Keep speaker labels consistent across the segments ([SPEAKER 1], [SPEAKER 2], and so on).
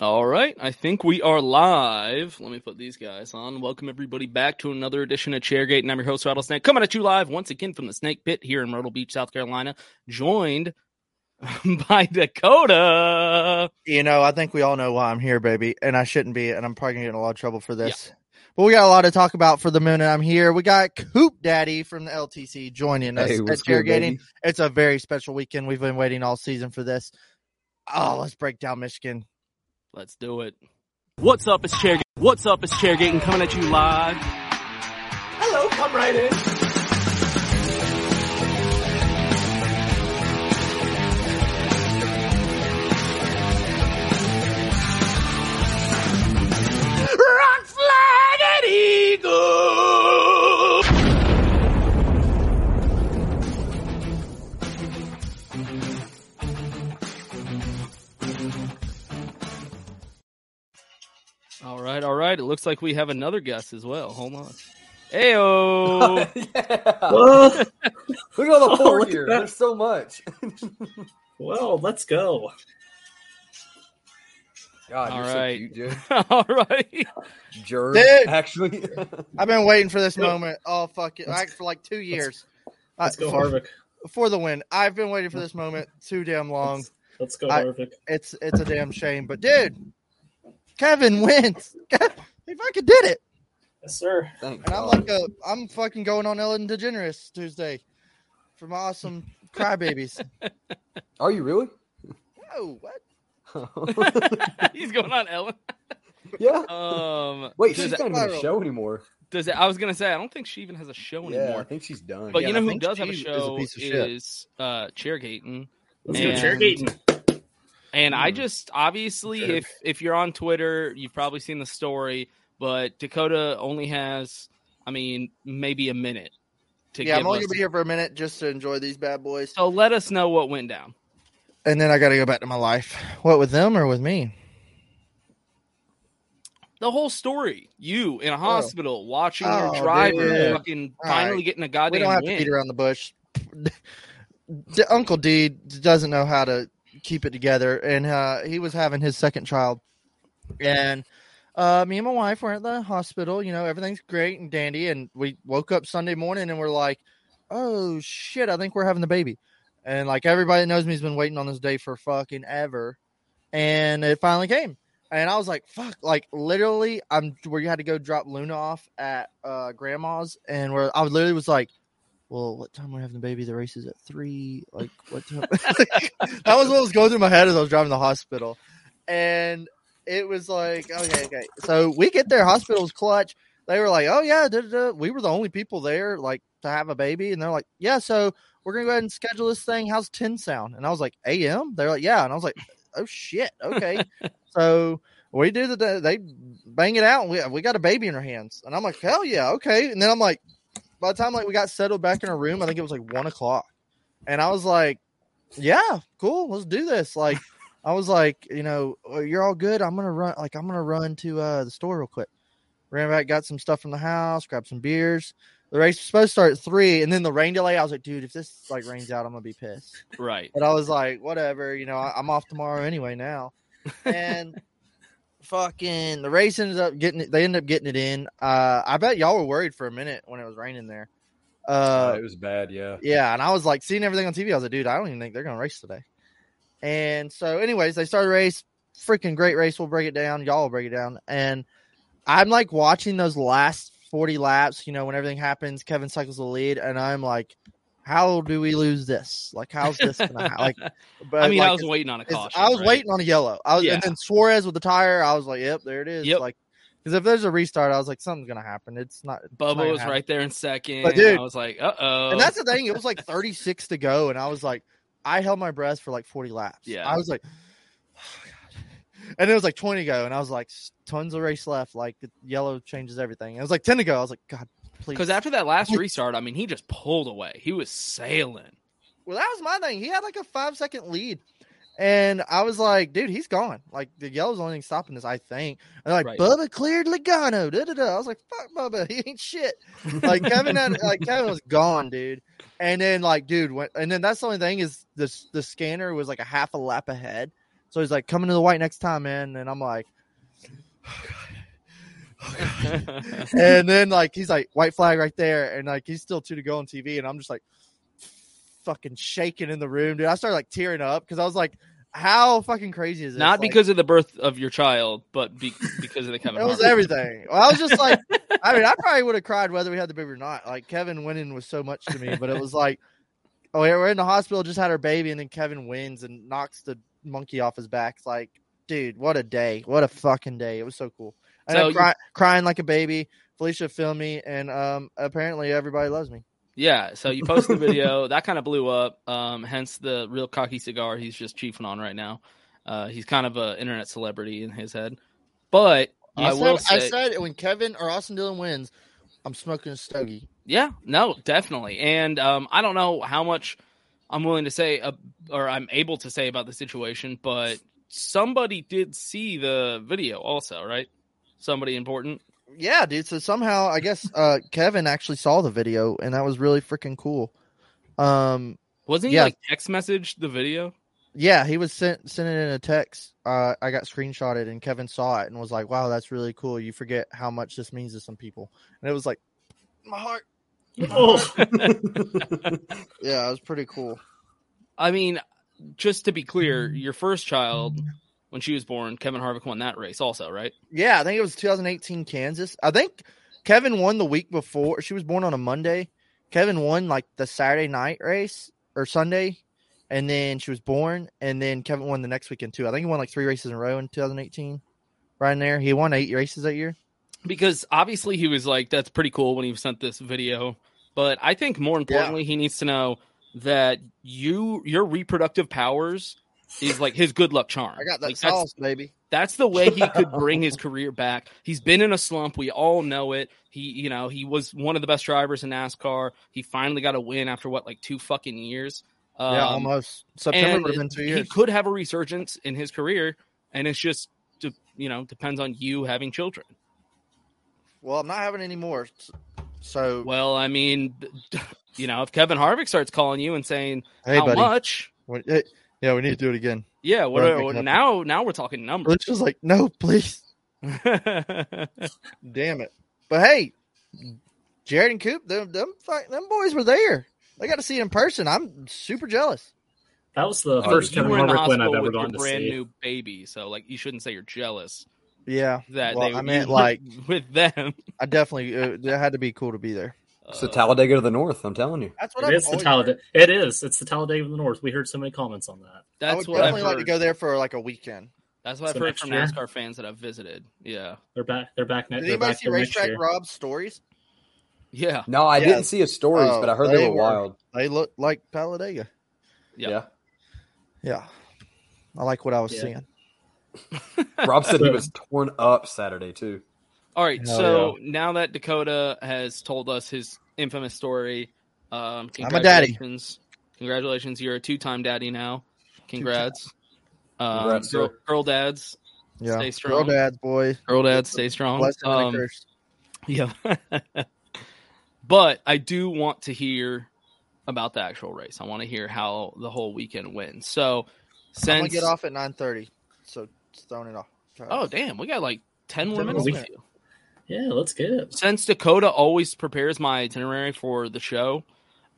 [SPEAKER 1] All right, I think we are live. Let me put these guys on. Welcome everybody back to another edition of Chairgate, and I'm your host Rattlesnake, coming at you live once again from the Snake Pit here in Myrtle Beach, South Carolina, joined by Dakota.
[SPEAKER 2] You know, I think we all know why I'm here, baby, and I shouldn't be, and I'm probably gonna get in a lot of trouble for this. But we got a lot to talk about for the moon, and I'm here. We got Coop Daddy from the LTC joining us
[SPEAKER 3] Hey,
[SPEAKER 2] at
[SPEAKER 3] what's good,
[SPEAKER 2] tailgating.
[SPEAKER 3] baby?
[SPEAKER 2] It's a very special weekend. We've been waiting all season for this. Oh, let's break down Michigan.
[SPEAKER 1] Let's do it. What's up? It's Chairgate. What's up? It's Chairgate, and coming at you live. Hello, come right in. Rock flag and eagle. All right, all right. It looks like we have another guest as well. Hold on. Ayo.
[SPEAKER 4] Look at all the
[SPEAKER 5] Oh,
[SPEAKER 4] pork
[SPEAKER 5] look at
[SPEAKER 4] here.
[SPEAKER 5] that.
[SPEAKER 4] There's so much.
[SPEAKER 5] Well, let's go.
[SPEAKER 4] God,
[SPEAKER 1] All
[SPEAKER 4] you're
[SPEAKER 1] right.
[SPEAKER 4] so cute,
[SPEAKER 1] all right.
[SPEAKER 4] dude. Jerk,
[SPEAKER 2] Dude.
[SPEAKER 4] actually.
[SPEAKER 2] I've been waiting for this
[SPEAKER 5] Yep.
[SPEAKER 2] moment. Oh fuck it,
[SPEAKER 5] Let's-
[SPEAKER 2] like, for like two years.
[SPEAKER 5] Let's
[SPEAKER 2] Uh,
[SPEAKER 5] go,
[SPEAKER 2] for,
[SPEAKER 5] Harvick.
[SPEAKER 2] for the win. I've been waiting for this moment too damn long.
[SPEAKER 5] Let's, let's go,
[SPEAKER 2] I-
[SPEAKER 5] Harvick.
[SPEAKER 2] It's it's a damn shame, but dude, Kevin wins. he fucking did it.
[SPEAKER 5] Yes, sir.
[SPEAKER 4] Thank
[SPEAKER 2] And I'm
[SPEAKER 4] God.
[SPEAKER 2] like a, I'm fucking going on Ellen DeGeneres Tuesday for my awesome crybabies.
[SPEAKER 4] Are you really?
[SPEAKER 2] Oh, what?
[SPEAKER 1] He's going on Ellen.
[SPEAKER 4] yeah.
[SPEAKER 1] Um
[SPEAKER 4] Wait,
[SPEAKER 1] does,
[SPEAKER 4] she's not even in
[SPEAKER 2] viral.
[SPEAKER 4] a show anymore.
[SPEAKER 1] does I was gonna say I don't think she even has a show
[SPEAKER 4] Yeah, I
[SPEAKER 1] anymore.
[SPEAKER 4] think she's done.
[SPEAKER 1] But
[SPEAKER 2] Yeah,
[SPEAKER 1] you
[SPEAKER 2] I
[SPEAKER 1] know who
[SPEAKER 2] think
[SPEAKER 1] does have a
[SPEAKER 2] she is a
[SPEAKER 1] show
[SPEAKER 2] piece of
[SPEAKER 1] is,
[SPEAKER 2] shit.
[SPEAKER 1] uh Chairgating.
[SPEAKER 5] Let's
[SPEAKER 1] And-
[SPEAKER 5] go, Chairgating.
[SPEAKER 1] And I
[SPEAKER 2] Hmm.
[SPEAKER 4] Mm.
[SPEAKER 1] just obviously
[SPEAKER 5] Sure.
[SPEAKER 1] if if you're on Twitter, you've probably seen the story, but Dakota only has I mean, maybe a minute to
[SPEAKER 2] Yeah,
[SPEAKER 1] give
[SPEAKER 2] I'm only
[SPEAKER 1] us.
[SPEAKER 2] gonna be here for a minute just to enjoy these bad boys,
[SPEAKER 1] So let us know what went down.
[SPEAKER 2] and then I gotta go back to my life. What with them or with me?
[SPEAKER 1] The whole story. You
[SPEAKER 6] Oh.
[SPEAKER 1] in a hospital watching
[SPEAKER 2] Oh,
[SPEAKER 1] your driver
[SPEAKER 2] dude.
[SPEAKER 1] fucking
[SPEAKER 2] All
[SPEAKER 1] finally
[SPEAKER 2] right.
[SPEAKER 1] getting a goddamn
[SPEAKER 2] we don't have
[SPEAKER 1] win.
[SPEAKER 2] to beat around the bush. D- Uncle D doesn't know how to keep it together, and uh, he was having his second child, and uh, me and my wife were at the hospital. You know, everything's great and dandy, and we woke up Sunday morning and we're like, "Oh shit, I think we're having the baby," and like everybody that knows me's been waiting on this day for fucking ever, and it finally came. And I was like, "Fuck!" Like literally, I'm where you had to go drop Luna off at uh, grandma's, and where I literally was like well, what time we're having the baby? The race is at three. Like, what time? that was what was going through my head as I was driving to the hospital, and it was like, okay, okay. So we get there, hospital's clutch. They were like, oh yeah, da, da, da. we were the only people there, like to have a baby, and they're like, yeah, so we're gonna go ahead and schedule this thing. How's ten sound? And I was like, a.m. They're like, yeah, and I was like, oh shit, okay. so we do the they bang it out, and we we got a baby in our hands, and I'm like, hell yeah, okay. And then I'm like by the time like we got settled back in our room, I think it was like one o'clock, and I was like,
[SPEAKER 6] yeah, cool, let's do this. Like, I was like, you know, "Oh, you're all good. I'm gonna run. Like, I'm gonna run to uh, the store real quick. Ran back, got some stuff from the house, grabbed some beers. The race was supposed to start at three, and then the rain delay. I was like, dude, if this like rains out, I'm gonna be pissed.
[SPEAKER 1] Right.
[SPEAKER 6] But I was like, whatever, you know, I, I'm off tomorrow anyway now. And fucking the race ended up getting it, they ended up getting it in. Uh I bet y'all were worried for a minute when it was raining there. Uh
[SPEAKER 7] it was bad. Yeah.
[SPEAKER 6] yeah, and I was like seeing everything on TV, I was like, dude, I don't even think they're gonna race today. And so anyways, they started the race, freaking great race. We'll break it down, y'all will break it down. And I'm like watching those last 40 laps, you know, when everything happens, Kevin cycles the lead, and I'm like, how do we lose this? Like, how's this gonna happen? Like,
[SPEAKER 1] I mean,
[SPEAKER 6] like,
[SPEAKER 1] I was waiting on a
[SPEAKER 6] it's-
[SPEAKER 1] caution.
[SPEAKER 6] I was
[SPEAKER 1] right?
[SPEAKER 6] waiting on a yellow. I was,
[SPEAKER 1] Yeah.
[SPEAKER 6] and then Suarez with the tire. I was like, "Yep, there it is."
[SPEAKER 1] Yep.
[SPEAKER 6] Like, because if there's a restart, I was like, "Something's gonna happen." It's not. it's not
[SPEAKER 1] Bubba
[SPEAKER 6] gonna
[SPEAKER 1] was
[SPEAKER 6] happen.
[SPEAKER 1] right there in second.
[SPEAKER 6] But dude-
[SPEAKER 1] I was like, uh oh.
[SPEAKER 6] And that's the thing. It was like 36 to go, and I was like, I held my breath for like 40 laps.
[SPEAKER 1] Yeah.
[SPEAKER 6] I was like, and it was like 20 to go, and I was like, s- tons of race left. Like the yellow changes everything. It was like 10 to go. I was like, God, please.
[SPEAKER 1] because after that last restart, I mean, he just pulled away. He was sailing.
[SPEAKER 6] Well, that was my thing. He had like a five second lead. And I was like, dude, he's gone. Like the yellow's the only thing stopping this, I think. And they're like,
[SPEAKER 1] Right.
[SPEAKER 6] Bubba cleared Logano. Da, da, da. I was like, fuck Bubba, he ain't shit. Like Kevin had, like Kevin was gone, dude. And then like, dude, went, and then that's the only thing is the the scanner was like a half a lap ahead. So he's like, coming to the white next time, man. And I'm like, and then like he's like white flag right there, and like he's still two to go on TV, and I'm just like fucking shaking in the room, dude. I started like tearing up because I was like, how fucking crazy is this?
[SPEAKER 1] Not
[SPEAKER 6] Like,
[SPEAKER 1] because of the birth of your child, but be- because of the Kevin.
[SPEAKER 6] it was
[SPEAKER 1] Harvick.
[SPEAKER 6] everything. Well, I was just like, I mean, I probably would have cried whether we had the baby or not. Like Kevin winning was so much to me, but it was like, oh, yeah, we're in the hospital, just had our baby, and then Kevin wins and knocks the monkey off his back. It's like, dude, what a day! What a fucking day! It was so cool. And
[SPEAKER 1] So
[SPEAKER 6] I'm
[SPEAKER 1] you-
[SPEAKER 6] cry- crying like a baby. Felicia filmed me, and um, apparently everybody loves me.
[SPEAKER 1] Yeah, so you posted the video that kind of blew up. Um, hence the real cocky cigar he's just chiefing on right now. Uh, he's kind of a internet celebrity in his head, but I,
[SPEAKER 6] said,
[SPEAKER 1] will say,
[SPEAKER 6] I said when Kevin or Austin Dillon wins, I'm smoking a stogie.
[SPEAKER 1] yeah, no, definitely. And um, I don't know how much I'm willing to say, uh, or I'm able to say about the situation, but somebody did see the video, also, right? Somebody important.
[SPEAKER 6] Yeah, dude. So somehow, I guess uh, Kevin actually saw the video, and that was really freaking cool. Um,
[SPEAKER 1] Wasn't he
[SPEAKER 6] Yeah.
[SPEAKER 1] like text message the video?
[SPEAKER 6] yeah, he was sent sent it in a text. Uh, I got screenshotted, and Kevin saw it and was like, "Wow, that's really cool." You forget how much this means to some people, and it was like, my heart.
[SPEAKER 2] Oh,
[SPEAKER 6] yeah, it was pretty cool.
[SPEAKER 1] I mean, just to be clear, your first child when she was born, Kevin Harvick won that race, also, right?
[SPEAKER 6] Yeah, I think it was 2018 Kansas. I think Kevin won the week before. She was born on a Monday. Kevin won like the Saturday night race or Sunday, and then she was born, and then Kevin won the next weekend too. I think he won like three races in a row in 2018. Right in there, he won eight races that year.
[SPEAKER 1] Because obviously he was like, "That's pretty cool" when he sent this video, but I think more importantly, he needs to know that you your reproductive powers is like his good luck charm.
[SPEAKER 6] I got that
[SPEAKER 1] Like, that's-
[SPEAKER 6] sauce, baby.
[SPEAKER 1] That's the way he could bring his career back. He's been in a slump. We all know it. He, you know, he was one of the best drivers in NASCAR. He finally got a win after what, like two fucking years. Um,
[SPEAKER 6] yeah, almost September
[SPEAKER 1] and
[SPEAKER 6] would have been two
[SPEAKER 1] He
[SPEAKER 6] years.
[SPEAKER 1] could have a resurgence in his career, and it's just, de- you know, depends on you having children.
[SPEAKER 6] Well, I'm not having any more. So
[SPEAKER 1] Well, I mean, you know, if Kevin Harvick starts calling you and saying
[SPEAKER 6] Hey,
[SPEAKER 1] how
[SPEAKER 6] buddy.
[SPEAKER 1] much,
[SPEAKER 6] what- eh, yeah, we need to do it again.
[SPEAKER 1] yeah,
[SPEAKER 6] We're
[SPEAKER 1] what,
[SPEAKER 6] not
[SPEAKER 1] what-
[SPEAKER 6] making up-
[SPEAKER 1] now, now we're talking numbers.
[SPEAKER 6] Rich was like, no, please. Damn it. But hey, Jared and Coop, them them, fuck- them boys were there. They got to see it in person. I'm super jealous.
[SPEAKER 2] that was the
[SPEAKER 1] But
[SPEAKER 2] first
[SPEAKER 1] Oh, you
[SPEAKER 2] Kevin
[SPEAKER 1] were in the
[SPEAKER 2] Harvick win I've
[SPEAKER 1] hospital
[SPEAKER 2] ever
[SPEAKER 1] with your
[SPEAKER 2] gone to
[SPEAKER 1] brand
[SPEAKER 2] see.
[SPEAKER 1] new baby, so like you shouldn't say you're jealous
[SPEAKER 6] Yeah.
[SPEAKER 1] that
[SPEAKER 6] well,
[SPEAKER 1] they
[SPEAKER 6] I meant
[SPEAKER 1] you were
[SPEAKER 6] like
[SPEAKER 1] with them. Uh,
[SPEAKER 6] I definitely uh, it had to be cool to be there.
[SPEAKER 7] It's the Talladega to the north. I'm telling you.
[SPEAKER 6] That's what
[SPEAKER 2] It
[SPEAKER 6] I've
[SPEAKER 2] is the
[SPEAKER 6] always
[SPEAKER 2] Talladega. It is. It's the Talladega of the North. We heard so many comments on that.
[SPEAKER 6] I
[SPEAKER 1] That's
[SPEAKER 6] would
[SPEAKER 1] what I've
[SPEAKER 6] definitely
[SPEAKER 1] heard.
[SPEAKER 6] like to go there for like a weekend.
[SPEAKER 1] That's what I've
[SPEAKER 2] So
[SPEAKER 1] heard
[SPEAKER 2] next
[SPEAKER 1] from
[SPEAKER 2] year?
[SPEAKER 1] NASCAR fans that I've visited. Yeah,
[SPEAKER 2] They're back. They're back ne-
[SPEAKER 6] Did
[SPEAKER 2] they're
[SPEAKER 6] anybody
[SPEAKER 2] back
[SPEAKER 6] see
[SPEAKER 2] there next.
[SPEAKER 6] Racetrack
[SPEAKER 2] year.
[SPEAKER 6] Rob's stories?
[SPEAKER 1] yeah,
[SPEAKER 7] No, Oh, I
[SPEAKER 6] Yeah.
[SPEAKER 7] didn't see his stories,
[SPEAKER 6] Oh,
[SPEAKER 7] but I heard they,
[SPEAKER 6] they
[SPEAKER 7] were,
[SPEAKER 6] were-
[SPEAKER 7] wild.
[SPEAKER 6] They look like Talladega.
[SPEAKER 1] Yeah.
[SPEAKER 6] Yeah. I like what I was
[SPEAKER 2] Yeah.
[SPEAKER 6] seeing.
[SPEAKER 7] Yeah. Rob said he was torn up Saturday too.
[SPEAKER 1] All right,
[SPEAKER 6] Hell
[SPEAKER 1] so now that Dakota has told us his infamous story, um,
[SPEAKER 6] I'm a daddy.
[SPEAKER 1] congratulations. Congratulations, you're a two-time daddy now. Congrats. Um,
[SPEAKER 6] Congrats,
[SPEAKER 1] girl,
[SPEAKER 6] sir.
[SPEAKER 1] girl dads,
[SPEAKER 6] Yeah.
[SPEAKER 1] stay strong.
[SPEAKER 6] Girl dads, boy.
[SPEAKER 1] Girl dads, stay strong.
[SPEAKER 6] Blessing and a
[SPEAKER 1] Um,
[SPEAKER 6] curse.
[SPEAKER 1] Yeah. but I do want to hear about the actual race. I want to hear how the whole weekend went. So
[SPEAKER 6] I'm gonna
[SPEAKER 1] since
[SPEAKER 6] get off at 9:30, so just throwing it off.
[SPEAKER 1] Oh damn, we got like ten more
[SPEAKER 6] Ten
[SPEAKER 1] minutes.
[SPEAKER 6] more
[SPEAKER 1] to
[SPEAKER 6] minutes.
[SPEAKER 1] do.
[SPEAKER 2] Yeah, let's get it.
[SPEAKER 1] Since Dakota always prepares my itinerary for the show,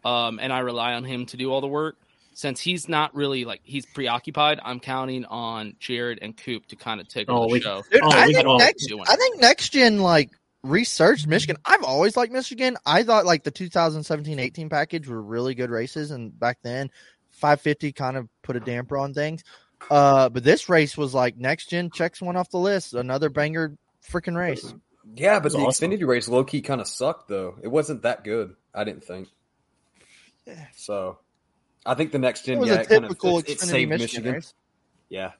[SPEAKER 1] um, and I rely on him to do all the work. Since he's not really like he's preoccupied, I'm counting on Jared and Coop to kind of take over
[SPEAKER 2] Oh,
[SPEAKER 1] the
[SPEAKER 2] we-
[SPEAKER 1] show.
[SPEAKER 6] Dude,
[SPEAKER 2] Oh,
[SPEAKER 6] I,
[SPEAKER 2] we
[SPEAKER 6] think
[SPEAKER 2] can all
[SPEAKER 6] next,
[SPEAKER 1] do it.
[SPEAKER 6] I think next gen like researched Michigan. I've always liked Michigan. I thought like the 2017-18 package were really good races, and back then, 550 kind of put a damper on things. Uh, but this race was like next gen checks one off the list. Another banger freaking race.
[SPEAKER 7] Yeah, but
[SPEAKER 6] That's
[SPEAKER 7] the
[SPEAKER 6] awesome.
[SPEAKER 7] Xfinity race low key kind of sucked though. It wasn't that good. I didn't think. So, I think the next
[SPEAKER 6] It
[SPEAKER 7] gen,
[SPEAKER 6] was
[SPEAKER 7] yeah,
[SPEAKER 6] a
[SPEAKER 7] it kind of
[SPEAKER 6] typical
[SPEAKER 7] it, it
[SPEAKER 6] Xfinity
[SPEAKER 7] saved
[SPEAKER 6] Michigan
[SPEAKER 7] Michigan.
[SPEAKER 6] race.
[SPEAKER 7] Yeah,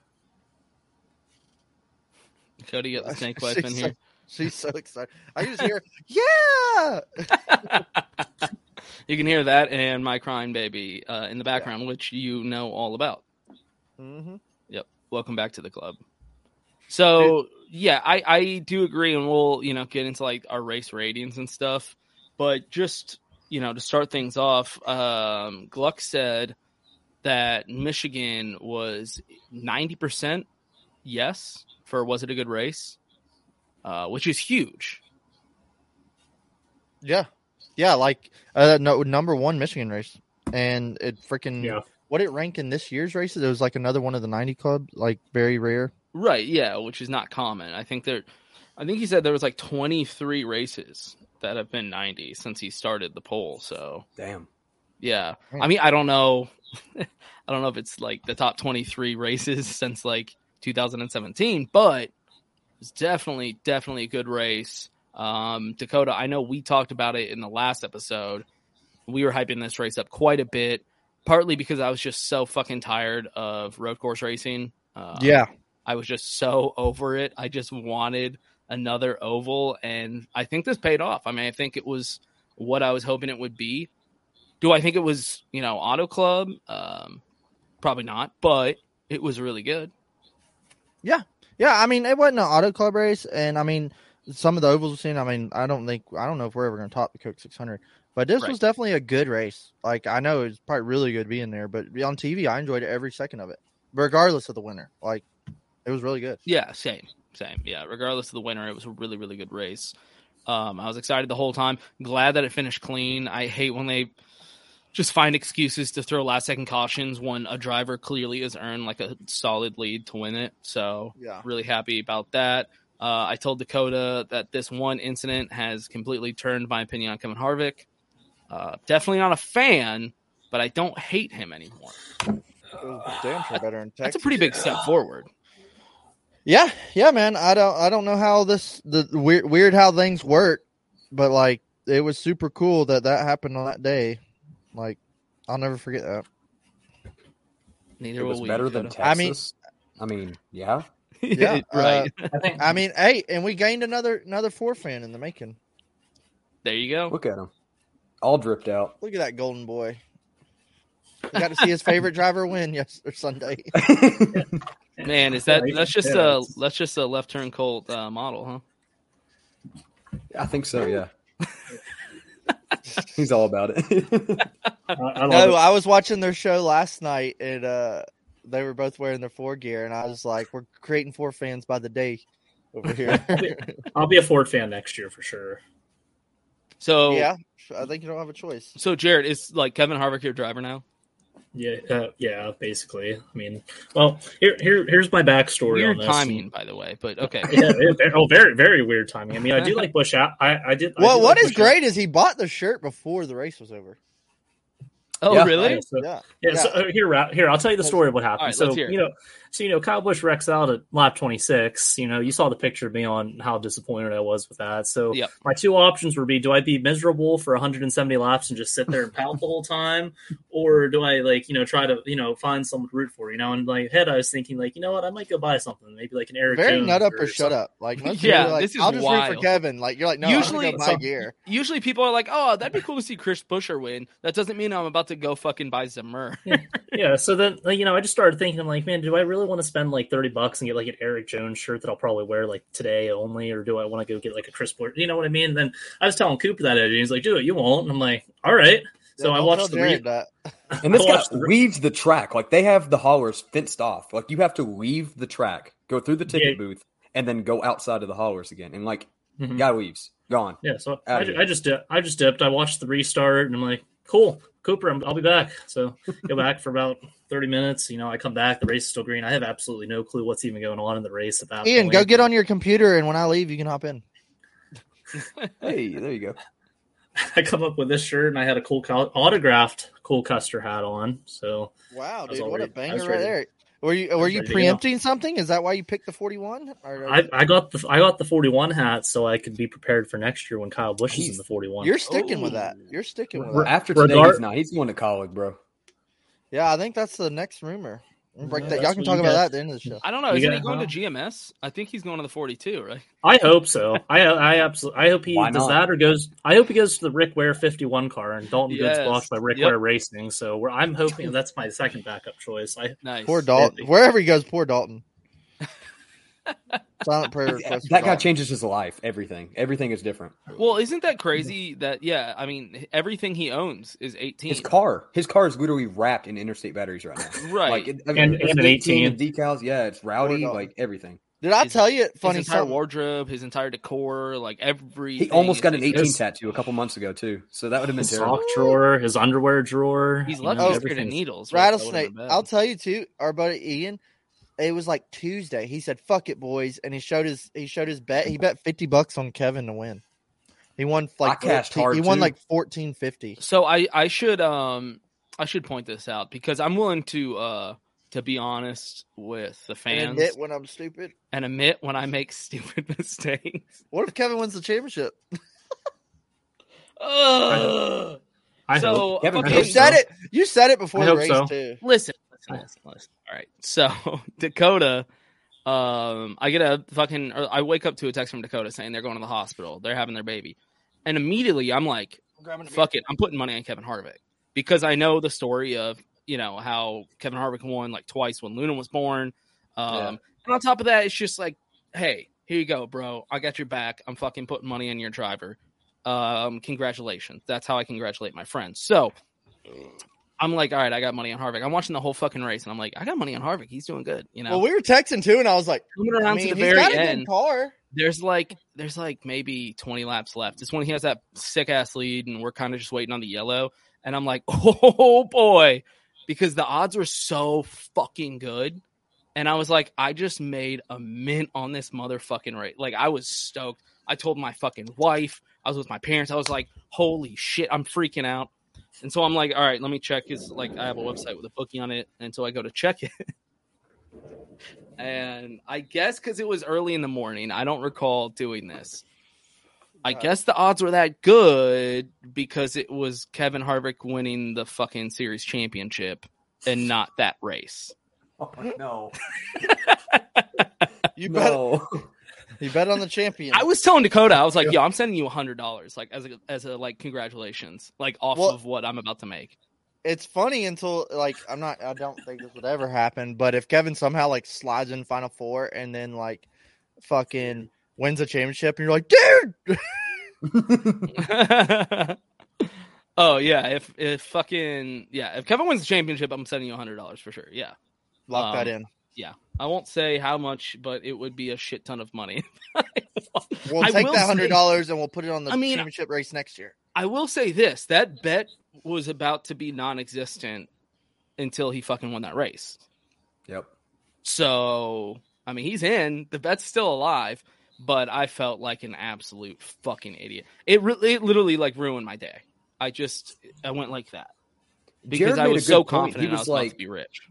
[SPEAKER 1] Dakota, you got the snake wife in
[SPEAKER 6] She's
[SPEAKER 1] here.
[SPEAKER 6] So, she's so excited. I just hear, yeah.
[SPEAKER 1] You can hear that and my crying baby uh, in the background, which you know all about.
[SPEAKER 6] Mm-hmm.
[SPEAKER 1] Yep. Welcome back to the club. So yeah, I I do agree, and we'll you know get into like our race ratings and stuff, but just you know to start things off, um, Gluck said that Michigan was ninety percent yes for was it a good race, uh, which is huge.
[SPEAKER 6] Yeah, yeah, like uh, no number one Michigan race, and it freaking
[SPEAKER 2] Yeah.
[SPEAKER 6] what it ranked in this year's races. It was like another one of the ninety club, like very rare.
[SPEAKER 1] Right, yeah, which is not common. I think there I think he said there was like 23 races that have been 90 since he started the poll, so
[SPEAKER 7] damn.
[SPEAKER 1] yeah.
[SPEAKER 6] Hmm.
[SPEAKER 1] I mean, I don't know I don't know if it's like the top 23 races since like 2017, but it's definitely definitely a good race. Um Dakota, I know we talked about it in the last episode. We were hyping this race up quite a bit, partly because I was just so fucking tired of road course racing. Uh, I was just so over it. I just wanted another oval, and I think this paid off. I mean, I think it was what I was hoping it would be. Do I think it was, you know, Auto Club? Um, probably not, but it was really good.
[SPEAKER 6] yeah, yeah. I mean, it wasn't an auto club race, and I mean, some of the ovals we've seen. I mean, I don't think I don't know if we're ever going to top the Coke six hundred, but this
[SPEAKER 1] Right.
[SPEAKER 6] was definitely a good race. Like I know it was probably really good being there, but on TV, I enjoyed every second of it, regardless of the winner. Like it was really good.
[SPEAKER 1] Yeah, same, same. Yeah, regardless of the winner, it was a really, really good race. Um, I was excited the whole time. Glad that it finished clean. I hate when they just find excuses to throw last second cautions when a driver clearly has earned like a solid lead to win it. So
[SPEAKER 6] Yeah.
[SPEAKER 1] really happy about that. Uh, I told Dakota that this one incident has completely turned my opinion on Kevin Harvick. Uh, definitely not a fan, but I don't hate him anymore.
[SPEAKER 6] It was damn sure better in Texas.
[SPEAKER 1] Uh, That's a pretty big step forward.
[SPEAKER 6] Yeah, yeah, man. I don't I don't know how this the the weird weird how things work, but like it was super cool that that happened on that day. Like I'll never forget that.
[SPEAKER 1] Neither
[SPEAKER 7] It was
[SPEAKER 1] will we.
[SPEAKER 7] better than
[SPEAKER 1] Dakota.
[SPEAKER 6] I mean-
[SPEAKER 7] Texas. I mean, yeah,
[SPEAKER 6] Yeah, uh,
[SPEAKER 1] right.
[SPEAKER 2] I think
[SPEAKER 6] I mean, hey, and we gained another another four fan in the making.
[SPEAKER 1] there you go.
[SPEAKER 7] look at him, all dripped out.
[SPEAKER 6] Look at that golden boy. We got to see his favorite driver win yesterday Sunday.
[SPEAKER 1] Man, is that
[SPEAKER 2] Yeah,
[SPEAKER 1] that's just
[SPEAKER 2] yeah,
[SPEAKER 1] a
[SPEAKER 2] it's-
[SPEAKER 1] that's just a left turn colt uh, model, huh?
[SPEAKER 7] I think so. Yeah, he's all about it.
[SPEAKER 2] I, I love
[SPEAKER 6] No,
[SPEAKER 2] it.
[SPEAKER 6] I was watching their show last night, and uh, they were both wearing their four gear, and I was like, "We're creating four fans by the day over here."
[SPEAKER 2] I'll be a Ford fan next year for sure.
[SPEAKER 1] So
[SPEAKER 6] yeah, I think you don't have a choice.
[SPEAKER 1] so Jared is like Kevin Harvick your driver now.
[SPEAKER 2] Yeah, uh, yeah, basically. I mean, well, here, here, here's my backstory on
[SPEAKER 1] Weird
[SPEAKER 2] this.
[SPEAKER 1] timing, by the way, but okay.
[SPEAKER 2] Yeah, it- it- oh, very, very weird timing. I mean, I do like Bush out. I, I did. I
[SPEAKER 6] Well,
[SPEAKER 2] do
[SPEAKER 6] what
[SPEAKER 2] like
[SPEAKER 6] is
[SPEAKER 2] Bush Out-
[SPEAKER 6] great is he bought the shirt before the race was over.
[SPEAKER 1] Oh
[SPEAKER 7] Yeah.
[SPEAKER 1] really?
[SPEAKER 2] Yeah, so-
[SPEAKER 6] Yeah,
[SPEAKER 2] Yeah, so uh, here, Ra- here, I'll tell you the story of what happened.
[SPEAKER 1] All right,
[SPEAKER 2] so
[SPEAKER 1] let's hear it.
[SPEAKER 2] you know, so you know, Kyle Bush wrecks out at lap 26. You know, you saw the picture of me on how disappointed I was with that. So
[SPEAKER 1] Yep.
[SPEAKER 2] my two options would be: do I be miserable for 170 laps and just sit there and pout the whole time, or do I like you know try to you know find someone to root for? You know, and like head, I was thinking like you know what, I might go buy something, maybe like an Eric
[SPEAKER 6] very
[SPEAKER 2] Jones
[SPEAKER 6] nut up or, shut
[SPEAKER 2] something.
[SPEAKER 6] up. Like most
[SPEAKER 1] Yeah,
[SPEAKER 6] people are like,
[SPEAKER 1] this is
[SPEAKER 6] I'll just root
[SPEAKER 1] wild.
[SPEAKER 6] for Kevin. Like you're like, no,
[SPEAKER 1] Usually-
[SPEAKER 6] I'm gonna go buy gear.
[SPEAKER 1] Usually people are like, "Oh, that'd be cool to see Chris Buescher win." That doesn't mean I'm about to go fucking buy Zemmer.
[SPEAKER 2] yeah. So then, like, you know, I just started thinking, I'm like, man, do I really want to spend like 30 bucks and get like an Eric Jones shirt that I'll probably wear like today only? Or do I want to go get like a Chris Blair? You know what I mean? And then I was telling Cooper that idea. He's like, dude, you won't. And I'm like, all right. So I watched the re-
[SPEAKER 7] And this
[SPEAKER 2] I
[SPEAKER 7] guy
[SPEAKER 2] watched the re-
[SPEAKER 7] weaves the track. Like they have the haulers fenced off. Like you have to weave the track, go through the ticket booth, and then go outside of the haulers again. And like
[SPEAKER 2] Mhm.
[SPEAKER 7] guy weaves, gone.
[SPEAKER 2] Yeah, so
[SPEAKER 7] Outta
[SPEAKER 2] I, ju-
[SPEAKER 7] here.
[SPEAKER 2] I just di- I just dipped. I watched the restart, and I'm like, cool, Cooper, I'm, I'll be back. So go back for about 30 minutes. You know, I come back, the race is still green. I have absolutely no clue what's even going on in the race at that
[SPEAKER 6] Ian,
[SPEAKER 2] point.
[SPEAKER 6] go get on your computer, and when I leave, you can hop in.
[SPEAKER 7] Hey, there you go.
[SPEAKER 2] I come up with this shirt, and I had a cool Col- autographed Cole Custer hat on. So I
[SPEAKER 6] Wow,
[SPEAKER 2] was
[SPEAKER 6] dude,
[SPEAKER 2] all
[SPEAKER 6] what a
[SPEAKER 2] ready- I was
[SPEAKER 6] banger right
[SPEAKER 2] ready-
[SPEAKER 6] there. Were you were
[SPEAKER 2] was
[SPEAKER 6] you
[SPEAKER 2] ready to go.
[SPEAKER 6] preempting something? Is that why you picked the forty one?
[SPEAKER 2] I, I got the I got the 41 hat so I could be prepared for next year when Kyle Busch is in the 41.
[SPEAKER 6] You're sticking with that. You're sticking with
[SPEAKER 7] Well,
[SPEAKER 6] that.
[SPEAKER 7] After today,
[SPEAKER 2] Regard-
[SPEAKER 7] he's not. He's going to college, bro.
[SPEAKER 6] Yeah, I think that's the next rumor. We'll break
[SPEAKER 1] Yeah,
[SPEAKER 6] that. Y'all
[SPEAKER 1] that's
[SPEAKER 6] can
[SPEAKER 1] what
[SPEAKER 6] talk
[SPEAKER 1] you
[SPEAKER 6] about that
[SPEAKER 1] got.
[SPEAKER 6] at the end of the show.
[SPEAKER 1] I don't know.
[SPEAKER 2] You
[SPEAKER 1] Isn't
[SPEAKER 2] got-
[SPEAKER 1] he going
[SPEAKER 2] huh?
[SPEAKER 1] to GMS? I think he's going to the 42, right?
[SPEAKER 2] I hope so. I I absolutely I hope he
[SPEAKER 1] Why
[SPEAKER 2] does
[SPEAKER 1] not?
[SPEAKER 2] that or goes. I hope he goes to the Rick Ware fifty one car and Dalton
[SPEAKER 1] Yes.
[SPEAKER 2] gets blocked by Rick
[SPEAKER 1] Yep.
[SPEAKER 2] Ware Racing. So we're, I'm hoping that's my second backup choice. I
[SPEAKER 6] Poor Dalton. Wherever he goes, poor Dalton. Silent prayer
[SPEAKER 7] That
[SPEAKER 6] request. for
[SPEAKER 7] guy
[SPEAKER 6] Dalton.
[SPEAKER 7] changes his life. Everything. Everything is different.
[SPEAKER 1] Well, isn't that crazy that, yeah, I mean, everything he owns is 18.
[SPEAKER 7] His car. His car is literally wrapped in interstate batteries right now.
[SPEAKER 1] Right.
[SPEAKER 7] Like, it- I
[SPEAKER 1] And-
[SPEAKER 7] it's
[SPEAKER 1] and an 18.
[SPEAKER 7] with decals. Yeah, it's rowdy. Like everything.
[SPEAKER 6] Did I
[SPEAKER 1] His-
[SPEAKER 6] tell you? Funny
[SPEAKER 1] his entire
[SPEAKER 6] something.
[SPEAKER 1] wardrobe, his entire decor, like every.
[SPEAKER 7] He almost got an 18 tattoo a couple months ago too. So that would have been
[SPEAKER 2] his
[SPEAKER 7] terrible.
[SPEAKER 2] sock drawer, his underwear drawer.
[SPEAKER 1] He's
[SPEAKER 2] you know,
[SPEAKER 1] lucky he's scared of
[SPEAKER 2] Oh, everything's-
[SPEAKER 1] needles. right? That would've
[SPEAKER 6] rattlesnake.
[SPEAKER 1] been bad.
[SPEAKER 6] I'll tell you too. Our buddy Ian, it was like Tuesday. He said, "Fuck it, boys," and he showed his he showed his bet. He bet fifty bucks on Kevin to win. He won like
[SPEAKER 1] cashed
[SPEAKER 6] 14
[SPEAKER 1] hard,
[SPEAKER 6] he won
[SPEAKER 1] too.
[SPEAKER 6] like fourteen fifty.
[SPEAKER 1] So I I should um I should point this out because I'm willing to uh to be honest with the fans
[SPEAKER 6] And admit when I'm stupid.
[SPEAKER 1] and admit when I make stupid mistakes.
[SPEAKER 6] What if Kevin wins the championship?
[SPEAKER 1] Ugh.
[SPEAKER 6] I
[SPEAKER 1] so
[SPEAKER 6] hope. Kevin, I
[SPEAKER 1] fucking-
[SPEAKER 6] hope You said so. it- you said it before I the hope race, so. too.
[SPEAKER 1] Listen, listen, listen, listen. All right, so Dakota. Um, I get a fucking. Or I wake up to a text from Dakota saying they're going to the hospital. They're having their baby, and immediately I'm like, "Fuck it, I'm putting money on Kevin Harvick." because I know the story of you know how Kevin Harvick won like twice when Luna was born. Um, And on top of that, it's just like, hey, here you go, bro. I got your back. I'm fucking putting money on your driver. Um, congratulations. That's how I congratulate my friends. So I'm like, all right, I got money on Harvick. I'm watching the whole fucking race, and I'm like, I got money on Harvick. He's doing good. You know,
[SPEAKER 6] Well, we were texting too, and I was like,
[SPEAKER 1] coming
[SPEAKER 6] I
[SPEAKER 1] around
[SPEAKER 6] mean,
[SPEAKER 1] to the
[SPEAKER 6] he's
[SPEAKER 1] very
[SPEAKER 6] got a good
[SPEAKER 1] end.
[SPEAKER 6] car.
[SPEAKER 1] There's like there's like maybe 20 laps left. It's when he has that sick ass lead, and we're kind of just waiting on the yellow. And I'm like, oh boy, because the odds were so fucking good. And I was like, I just made a mint on this motherfucking rate. Like I was stoked. I told my fucking wife. I was with my parents. I was like, holy shit, I'm freaking out. And so I'm like, all right, let me check. Is like I have a website with a bookie on it, and so I go to check it. and I guess because it was early in the morning, I don't recall doing this. I guess the odds were that good because it was Kevin Harvick winning the fucking series championship and not that race.
[SPEAKER 7] no.
[SPEAKER 6] You
[SPEAKER 1] bet-
[SPEAKER 6] You bet on the champion.
[SPEAKER 1] I was telling Dakota, I was like, "Yo, I'm sending you a hundred dollars, like as a as a like congratulations, like off
[SPEAKER 6] Well-
[SPEAKER 1] of what I'm about to make."
[SPEAKER 6] it's funny until like I'm not I don't think this would ever happen, but if Kevin somehow like slides in final four and then like fucking wins a championship and you're like, dude
[SPEAKER 1] Oh yeah, if if fucking yeah, if Kevin wins the championship, I'm sending you a hundred dollars for sure. Yeah,
[SPEAKER 6] Lock
[SPEAKER 1] Um,
[SPEAKER 6] that in.
[SPEAKER 1] Yeah, I won't say how much, but it would be a shit ton of money.
[SPEAKER 6] We'll
[SPEAKER 1] I
[SPEAKER 6] take
[SPEAKER 1] will
[SPEAKER 6] that
[SPEAKER 1] say-
[SPEAKER 6] hundred dollars and we'll put it on the
[SPEAKER 1] I mean-
[SPEAKER 6] championship race next year.
[SPEAKER 1] I will say this: that bet was about to be non-existent until he fucking won that race.
[SPEAKER 7] Yep.
[SPEAKER 1] So I mean, he's in. The bet's still alive, but I felt like an absolute fucking idiot. It really, it literally like ruined my day. I just, I went like that because
[SPEAKER 7] Jared
[SPEAKER 1] I
[SPEAKER 7] made a
[SPEAKER 1] was
[SPEAKER 7] good
[SPEAKER 1] so
[SPEAKER 7] point.
[SPEAKER 1] confident
[SPEAKER 7] He
[SPEAKER 1] I
[SPEAKER 7] was
[SPEAKER 1] was about
[SPEAKER 7] like-
[SPEAKER 1] to be rich.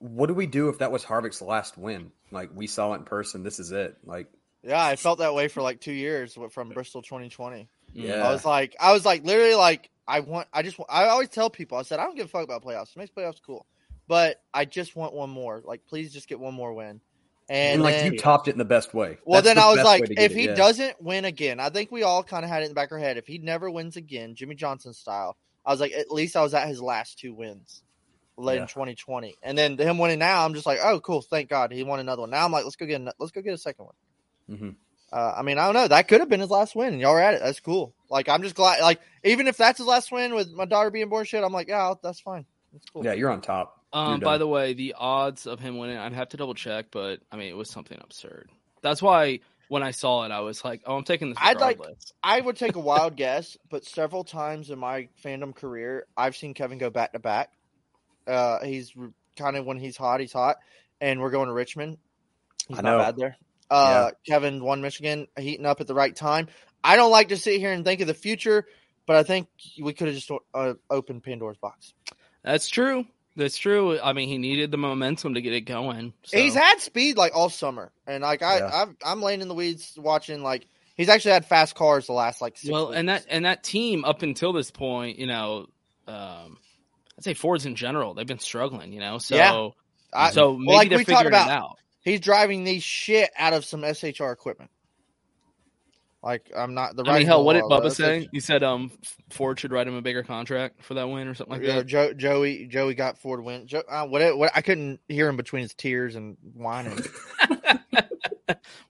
[SPEAKER 7] What do we do if that was Harvick's last win? Like we saw it in person. This is it. Like
[SPEAKER 6] Yeah, I felt that way for like two years w- from Bristol 2020.
[SPEAKER 7] Yeah.
[SPEAKER 6] I was like, I was like, literally, like, I want, I just, want- I always tell people, I said, I don't give a fuck about playoffs. It makes playoffs cool, but I just want one more. Like, please, just get one more win.
[SPEAKER 7] and,
[SPEAKER 6] And,
[SPEAKER 7] like
[SPEAKER 6] then-
[SPEAKER 7] you topped it in the best way.
[SPEAKER 6] Well,
[SPEAKER 7] That's
[SPEAKER 6] then
[SPEAKER 7] the
[SPEAKER 6] I was
[SPEAKER 7] best
[SPEAKER 6] like,
[SPEAKER 7] way to get
[SPEAKER 6] if
[SPEAKER 7] it,
[SPEAKER 6] he
[SPEAKER 7] yeah.
[SPEAKER 6] doesn't win again, I think we all kind of had it in the back of our head. If he never wins again, Jimmy Johnson style, I was like, at least I was at his last two wins late in 2020, and then him winning now, I'm just like, oh, cool, thank God he won another one. Now I'm like, let's go get an- let's go get a second one.
[SPEAKER 7] Mm-hmm.
[SPEAKER 6] Uh, I mean, I don't know. That could have been his last win. Y'all were at it. That's cool. Like, I'm just glad. Like, even if that's his last win with my daughter being born, shit, I'm like, yeah, that's fine. That's cool.
[SPEAKER 7] Yeah, you're on top.
[SPEAKER 1] Um, by the way, the odds of him winning, I'd have to double check, but I mean, it was something absurd. That's why when I saw it, I was like, "Oh, I'm taking this."
[SPEAKER 6] I'd like,
[SPEAKER 1] regardless.
[SPEAKER 6] I would take a wild guess, but several times in my fandom career, I've seen Kevin go back to back. Uh, he's re- kind of when he's hot, he's hot, and we're going to Richmond. He's
[SPEAKER 7] I
[SPEAKER 6] not
[SPEAKER 7] know.
[SPEAKER 6] bad there. Uh, Kevin won Michigan, heating up at the right time. I don't like to sit here and think of the future, but I think we could have just uh, opened Pandora's box.
[SPEAKER 1] That's true. That's true. I mean, he needed the momentum to get it going. so-
[SPEAKER 6] He's had speed like all summer, and like I,
[SPEAKER 1] Yeah.
[SPEAKER 6] I've, I'm laying in the weeds watching. Like he's actually had fast cars the last like six.
[SPEAKER 1] well, and that and that team up until this point, you know, um, I'd say Fords in general, they've been struggling. You know, so
[SPEAKER 6] Yeah. I-
[SPEAKER 1] so
[SPEAKER 6] well,
[SPEAKER 1] maybe they're
[SPEAKER 6] we talked
[SPEAKER 1] figuring
[SPEAKER 6] about,
[SPEAKER 1] it out.
[SPEAKER 6] He's driving the shit out of some SHR equipment. Like I'm not the right.
[SPEAKER 1] I mean, hell, what did
[SPEAKER 6] wheel, uh,
[SPEAKER 1] Bubba
[SPEAKER 6] that's
[SPEAKER 1] say?
[SPEAKER 6] it.
[SPEAKER 1] You said um, Ford should write him a bigger contract for that win or something like
[SPEAKER 6] Yeah,
[SPEAKER 1] that.
[SPEAKER 6] Joe, Joey, Joey got Ford win. Joe, uh, what, what? I couldn't hear him between his tears and whining.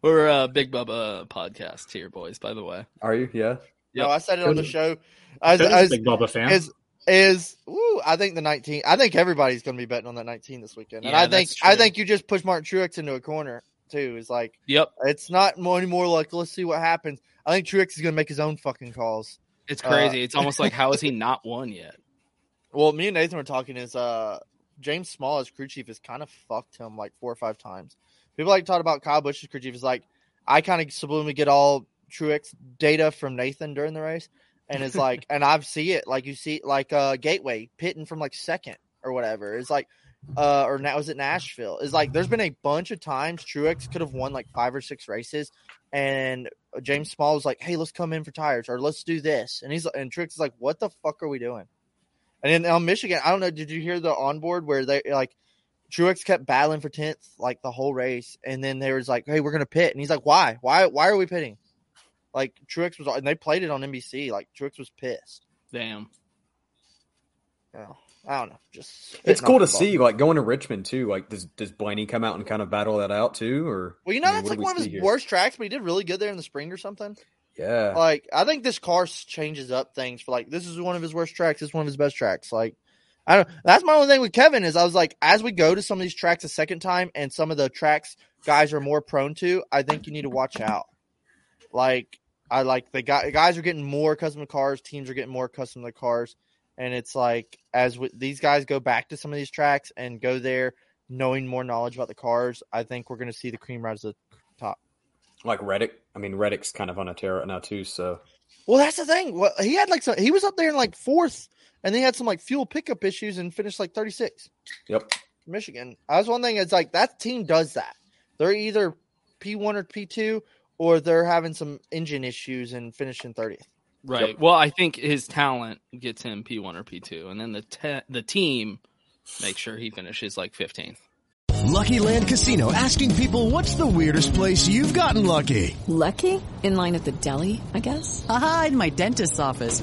[SPEAKER 1] We're a Big Bubba podcast here, boys. By the way,
[SPEAKER 7] are you? Yeah.
[SPEAKER 6] No, I said it on the
[SPEAKER 1] Cody's-
[SPEAKER 6] show. I was,
[SPEAKER 1] Cody's
[SPEAKER 6] I
[SPEAKER 1] a
[SPEAKER 6] was-
[SPEAKER 1] big Bubba fan.
[SPEAKER 6] Is is woo, I think the 19. I think everybody's going to be betting on that 19 this weekend, and
[SPEAKER 1] Yeah,
[SPEAKER 6] I think
[SPEAKER 1] that's
[SPEAKER 6] I
[SPEAKER 1] true.
[SPEAKER 6] think you just push Martin Truex into a corner too. Is like,
[SPEAKER 1] Yep.
[SPEAKER 6] it's not more anymore. Like, let's see what happens. I think Truex is going to make his own fucking calls.
[SPEAKER 1] It's
[SPEAKER 6] Uh,
[SPEAKER 1] crazy. it's almost like how has he not won yet?
[SPEAKER 6] well, me and Nathan were talking is uh James Small as crew chief has kind of fucked him like four or five times. People like to talk about Kyle Bush's crew chief is like I kind of subliminally get all Truex data from Nathan during the race, and it's like, and I see it like you see like uh Gateway pitting from like second or whatever. It's like, uh, or now is it Nashville? It's like there's been a bunch of times Truex could have won like five or six races, and James Small was like, hey, let's come in for tires or let's do this, and he's and Truex is like, what the fuck are we doing? And then on Michigan, I don't know. Did you hear the onboard where they like Truex kept battling for tenth like the whole race, and then they was like, "Hey, we're gonna pit," and he's like, "Why? Why? Why are we pitting?" Like Truex was, and they played it on NBC. Like Truex was pissed.
[SPEAKER 1] Damn.
[SPEAKER 6] Yeah, I don't know. Just
[SPEAKER 7] It's
[SPEAKER 6] spitting
[SPEAKER 7] cool
[SPEAKER 6] off the
[SPEAKER 7] to
[SPEAKER 6] ball.
[SPEAKER 7] see, like going to Richmond too. Like, does does Blaney come out and kind of battle that out too, or
[SPEAKER 6] Well, you know
[SPEAKER 7] I mean,
[SPEAKER 6] that's
[SPEAKER 7] what
[SPEAKER 6] like
[SPEAKER 7] do we
[SPEAKER 6] one of his
[SPEAKER 7] see here?
[SPEAKER 6] worst tracks, but he did really good there in the spring or something.
[SPEAKER 7] Yeah,
[SPEAKER 6] Like I think this car s- changes up things for like this is one of his worst tracks. This is one of his best tracks. Like I don't. That's my only thing with Kevin is I was like, as we go to some of these tracks a second time, and some of the tracks guys are more prone to. I think you need to watch out. Like I like the guy, guys are getting more custom to cars. Teams are getting more custom to cars, and it's like as with these guys go back to some of these tracks and go there knowing more knowledge about the cars. I think we're going to see the cream rise to the top.
[SPEAKER 7] like Reddick. I mean, Reddick's kind of on a tear right now too. So
[SPEAKER 6] Well, that's the thing. Well, he had like some. He was up there in like fourth, and then he had some like fuel pickup issues and finished like thirty six.
[SPEAKER 7] Yep.
[SPEAKER 6] Michigan. That's one thing. It's like that team does that. They're either P one or P two, or they're having some engine issues and finishing thirtieth.
[SPEAKER 1] Right. Well, I think his talent gets him P one or P two, and then the te- the team makes sure he finishes like fifteenth.
[SPEAKER 8] Lucky Land Casino asking people what's the weirdest place you've gotten lucky?
[SPEAKER 9] Lucky? In line at the deli, I guess?
[SPEAKER 10] Aha, in my dentist's office.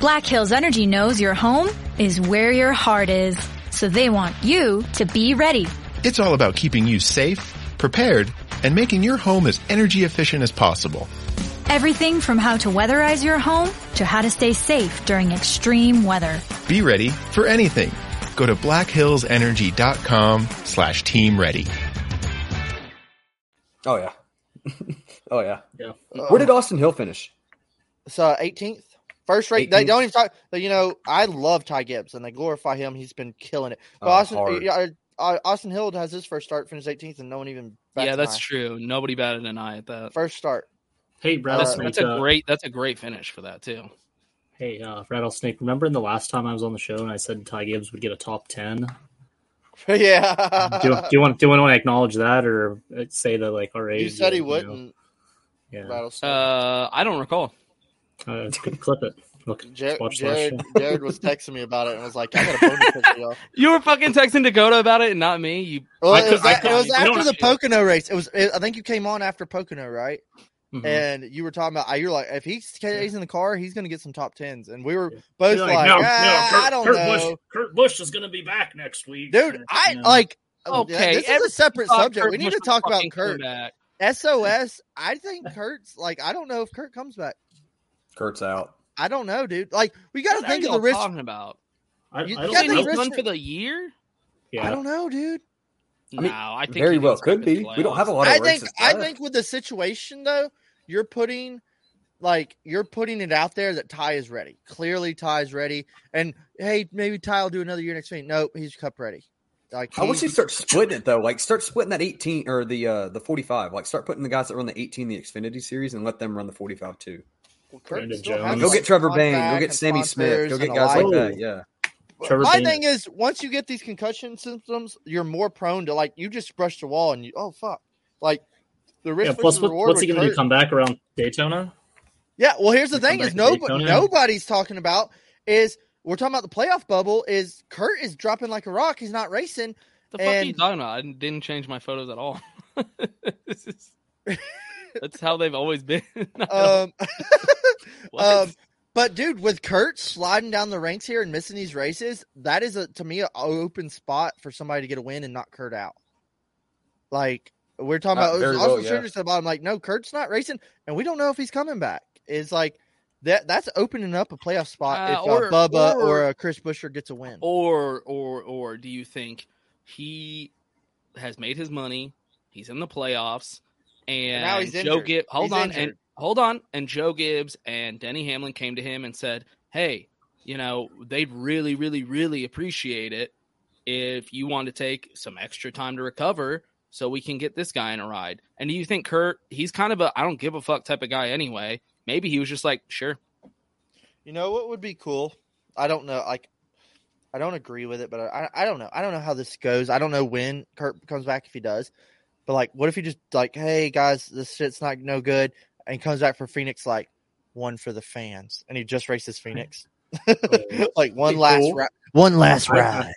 [SPEAKER 11] Black Hills Energy knows your home is where your heart is, so they want you to be ready.
[SPEAKER 12] It's all about keeping you safe, prepared, and making your home as energy efficient as possible.
[SPEAKER 11] Everything from how to weatherize your home to how to stay safe during extreme weather.
[SPEAKER 12] Be ready for anything. Go to blackhillsenergy.com slash team ready.
[SPEAKER 7] Oh yeah. oh yeah.
[SPEAKER 2] Yeah.
[SPEAKER 7] Where did Austin Hill finish?
[SPEAKER 6] So eighteenth, first rate. They
[SPEAKER 7] 18th.
[SPEAKER 6] don't even talk. But, you know, I love Ty Gibbs and they glorify him. He's been killing it. But
[SPEAKER 1] Oh,
[SPEAKER 6] Austin,
[SPEAKER 1] hard.
[SPEAKER 6] yeah, uh, Austin Hill has his first start, finished eighteenth, and no one even. bats
[SPEAKER 1] yeah,
[SPEAKER 6] an
[SPEAKER 1] that's
[SPEAKER 6] eye.
[SPEAKER 1] true. Nobody batted an eye at that
[SPEAKER 6] First start.
[SPEAKER 2] Hey,
[SPEAKER 6] Brad
[SPEAKER 1] That's,
[SPEAKER 6] Smith,
[SPEAKER 1] that's a
[SPEAKER 6] uh,
[SPEAKER 1] great. That's a great finish for that too.
[SPEAKER 2] Hey, uh, Rattlesnake, remember in the last time I was on the show and I said Ty Gibbs would get a top 10?
[SPEAKER 6] yeah.
[SPEAKER 2] Do, do you want do you want to acknowledge that or uh, say that, like, all right?
[SPEAKER 6] You said he
[SPEAKER 2] know,
[SPEAKER 6] wouldn't. Rattlesnake.
[SPEAKER 1] Uh, I don't recall.
[SPEAKER 2] Uh, good clip it. Look,
[SPEAKER 1] Uh,
[SPEAKER 6] Jared,
[SPEAKER 2] watch the last
[SPEAKER 6] Jared,
[SPEAKER 2] show.
[SPEAKER 6] Jared was texting me about it and was like, "I got a bonus picture, y'all."
[SPEAKER 1] You were fucking texting Dakota about it and not me. You.
[SPEAKER 6] Well,
[SPEAKER 1] I
[SPEAKER 6] it
[SPEAKER 1] could-
[SPEAKER 6] was,
[SPEAKER 1] I
[SPEAKER 6] a-
[SPEAKER 1] could-
[SPEAKER 6] it was
[SPEAKER 1] you don't
[SPEAKER 6] after the
[SPEAKER 1] shit.
[SPEAKER 6] Pocono race. It was. It, I think you came on after Pocono, right?
[SPEAKER 1] Mhm.
[SPEAKER 6] And you were talking about. You're like, if he stays in the car, he's going to get some top tens. And we were both
[SPEAKER 2] You're
[SPEAKER 6] like,
[SPEAKER 2] no, no,
[SPEAKER 6] "Ah,
[SPEAKER 2] Kurt-
[SPEAKER 6] I don't
[SPEAKER 2] Kurt
[SPEAKER 6] know,
[SPEAKER 2] Bush, Kurt Bush is going to be back next week.
[SPEAKER 6] dude. I like.
[SPEAKER 1] Okay,
[SPEAKER 6] this is
[SPEAKER 1] everyone
[SPEAKER 6] a separate
[SPEAKER 1] thought
[SPEAKER 6] subject.
[SPEAKER 1] Oh, Kurt
[SPEAKER 6] we need
[SPEAKER 1] Busch
[SPEAKER 6] to
[SPEAKER 1] was
[SPEAKER 6] talk about
[SPEAKER 1] fucking
[SPEAKER 6] Kurt.
[SPEAKER 1] coming back.
[SPEAKER 6] SOS. I think Kurt's like. I don't know if Kurt comes back.
[SPEAKER 7] Kurt's out.
[SPEAKER 6] I don't know, dude. Like, we got to
[SPEAKER 1] What are
[SPEAKER 6] think of
[SPEAKER 1] y'all
[SPEAKER 6] the risk.
[SPEAKER 1] talking about?
[SPEAKER 2] I,
[SPEAKER 6] You
[SPEAKER 2] I don't
[SPEAKER 6] got
[SPEAKER 1] He's
[SPEAKER 6] the
[SPEAKER 2] know.
[SPEAKER 6] risk.
[SPEAKER 1] done for the year?
[SPEAKER 6] I don't know, dude.
[SPEAKER 1] No, I,
[SPEAKER 7] mean,
[SPEAKER 1] think
[SPEAKER 7] Very
[SPEAKER 1] he
[SPEAKER 7] well
[SPEAKER 1] needs to
[SPEAKER 7] could
[SPEAKER 1] get
[SPEAKER 7] be.
[SPEAKER 1] the
[SPEAKER 7] We don't
[SPEAKER 1] playoffs.
[SPEAKER 7] have a lot of
[SPEAKER 6] I
[SPEAKER 7] races
[SPEAKER 6] think I
[SPEAKER 7] left.
[SPEAKER 6] think with the situation though, you're putting like you're putting it out there that Ty is ready. Clearly, Ty's ready. And hey, maybe Ty will do another year next week. Nope, he's cup ready. Like
[SPEAKER 7] I wish
[SPEAKER 6] he-
[SPEAKER 7] you start splitting it though. Like start splitting that eighteen or the uh the forty five. Like start putting the guys that run the eighteen the Xfinity series and let them run the forty five too.
[SPEAKER 6] Well, Kurt
[SPEAKER 2] Brandon
[SPEAKER 6] still
[SPEAKER 2] Jones.
[SPEAKER 6] has,
[SPEAKER 7] Go
[SPEAKER 6] like,
[SPEAKER 7] get Trevor Bain. Go
[SPEAKER 6] contract
[SPEAKER 7] get
[SPEAKER 6] and
[SPEAKER 7] Sammy Smith. Go
[SPEAKER 6] sponsors
[SPEAKER 7] get
[SPEAKER 6] and
[SPEAKER 7] guys like
[SPEAKER 6] alike.
[SPEAKER 7] that. Yeah.
[SPEAKER 2] Trevor
[SPEAKER 6] My
[SPEAKER 2] Bain-
[SPEAKER 6] thing is, once you get these concussion symptoms, you're more prone to like you just brush the wall and you oh fuck, like the risk
[SPEAKER 2] Yeah,
[SPEAKER 6] versus
[SPEAKER 2] plus, what,
[SPEAKER 6] reward
[SPEAKER 2] what's he
[SPEAKER 6] with
[SPEAKER 2] going to do?
[SPEAKER 6] Kurt-
[SPEAKER 2] Come back around Daytona?
[SPEAKER 6] Yeah, well, here's the
[SPEAKER 2] Come
[SPEAKER 6] thing:
[SPEAKER 2] back
[SPEAKER 6] is
[SPEAKER 2] to
[SPEAKER 6] nobody
[SPEAKER 2] Daytona.
[SPEAKER 6] nobody's talking about is we're talking about the playoff bubble. Is Kurt is dropping like a rock? He's not racing.
[SPEAKER 1] The fuck are you
[SPEAKER 6] And
[SPEAKER 1] talking about? I didn't change my photos at all. This is- that's how they've always been. I don't-
[SPEAKER 6] um,
[SPEAKER 1] What?
[SPEAKER 6] um, but dude, with Kurt sliding down the ranks here and missing these races, that is a to me an open spot for somebody to get a win and knock Kurt out. Like we're talking
[SPEAKER 7] Uh,
[SPEAKER 6] about,
[SPEAKER 7] very
[SPEAKER 6] it was Austin
[SPEAKER 7] well, yeah.
[SPEAKER 6] Cindric said about him, like no, Kurt's not racing, and we don't know if he's coming back. It's like that that's opening up a playoff spot
[SPEAKER 1] Uh,
[SPEAKER 6] if uh,
[SPEAKER 1] or-
[SPEAKER 6] Bubba or,
[SPEAKER 1] or-
[SPEAKER 6] uh, Chris Busher gets a win.
[SPEAKER 1] or or or do you think he has made his money? He's in the playoffs, and
[SPEAKER 6] now he's
[SPEAKER 1] Joe
[SPEAKER 6] injured.
[SPEAKER 1] Gibbs. Hold
[SPEAKER 6] He's
[SPEAKER 1] on, and
[SPEAKER 6] injured.
[SPEAKER 1] hold on, and Joe Gibbs and Denny Hamlin came to him and said, "Hey, you know they'd really, really, really appreciate it if you want to take some extra time to recover." So we can get this guy in a ride. And do you think Kurt? He's kind of a I don't give a fuck type of guy anyway. Maybe he was just like, sure,
[SPEAKER 6] You know what would be cool? I don't know. Like, I don't agree with it, but I, I don't know. I don't know how this goes. I don't know when Kurt comes back if he does. But like, what if he just like, hey guys, this shit's not no good, and he comes back for Phoenix like one for the fans, and he just races Phoenix like one
[SPEAKER 2] Be
[SPEAKER 6] last
[SPEAKER 2] cool.
[SPEAKER 6] ri- one last
[SPEAKER 2] I- I-
[SPEAKER 6] ride.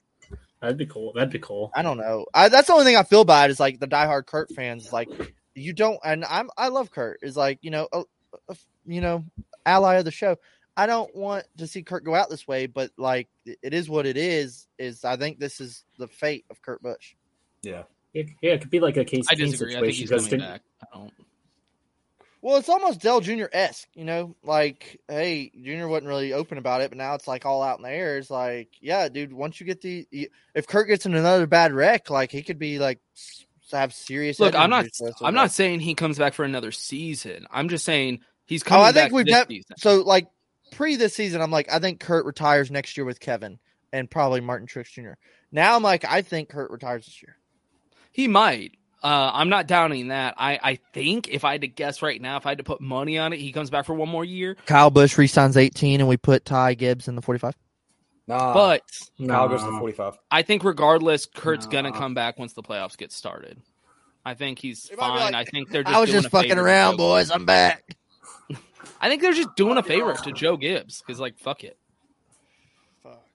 [SPEAKER 2] That'd be cool. That'd be cool.
[SPEAKER 6] I don't know. I, that's the only thing I feel bad is like the diehard Kurt fans. Is like you don't, and I'm I love Kurt. Is like you know, a, a- you know, ally of the show. I don't want to see Kurt go out this way, but like it it is what it is. Is I think this is the fate of Kurt Bush.
[SPEAKER 7] Yeah.
[SPEAKER 2] It, yeah, it could be like a case
[SPEAKER 1] I
[SPEAKER 2] Keen
[SPEAKER 1] disagree. I think
[SPEAKER 2] situation
[SPEAKER 1] he's
[SPEAKER 2] because
[SPEAKER 1] coming
[SPEAKER 2] didn't,
[SPEAKER 1] back. I don't.
[SPEAKER 6] Well, it's almost Dell Jr. esque, you know, like hey, Jr. wasn't really open about it, but now it's like all out in the air. It's like, yeah, dude, once you get the you- if Kurt gets in another bad wreck, like he could be like s- have serious.
[SPEAKER 1] Look,
[SPEAKER 6] head
[SPEAKER 1] I'm not.
[SPEAKER 6] injuries the rest of
[SPEAKER 1] I'm
[SPEAKER 6] the
[SPEAKER 1] not saying he comes back for another season. I'm just saying he's
[SPEAKER 6] Oh,
[SPEAKER 1] coming.
[SPEAKER 6] I think
[SPEAKER 1] back
[SPEAKER 6] we've
[SPEAKER 1] this
[SPEAKER 6] never.
[SPEAKER 1] season.
[SPEAKER 6] So like pre this season, I'm like, I think Kurt retires next year with Kevin and probably Martin Trix Jr. Now I'm like, I think Kurt retires this year.
[SPEAKER 1] He might. Uh, I'm not doubting that. I, I think if I had to guess right now, if I had to put money on it, he comes back for one more year.
[SPEAKER 6] Kyle Bush resigns 18, and we put Ty Gibbs in the 45. Ah.
[SPEAKER 7] Nah.
[SPEAKER 1] But
[SPEAKER 7] Kyle goes to
[SPEAKER 2] Nah.
[SPEAKER 7] forty five.
[SPEAKER 1] I think regardless, Kurt's gonna
[SPEAKER 2] Nah.
[SPEAKER 1] come back once the playoffs get started. I think he's
[SPEAKER 6] It might be
[SPEAKER 1] fine.
[SPEAKER 6] like,
[SPEAKER 1] I think they're just.
[SPEAKER 6] I was
[SPEAKER 1] doing
[SPEAKER 6] just
[SPEAKER 1] a favor
[SPEAKER 6] fucking
[SPEAKER 1] to
[SPEAKER 6] around,
[SPEAKER 1] Joe-
[SPEAKER 6] boys. I'm back.
[SPEAKER 1] I think they're just doing a favor to Joe Gibbs because, like, fuck it.
[SPEAKER 6] Fuck.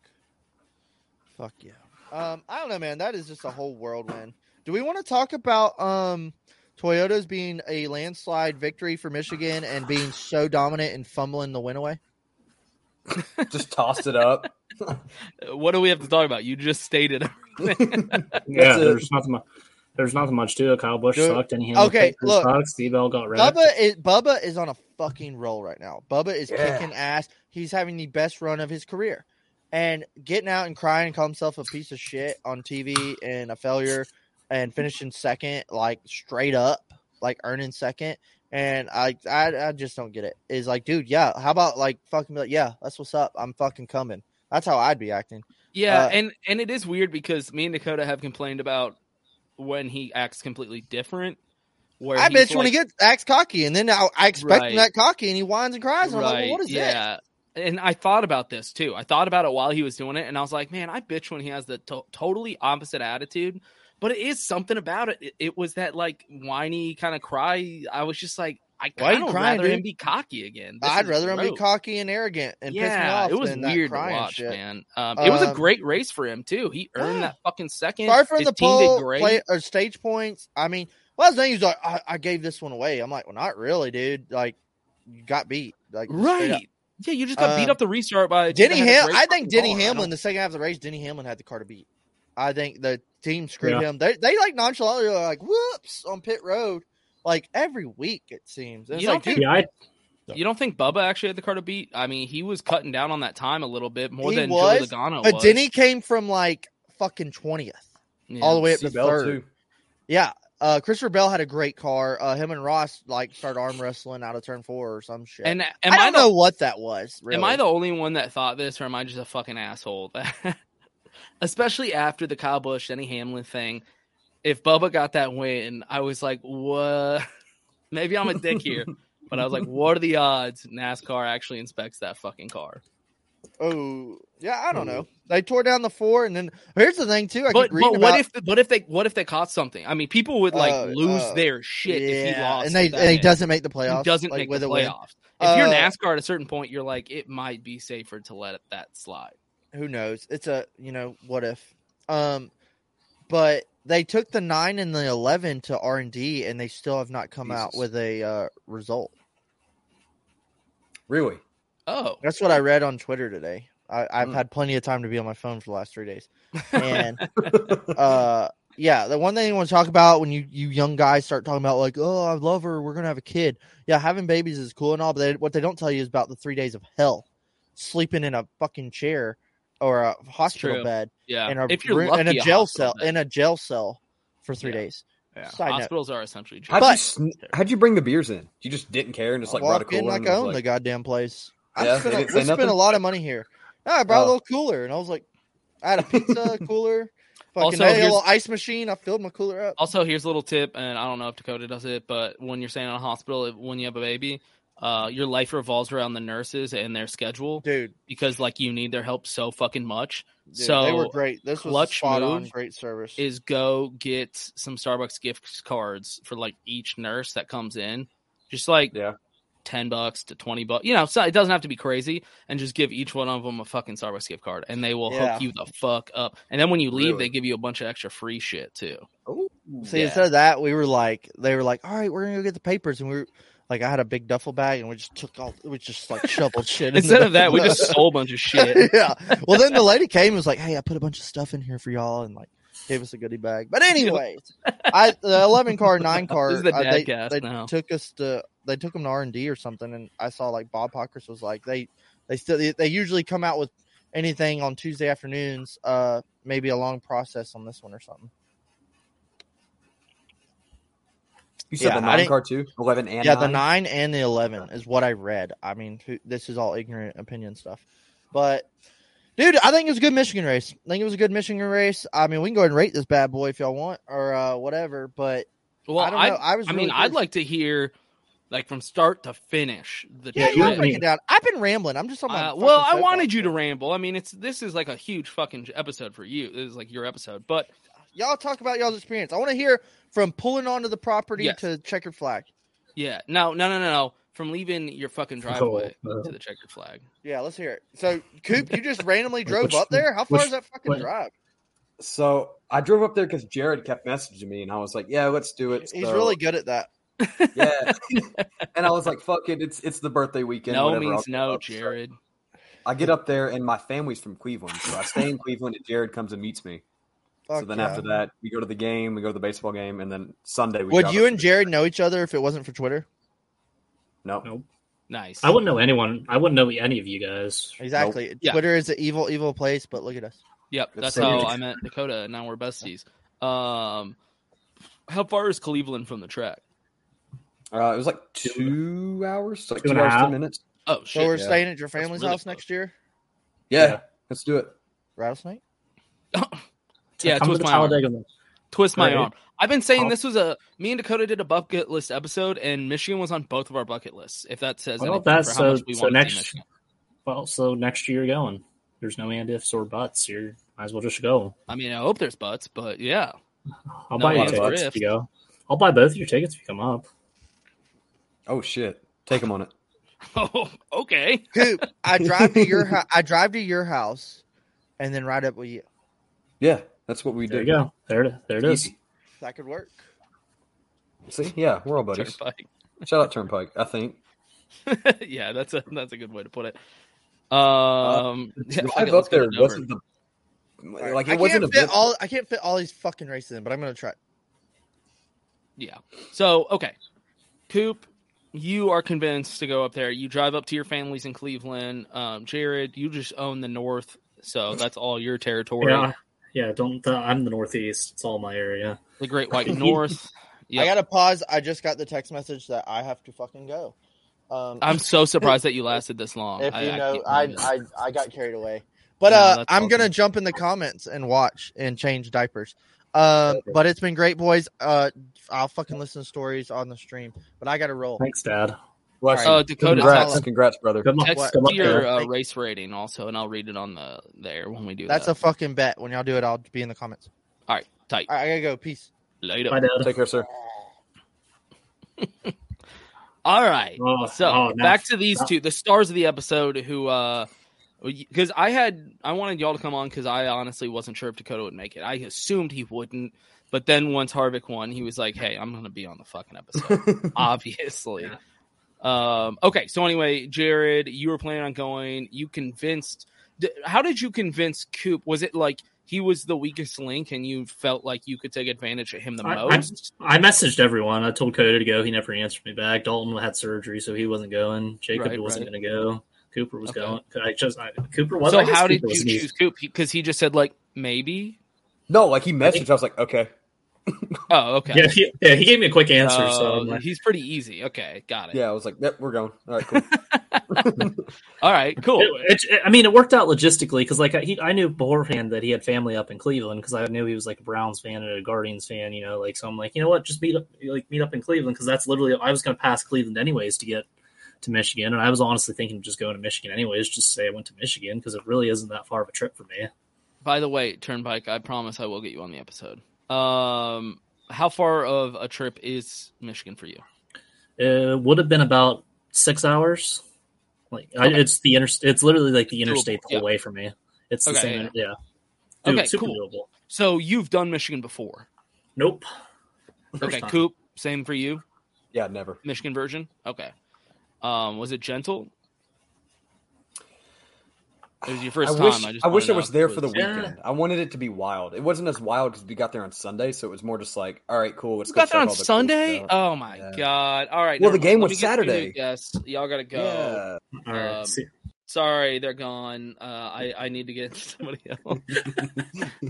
[SPEAKER 6] Fuck yeah. Um, I don't know, man. That is just a whole whirlwind. Do we want to talk about um Toyota's being a landslide victory for Michigan and being so dominant and fumbling the win away?
[SPEAKER 7] Just tossed it up.
[SPEAKER 1] Uh, What do we have to talk about? You just stated.
[SPEAKER 2] yeah,
[SPEAKER 7] That's it.
[SPEAKER 2] there's nothing. mu- There's nothing much to it. Kyle Bush
[SPEAKER 6] Dude,
[SPEAKER 2] sucked, and he handled
[SPEAKER 6] okay,
[SPEAKER 2] Pickford
[SPEAKER 6] look.
[SPEAKER 2] sucks. Debo got wrecked.
[SPEAKER 6] Bubba is Bubba is on a fucking roll right now. Bubba is
[SPEAKER 7] Yeah.
[SPEAKER 6] kicking ass. He's having the best run of his career, and getting out and crying and call himself a piece of shit on TV and a failure, and finishing second, like straight up, like earning second. And I, I, I just don't get it. Is like, dude, yeah. How about like fucking be like, yeah, that's what's up. I'm fucking coming. That's how I'd be acting.
[SPEAKER 1] Yeah,
[SPEAKER 6] Uh,
[SPEAKER 1] and and it is weird because me and Dakota have complained about when he acts completely different. Where
[SPEAKER 6] I
[SPEAKER 1] he's
[SPEAKER 6] bitch when
[SPEAKER 1] like-
[SPEAKER 6] he gets acts cocky, and then I, I expect him
[SPEAKER 1] Right.
[SPEAKER 6] that cocky, and he whines and cries. And I'm like, well, what is
[SPEAKER 1] yeah. and I thought about this too. I thought about it while he was doing it, and I was like, man, I bitch when he has the to- totally opposite attitude. But it is something about it. It, it was that like whiny kind of cry. I was just like, I
[SPEAKER 6] Why you
[SPEAKER 1] kind of
[SPEAKER 6] crying,
[SPEAKER 1] rather him
[SPEAKER 6] dude?
[SPEAKER 1] be cocky again. This
[SPEAKER 6] I'd
[SPEAKER 1] is
[SPEAKER 6] rather him be
[SPEAKER 1] gross.
[SPEAKER 6] cocky and arrogant and
[SPEAKER 1] yeah,
[SPEAKER 6] piss me off.
[SPEAKER 1] it was
[SPEAKER 6] than that
[SPEAKER 1] weird to
[SPEAKER 6] crying
[SPEAKER 1] watch,
[SPEAKER 6] shit.
[SPEAKER 1] man. Um, it was a
[SPEAKER 6] Um,
[SPEAKER 1] great race for him too. He earned
[SPEAKER 6] yeah.
[SPEAKER 1] that fucking second.
[SPEAKER 6] Sorry for
[SPEAKER 1] His
[SPEAKER 6] the
[SPEAKER 1] team did
[SPEAKER 6] pole
[SPEAKER 1] great.
[SPEAKER 6] play or stage points. I mean, well, the thing is, like, I, I gave this one away. I'm like, well, not really, dude. Like, you got beat. Like, straight up.
[SPEAKER 1] right? Yeah, you just got beat
[SPEAKER 6] Um,
[SPEAKER 1] up the restart by
[SPEAKER 6] Denny
[SPEAKER 1] Tsunoda had a
[SPEAKER 6] Ham.
[SPEAKER 1] great
[SPEAKER 6] I think
[SPEAKER 1] fucking
[SPEAKER 6] Denny
[SPEAKER 1] car. I
[SPEAKER 6] Hamlin,
[SPEAKER 1] don't-
[SPEAKER 6] the second half of the race, Denny Hamlin had the car to beat. I think the team screwed
[SPEAKER 2] Yeah.
[SPEAKER 6] him. They they like nonchalantly are like whoops on pit road, like every week it seems. And It's
[SPEAKER 1] You don't
[SPEAKER 6] like,
[SPEAKER 1] think-
[SPEAKER 6] dude,
[SPEAKER 1] Yeah, You don't think Bubba actually had the car to beat? I mean, he was cutting down on that time a little bit more
[SPEAKER 6] he
[SPEAKER 1] than
[SPEAKER 6] was,
[SPEAKER 1] Joe Logano
[SPEAKER 6] but
[SPEAKER 1] was.
[SPEAKER 6] Denny came from like fucking twentieth all the way up to
[SPEAKER 7] Seatbelt,
[SPEAKER 6] third.
[SPEAKER 7] too.
[SPEAKER 6] Yeah. Uh, Christopher Bell had a great car. Uh, him and Ross like started arm wrestling out of turn four or some shit.
[SPEAKER 1] And am
[SPEAKER 6] I don't
[SPEAKER 1] I the-
[SPEAKER 6] know what that was. Really.
[SPEAKER 1] Am I the only one that thought this, or am I just a fucking asshole? Especially after the Kyle Busch, Denny Hamlin thing. If Bubba got that win, I was like, what? Maybe I'm a dick here, but I was like, what are the odds NASCAR actually inspects that fucking car?
[SPEAKER 6] Oh, yeah. I don't know. They tore down the four, and then here's the thing too. I
[SPEAKER 1] Hmm. But,
[SPEAKER 6] keep reading
[SPEAKER 1] but
[SPEAKER 6] about,
[SPEAKER 1] what if what if they what if they caught something? I mean, people would like
[SPEAKER 6] Oh,
[SPEAKER 1] lose
[SPEAKER 6] oh,
[SPEAKER 1] their shit if he
[SPEAKER 6] yeah,
[SPEAKER 1] lost,
[SPEAKER 6] and they-
[SPEAKER 1] that
[SPEAKER 6] and he
[SPEAKER 1] day.
[SPEAKER 6] doesn't make the
[SPEAKER 1] He
[SPEAKER 6] playoffs,
[SPEAKER 1] doesn't
[SPEAKER 6] like,
[SPEAKER 1] make
[SPEAKER 6] with
[SPEAKER 1] the
[SPEAKER 6] a win.
[SPEAKER 1] playoffs. If you're
[SPEAKER 6] Uh,
[SPEAKER 1] NASCAR at a certain point, you're like, it might be safer to let it- that slide.
[SPEAKER 6] who knows? It's a you know what if. Um, but they took the nine and the eleven to R and D, and they still have not come out with a uh, result.
[SPEAKER 7] Really?
[SPEAKER 1] Oh,
[SPEAKER 6] That's what I read on Twitter today. I, I've
[SPEAKER 1] Mm.
[SPEAKER 6] had plenty of time to be on my phone for the last three days, and uh, yeah, the one thing you want to talk about when you you young guys start talking about like, oh, I love her, we're gonna have a kid. Yeah, having babies is cool and all, but they, what they don't tell you is about the three days of hell, sleeping in a fucking chair or a hospital
[SPEAKER 1] true.
[SPEAKER 6] bed,
[SPEAKER 1] Yeah.
[SPEAKER 6] in a
[SPEAKER 1] If you're
[SPEAKER 6] room- in a
[SPEAKER 1] lucky, a
[SPEAKER 6] jail
[SPEAKER 1] hospital
[SPEAKER 6] cell in a jail cell for three days.
[SPEAKER 1] Yeah.
[SPEAKER 6] Side note.
[SPEAKER 1] Hospitals are essentially
[SPEAKER 7] How'd,
[SPEAKER 6] But-
[SPEAKER 7] you, sn- how'd you bring the beers in? You just didn't care and just like brought a
[SPEAKER 6] walk in
[SPEAKER 7] cooler.
[SPEAKER 6] like
[SPEAKER 7] and
[SPEAKER 6] I
[SPEAKER 7] was
[SPEAKER 6] own
[SPEAKER 7] like-
[SPEAKER 6] the goddamn place. I
[SPEAKER 7] Yeah,
[SPEAKER 6] yeah, spent,
[SPEAKER 7] they
[SPEAKER 6] a,
[SPEAKER 7] didn't say
[SPEAKER 6] we spent a
[SPEAKER 7] nothing?
[SPEAKER 6] lot of money here. No, I brought a
[SPEAKER 1] Uh,
[SPEAKER 7] Oh.
[SPEAKER 6] little cooler, and I was like, I had a pizza cooler, fucking
[SPEAKER 1] Also,
[SPEAKER 6] had a
[SPEAKER 1] here's-
[SPEAKER 6] little ice machine. I filled my cooler up.
[SPEAKER 1] Also, here's a little tip, and I don't know if Dakota does it, but when you're staying in a hospital, if- when you have a baby, uh, your life revolves around the nurses and their schedule,
[SPEAKER 6] dude.
[SPEAKER 1] Because like you need their help so fucking much.
[SPEAKER 6] Dude,
[SPEAKER 1] so
[SPEAKER 6] they were great. This was
[SPEAKER 1] clutch
[SPEAKER 6] spot on,
[SPEAKER 1] move
[SPEAKER 6] great service.
[SPEAKER 1] Is go get some Starbucks gift cards for like each nurse that comes in, just like
[SPEAKER 7] yeah.
[SPEAKER 1] ten bucks to twenty bucks. You know, so it doesn't have to be crazy, and just give each one of them a fucking Starbucks gift card, and they will
[SPEAKER 6] Yeah.
[SPEAKER 1] hook you the fuck up. And then when you leave,
[SPEAKER 6] Really?
[SPEAKER 1] they give you a bunch of extra free shit too.
[SPEAKER 6] See,
[SPEAKER 1] Yeah.
[SPEAKER 6] instead of that, we were like, they were like, all right, we're gonna go get the papers, and we were like, I had a big duffel bag, and we just took all, we just like shoveled shit. in
[SPEAKER 1] Instead
[SPEAKER 6] the-
[SPEAKER 1] of that, we just stole a bunch of shit.
[SPEAKER 6] yeah. Well, then the lady came and was like, hey, I put a bunch of stuff in here for y'all, and like gave us a goodie bag. But anyway, I the eleven car nine car
[SPEAKER 1] This is the
[SPEAKER 6] uh, they,
[SPEAKER 1] dadcast
[SPEAKER 6] they
[SPEAKER 1] now.
[SPEAKER 6] took us to they took them to R and D or something, and I saw like Bob Hawkers was like they they still they, they usually come out with anything on Tuesday afternoons. Uh, maybe a long process on this one or something.
[SPEAKER 7] You said
[SPEAKER 6] Yeah,
[SPEAKER 7] the
[SPEAKER 6] I
[SPEAKER 7] nine
[SPEAKER 6] didn't-
[SPEAKER 7] car too? 11 and
[SPEAKER 6] yeah, the nine and the eleven is what I read. I mean, who- this is all ignorant opinion stuff, but. Dude, I think it was a good Michigan race. I think it was a good Michigan race. I mean, we can go ahead and rate this bad boy if y'all want or uh, whatever. But
[SPEAKER 1] Well,
[SPEAKER 6] I don't know. I was.
[SPEAKER 1] mean,
[SPEAKER 6] really
[SPEAKER 1] I'd like to hear, like, from start to finish. The
[SPEAKER 6] Yeah, you
[SPEAKER 1] trip.
[SPEAKER 6] break it down. I've been rambling. I'm just talking
[SPEAKER 1] Uh,
[SPEAKER 6] about.
[SPEAKER 1] well, I
[SPEAKER 6] fucking
[SPEAKER 1] wanted you to ramble. I mean, it's this is like a huge fucking episode for you. This is like your episode, but
[SPEAKER 6] football. Y'all talk about y'all's experience. I want to hear from pulling onto the property
[SPEAKER 1] Yes.
[SPEAKER 6] to checkered flag.
[SPEAKER 1] yeah, no, no, no, no, no. From leaving your fucking driveway
[SPEAKER 2] Uh-huh.
[SPEAKER 6] uh,
[SPEAKER 1] to the checkered flag.
[SPEAKER 6] Yeah, let's hear it. So, Coop, you just randomly drove
[SPEAKER 7] Which-
[SPEAKER 6] up there. How far
[SPEAKER 7] which-
[SPEAKER 6] is that fucking
[SPEAKER 7] what-
[SPEAKER 6] drive?
[SPEAKER 7] So I drove up there because Jared kept messaging me, and I was like, "Yeah, let's do it."
[SPEAKER 6] He's
[SPEAKER 7] So-
[SPEAKER 6] really good at that.
[SPEAKER 7] Yeah, and I was like, "Fuck it, it's it's the birthday weekend."
[SPEAKER 1] no
[SPEAKER 7] whatever,
[SPEAKER 1] means
[SPEAKER 7] I'll-
[SPEAKER 1] no, Jared.
[SPEAKER 7] I get up there, and my family's from Cleveland, so I stay in Cleveland, and Jared comes and meets me. so
[SPEAKER 6] Fuck
[SPEAKER 7] then
[SPEAKER 6] yeah.
[SPEAKER 7] after that, we go to the game, we go to the baseball game, and then Sunday we
[SPEAKER 6] Would
[SPEAKER 7] drive
[SPEAKER 6] you
[SPEAKER 7] up-
[SPEAKER 6] and Jared know each other if it wasn't for Twitter?
[SPEAKER 7] no
[SPEAKER 1] Nice.
[SPEAKER 2] I wouldn't know anyone. I wouldn't know any of you guys.
[SPEAKER 6] Exactly.
[SPEAKER 1] Yeah.
[SPEAKER 6] Twitter is an evil, evil place. But look at us.
[SPEAKER 1] Yep,
[SPEAKER 6] Good
[SPEAKER 1] that's
[SPEAKER 6] for you.
[SPEAKER 1] how I met Dakota. and Now we're besties. Um, how far is Cleveland from the track?
[SPEAKER 7] Uh, it was like two hours, like
[SPEAKER 1] Two
[SPEAKER 7] two,
[SPEAKER 1] and a
[SPEAKER 7] hours,
[SPEAKER 1] half.
[SPEAKER 7] ten minutes.
[SPEAKER 1] Oh shit!
[SPEAKER 6] So we're
[SPEAKER 7] Yeah.
[SPEAKER 6] staying at your
[SPEAKER 1] That's
[SPEAKER 6] family's
[SPEAKER 1] really
[SPEAKER 6] house next year.
[SPEAKER 7] Yeah, let's do it.
[SPEAKER 6] Rattlesnake.
[SPEAKER 1] Yeah,
[SPEAKER 2] Come to
[SPEAKER 1] twist
[SPEAKER 2] the
[SPEAKER 1] my arm.
[SPEAKER 2] Talladega Nights.
[SPEAKER 1] Twist my
[SPEAKER 2] Right.
[SPEAKER 1] arm. I've been saying
[SPEAKER 2] Oh.
[SPEAKER 1] this was a me and Dakota did a bucket list episode, and Michigan was on both of our bucket lists. If that says
[SPEAKER 2] Well,
[SPEAKER 1] anything
[SPEAKER 2] that's
[SPEAKER 1] for how
[SPEAKER 2] so.
[SPEAKER 1] much we
[SPEAKER 2] so
[SPEAKER 1] want to see
[SPEAKER 2] next,
[SPEAKER 1] Michigan.
[SPEAKER 2] well, so next year you're going. There's no and ifs or buts. You might as well just go.
[SPEAKER 1] I mean, I hope there's butts, but yeah.
[SPEAKER 2] I'll
[SPEAKER 1] Not
[SPEAKER 2] buy
[SPEAKER 1] a
[SPEAKER 2] your
[SPEAKER 1] lot of
[SPEAKER 2] tickets if
[SPEAKER 1] drift.
[SPEAKER 2] you go. I'll buy both of your tickets if you come up.
[SPEAKER 7] Oh shit! Take him on it.
[SPEAKER 1] Oh, okay.
[SPEAKER 6] Coop, I drive to your hou- I drive to your house, and then ride up with you.
[SPEAKER 7] Yeah, that's what we
[SPEAKER 2] There
[SPEAKER 7] do.
[SPEAKER 2] you go. There it, there it is.
[SPEAKER 7] Easy.
[SPEAKER 6] That could work.
[SPEAKER 7] See, yeah, we're all buddies.
[SPEAKER 1] Turnpike.
[SPEAKER 7] Shout out Turnpike. I think.
[SPEAKER 1] yeah, that's a that's a good way to put it. Um,
[SPEAKER 7] Uh,
[SPEAKER 1] yeah, fuck
[SPEAKER 7] drive
[SPEAKER 1] it, let's
[SPEAKER 7] up
[SPEAKER 1] get
[SPEAKER 7] there
[SPEAKER 1] it over.
[SPEAKER 7] wasn't the Uh, like it
[SPEAKER 6] I
[SPEAKER 7] wasn't a
[SPEAKER 6] can't fit
[SPEAKER 7] bit.
[SPEAKER 6] all I can't fit all these fucking races in, but I'm gonna try.
[SPEAKER 1] Yeah. So okay, Coop, you are convinced to go up there. You drive up to your families in Cleveland. Um, Jared, you just own the North, so that's all your territory.
[SPEAKER 2] Yeah, yeah. Don't. Uh, I'm the Northeast. It's all my area.
[SPEAKER 1] The Great White North.
[SPEAKER 6] I
[SPEAKER 1] Yep.
[SPEAKER 6] gotta pause. I just got the text message that I have to fucking go. Um,
[SPEAKER 1] I'm so surprised that you lasted this long.
[SPEAKER 6] If
[SPEAKER 1] Um, I-
[SPEAKER 6] you
[SPEAKER 1] I
[SPEAKER 6] know,
[SPEAKER 1] can't
[SPEAKER 6] I,
[SPEAKER 1] believe it.
[SPEAKER 6] I, I got carried away. But
[SPEAKER 1] No,
[SPEAKER 6] uh,
[SPEAKER 1] that's
[SPEAKER 6] I'm
[SPEAKER 1] awesome.
[SPEAKER 6] gonna jump in the comments and watch and change diapers. Um, but it's been great, boys. Uh, I'll fucking listen to stories on the stream. But I gotta roll.
[SPEAKER 2] Thanks, Dad.
[SPEAKER 6] Bless
[SPEAKER 1] Uh, Dakota,
[SPEAKER 7] Congrats,
[SPEAKER 1] text-
[SPEAKER 7] congrats, brother.
[SPEAKER 2] Good luck.
[SPEAKER 1] Text
[SPEAKER 2] Good luck,
[SPEAKER 1] your
[SPEAKER 2] Dad.
[SPEAKER 1] uh, race rating also, and I'll read it on the there when we do
[SPEAKER 6] That's
[SPEAKER 1] that.
[SPEAKER 6] a fucking bet. When y'all do it, I'll be in the comments.
[SPEAKER 1] All right, tight.
[SPEAKER 6] All right, I gotta go. Peace.
[SPEAKER 1] Later.
[SPEAKER 2] Bye, Dad.
[SPEAKER 7] Take care, sir.
[SPEAKER 1] All right.
[SPEAKER 2] Oh,
[SPEAKER 1] so
[SPEAKER 2] oh, now-
[SPEAKER 1] back to these
[SPEAKER 2] now-
[SPEAKER 1] two, the stars of the episode, who, uh, because I had, I wanted y'all to come on because I honestly wasn't sure if Dakota would make it. I assumed he wouldn't, but then once Harvick won, he was like, "Hey, I'm gonna be on the fucking episode," obviously. Um, okay, so anyway, Jared, you were planning on going. You convinced. d- How did you convince Coop? Was it like he was the weakest link, and you felt like you could take advantage of him the
[SPEAKER 2] I, I,
[SPEAKER 1] most?
[SPEAKER 2] I messaged everyone. I told Coda to go. He never answered me back. Dalton had surgery, so he wasn't going. Jacob
[SPEAKER 1] Right,
[SPEAKER 2] wasn't
[SPEAKER 1] right.
[SPEAKER 2] going to go. Cooper was
[SPEAKER 1] Okay.
[SPEAKER 2] going. I just I, Cooper was.
[SPEAKER 1] so
[SPEAKER 2] I guess
[SPEAKER 1] how did
[SPEAKER 2] Cooper
[SPEAKER 1] you
[SPEAKER 2] was neat.
[SPEAKER 1] choose Coop? Because he just said like maybe.
[SPEAKER 7] No, like he messaged. I was like, okay.
[SPEAKER 1] Oh, okay.
[SPEAKER 2] Yeah, he, yeah, he gave me a quick answer. so I'm
[SPEAKER 1] Oh,
[SPEAKER 2] like,
[SPEAKER 1] he's pretty easy. Okay, got it.
[SPEAKER 7] Yeah, I was like, yep, we're going. All right, cool.
[SPEAKER 1] All right, cool.
[SPEAKER 2] It, it- I mean, it worked out logistically because, like, I, he, I knew beforehand that he had family up in Cleveland because I knew he was like a Browns fan and a Guardians fan, you know. Like, so I'm like, you know what, just meet up, like, meet up in Cleveland because that's literally I was going to pass Cleveland anyways to get to Michigan, and I was honestly thinking of just going to Michigan anyways, just say I went to Michigan because it really isn't that far of a trip for me.
[SPEAKER 1] By the way, Turnpike, I promise I will get you on the episode. Um, how far of a trip is Michigan for you?
[SPEAKER 2] It would have been about six hours. Like, I,
[SPEAKER 1] Okay.
[SPEAKER 2] it's the inter, it's literally like the
[SPEAKER 1] Doable,
[SPEAKER 2] interstate the whole
[SPEAKER 1] yeah.
[SPEAKER 2] way for me. It's the
[SPEAKER 1] Okay,
[SPEAKER 2] same,
[SPEAKER 1] yeah.
[SPEAKER 2] yeah. Dude,
[SPEAKER 1] okay,
[SPEAKER 2] super
[SPEAKER 1] cool.
[SPEAKER 2] doable.
[SPEAKER 1] So you've done Michigan before.
[SPEAKER 2] Nope. First
[SPEAKER 1] okay,
[SPEAKER 2] time.
[SPEAKER 1] Coop, same for you.
[SPEAKER 7] yeah, never.
[SPEAKER 1] Michigan version. Okay. Um, was it gentle? It was your first
[SPEAKER 7] I
[SPEAKER 1] time.
[SPEAKER 7] wish
[SPEAKER 1] I just
[SPEAKER 7] I
[SPEAKER 1] wanna
[SPEAKER 7] wish I
[SPEAKER 1] know
[SPEAKER 7] was
[SPEAKER 1] if
[SPEAKER 7] there
[SPEAKER 1] it
[SPEAKER 7] for the
[SPEAKER 1] was-
[SPEAKER 7] weekend. I wanted it to be wild. It wasn't as wild because we got there on Sunday, so it was more just like, all right, cool. Let's
[SPEAKER 1] You
[SPEAKER 7] go
[SPEAKER 1] got
[SPEAKER 7] check
[SPEAKER 1] that on
[SPEAKER 7] all the cool
[SPEAKER 1] Sunday?
[SPEAKER 7] stuff.
[SPEAKER 1] oh my
[SPEAKER 7] Yeah.
[SPEAKER 1] god! All right.
[SPEAKER 7] Well, the
[SPEAKER 1] never mind.
[SPEAKER 7] game
[SPEAKER 1] Let
[SPEAKER 7] was
[SPEAKER 1] me get two new
[SPEAKER 7] Saturday.
[SPEAKER 1] guests. Y'all gotta go.
[SPEAKER 7] Yeah.
[SPEAKER 2] All right.
[SPEAKER 1] Um,
[SPEAKER 2] see-
[SPEAKER 1] sorry, they're gone. Uh, I I need to get somebody else.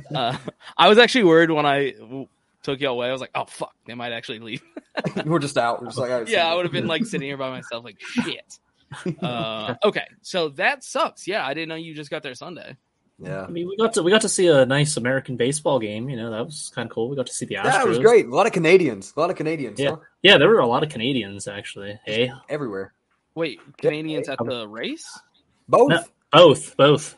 [SPEAKER 1] uh, I was actually worried when I w- took you away. I was like, oh fuck, they might actually leave.
[SPEAKER 7] we're just out. We're just like, all right, see
[SPEAKER 1] yeah, I
[SPEAKER 7] you.
[SPEAKER 1] would have been like sitting here by myself, like shit. Uh, okay, so that sucks. Yeah, I didn't know you just got there Sunday.
[SPEAKER 7] Yeah,
[SPEAKER 2] I mean, we got to we got to see a nice American baseball game. You know, that was kind of cool. We got to see the Astros.
[SPEAKER 7] yeah, it was great. A lot of Canadians. A lot of Canadians.
[SPEAKER 2] Yeah,
[SPEAKER 7] huh?
[SPEAKER 2] yeah. There were a lot of Canadians actually. Hey,
[SPEAKER 7] everywhere.
[SPEAKER 1] Wait, Canadians at the race?
[SPEAKER 7] Both.
[SPEAKER 2] No, both, both.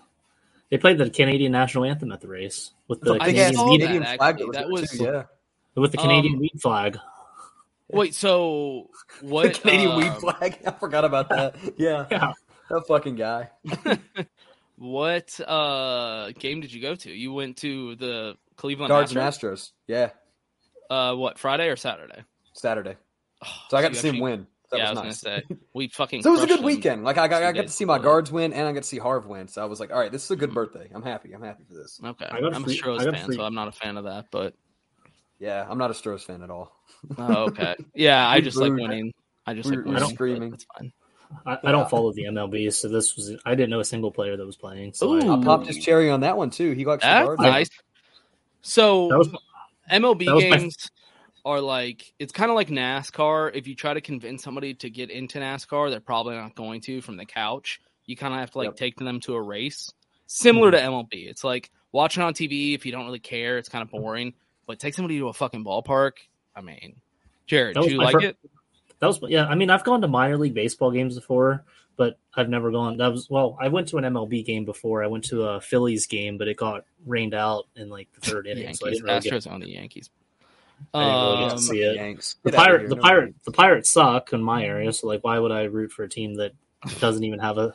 [SPEAKER 2] They played the Canadian national anthem at the race with the
[SPEAKER 1] I
[SPEAKER 2] Canadian
[SPEAKER 1] saw
[SPEAKER 2] wheat,
[SPEAKER 1] that,
[SPEAKER 7] Canadian flag
[SPEAKER 1] actually.
[SPEAKER 7] that was
[SPEAKER 1] That
[SPEAKER 7] there,
[SPEAKER 1] was
[SPEAKER 7] too, yeah.
[SPEAKER 2] with the Canadian
[SPEAKER 1] Um,
[SPEAKER 2] wheat flag.
[SPEAKER 1] wait. So
[SPEAKER 7] The
[SPEAKER 1] what?
[SPEAKER 7] Canadian
[SPEAKER 1] um,
[SPEAKER 7] weed flag. I forgot about that. Yeah.
[SPEAKER 2] Yeah.
[SPEAKER 7] That fucking guy.
[SPEAKER 1] What uh game did you go to? You went to the Cleveland
[SPEAKER 7] Cards and
[SPEAKER 1] Astros?
[SPEAKER 7] Astros. Yeah.
[SPEAKER 1] Uh, what Friday or Saturday?
[SPEAKER 7] Saturday. So I
[SPEAKER 1] so
[SPEAKER 7] got
[SPEAKER 1] you
[SPEAKER 7] to see him
[SPEAKER 1] actually-
[SPEAKER 7] win. That
[SPEAKER 1] yeah,
[SPEAKER 7] was,
[SPEAKER 1] I
[SPEAKER 7] nice.
[SPEAKER 1] was gonna say we fucking.
[SPEAKER 7] So it was a
[SPEAKER 1] crushed
[SPEAKER 7] good
[SPEAKER 1] them
[SPEAKER 7] weekend. Like I got,
[SPEAKER 1] two
[SPEAKER 7] I got to
[SPEAKER 1] days
[SPEAKER 7] see my
[SPEAKER 1] before.
[SPEAKER 7] guards win, and I got to see Harv win. So I was like, all right, this is a good birthday. I'm happy. I'm happy for this.
[SPEAKER 1] Okay,
[SPEAKER 2] I got a
[SPEAKER 1] I'm a
[SPEAKER 2] free-
[SPEAKER 1] Stros
[SPEAKER 2] I got a
[SPEAKER 1] fan,
[SPEAKER 2] free-
[SPEAKER 1] so I'm not a fan of that. But
[SPEAKER 7] Yeah, I'm not a Stros fan at all.
[SPEAKER 1] oh, okay, yeah, I
[SPEAKER 7] We
[SPEAKER 1] just like
[SPEAKER 7] booed.
[SPEAKER 1] winning. I just
[SPEAKER 7] We
[SPEAKER 1] like
[SPEAKER 7] were- we were
[SPEAKER 1] winning. but
[SPEAKER 7] screaming.
[SPEAKER 1] That's fine.
[SPEAKER 2] I, I don't follow the MLB, so this was I didn't know a single player that was playing. So I,
[SPEAKER 1] Ooh,
[SPEAKER 7] I popped his cherry on that one too. He likes the
[SPEAKER 1] that's
[SPEAKER 7] guards.
[SPEAKER 1] nice. So
[SPEAKER 2] that was
[SPEAKER 1] MLB
[SPEAKER 2] that was my-
[SPEAKER 1] games are like it's kind of like NASCAR. If you try to convince somebody to get into NASCAR, they're probably not going to from the couch. You kind of have to like
[SPEAKER 7] Yep.
[SPEAKER 1] take them to a race, similar
[SPEAKER 2] Mm-hmm.
[SPEAKER 1] to MLB. It's like watching on TV. If you don't really care, it's
[SPEAKER 2] Mm-hmm.
[SPEAKER 1] kind of boring. But take somebody to a fucking ballpark. I mean, Jared,
[SPEAKER 2] That
[SPEAKER 1] do
[SPEAKER 2] was
[SPEAKER 1] you
[SPEAKER 2] my
[SPEAKER 1] like
[SPEAKER 2] fir-
[SPEAKER 1] it?
[SPEAKER 2] that was yeah. I mean, I've gone to minor league baseball games before, but I've never gone. That was well, I went to an MLB game before. I went to a Phillies game, but it got rained out in like the third inning.
[SPEAKER 1] Yankees,
[SPEAKER 2] so I didn't really get,
[SPEAKER 1] Astros on the Yankees.
[SPEAKER 2] I didn't really get
[SPEAKER 1] Um,
[SPEAKER 2] to see it.
[SPEAKER 1] Yanks.
[SPEAKER 2] The
[SPEAKER 1] Get outta
[SPEAKER 2] pirate,
[SPEAKER 1] here,
[SPEAKER 2] the
[SPEAKER 1] no
[SPEAKER 2] pirate, the pirates suck in my area. So like, why would I root for a team that doesn't even have a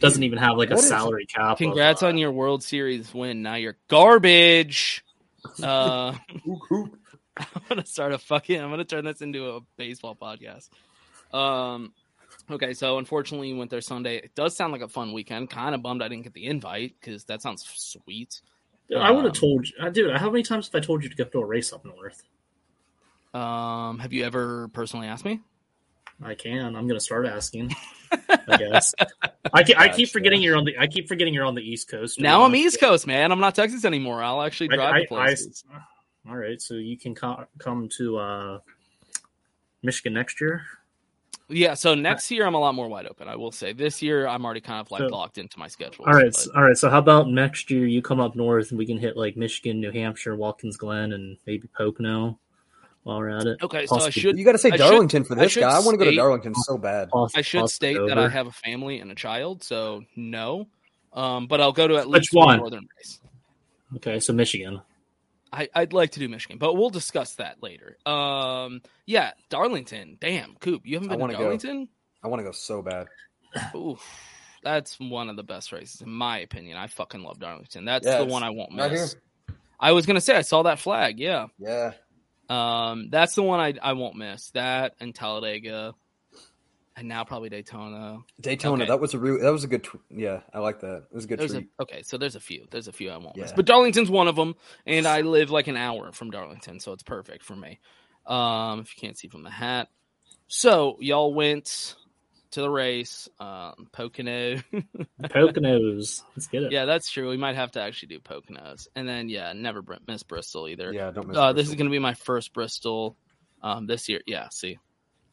[SPEAKER 2] doesn't even have like a
[SPEAKER 1] What is-
[SPEAKER 2] salary cap? of,
[SPEAKER 1] Congrats on your World Series win. Now you're garbage. Uh, I'm gonna start a fucking. I'm gonna turn this into a baseball podcast. Um, okay, so unfortunately, we went there Sunday. It does sound like a fun weekend. Kind of bummed I didn't get the invite because that sounds sweet.
[SPEAKER 2] Dude, I would
[SPEAKER 1] Um,
[SPEAKER 2] have told you, uh, dude. How many times have I told you to go to a race up north?
[SPEAKER 1] Um, have you ever personally asked me?
[SPEAKER 2] I can. I'm gonna start asking. I guess. I, ke- I keep
[SPEAKER 1] Gotcha.
[SPEAKER 2] forgetting you're on the. I keep forgetting you're on the East Coast. to be
[SPEAKER 1] Now I'm
[SPEAKER 2] honest.
[SPEAKER 1] East Coast, man. I'm not Texas anymore. I'll actually
[SPEAKER 2] I-
[SPEAKER 1] drive
[SPEAKER 2] I-
[SPEAKER 1] to places.
[SPEAKER 2] I- all right, so you can co- come to uh, Michigan next year.
[SPEAKER 1] yeah. So next year I'm a lot more wide open. I will say this year I'm already kind of like
[SPEAKER 2] So-
[SPEAKER 1] locked into my schedule.
[SPEAKER 2] All right, all right. So how about next year you come up north and we can hit like Michigan, New Hampshire, Watkins Glen, and maybe Pocono while we're at it.
[SPEAKER 1] Okay, so I should-
[SPEAKER 7] You got to say
[SPEAKER 1] I should-
[SPEAKER 7] Darlington for
[SPEAKER 1] I
[SPEAKER 7] this
[SPEAKER 1] should
[SPEAKER 7] guy. I want to go to
[SPEAKER 1] state-
[SPEAKER 7] Darlington so bad.
[SPEAKER 1] I should state that I have a family and a child, so no. Um, but I'll go to at
[SPEAKER 2] Which
[SPEAKER 1] least one
[SPEAKER 2] one?
[SPEAKER 1] northern race.
[SPEAKER 2] Okay, so Michigan.
[SPEAKER 1] I, I'd like to do Michigan, but we'll discuss that later. Um, yeah, Darlington. Damn, Coop, you haven't
[SPEAKER 7] I
[SPEAKER 1] been
[SPEAKER 7] want
[SPEAKER 1] to
[SPEAKER 7] to
[SPEAKER 1] Darlington?
[SPEAKER 7] go. I want to go so bad.
[SPEAKER 1] Oof, that's one of the best races in my opinion. I fucking love Darlington. That's
[SPEAKER 7] Yeah,
[SPEAKER 1] the
[SPEAKER 7] it's
[SPEAKER 1] one I won't
[SPEAKER 7] right
[SPEAKER 1] miss.
[SPEAKER 7] here.
[SPEAKER 1] I was gonna say I saw that flag. Yeah,
[SPEAKER 7] yeah.
[SPEAKER 1] Um, that's the one I I won't miss. That and Talladega, and now probably Daytona.
[SPEAKER 7] Daytona.
[SPEAKER 1] Okay.
[SPEAKER 7] That was a real. That was a good. Tw- yeah, I like that. It was a good
[SPEAKER 1] There's a,
[SPEAKER 7] treat.
[SPEAKER 1] okay, so there's a few. There's a few I won't miss,
[SPEAKER 7] Yeah.
[SPEAKER 1] but Darlington's one of them, and I live like an hour from Darlington, so it's perfect for me. Um, if you can't see from the hat, so y'all went to the race, um, Pocono.
[SPEAKER 2] Poconos. Let's get it.
[SPEAKER 1] yeah, that's true. We might have to actually do Poconos, and then yeah, never br- miss Bristol either.
[SPEAKER 7] Yeah, don't miss
[SPEAKER 1] Uh, this is
[SPEAKER 7] Bristol.
[SPEAKER 1] going to be my first Bristol um, this year. Yeah, see,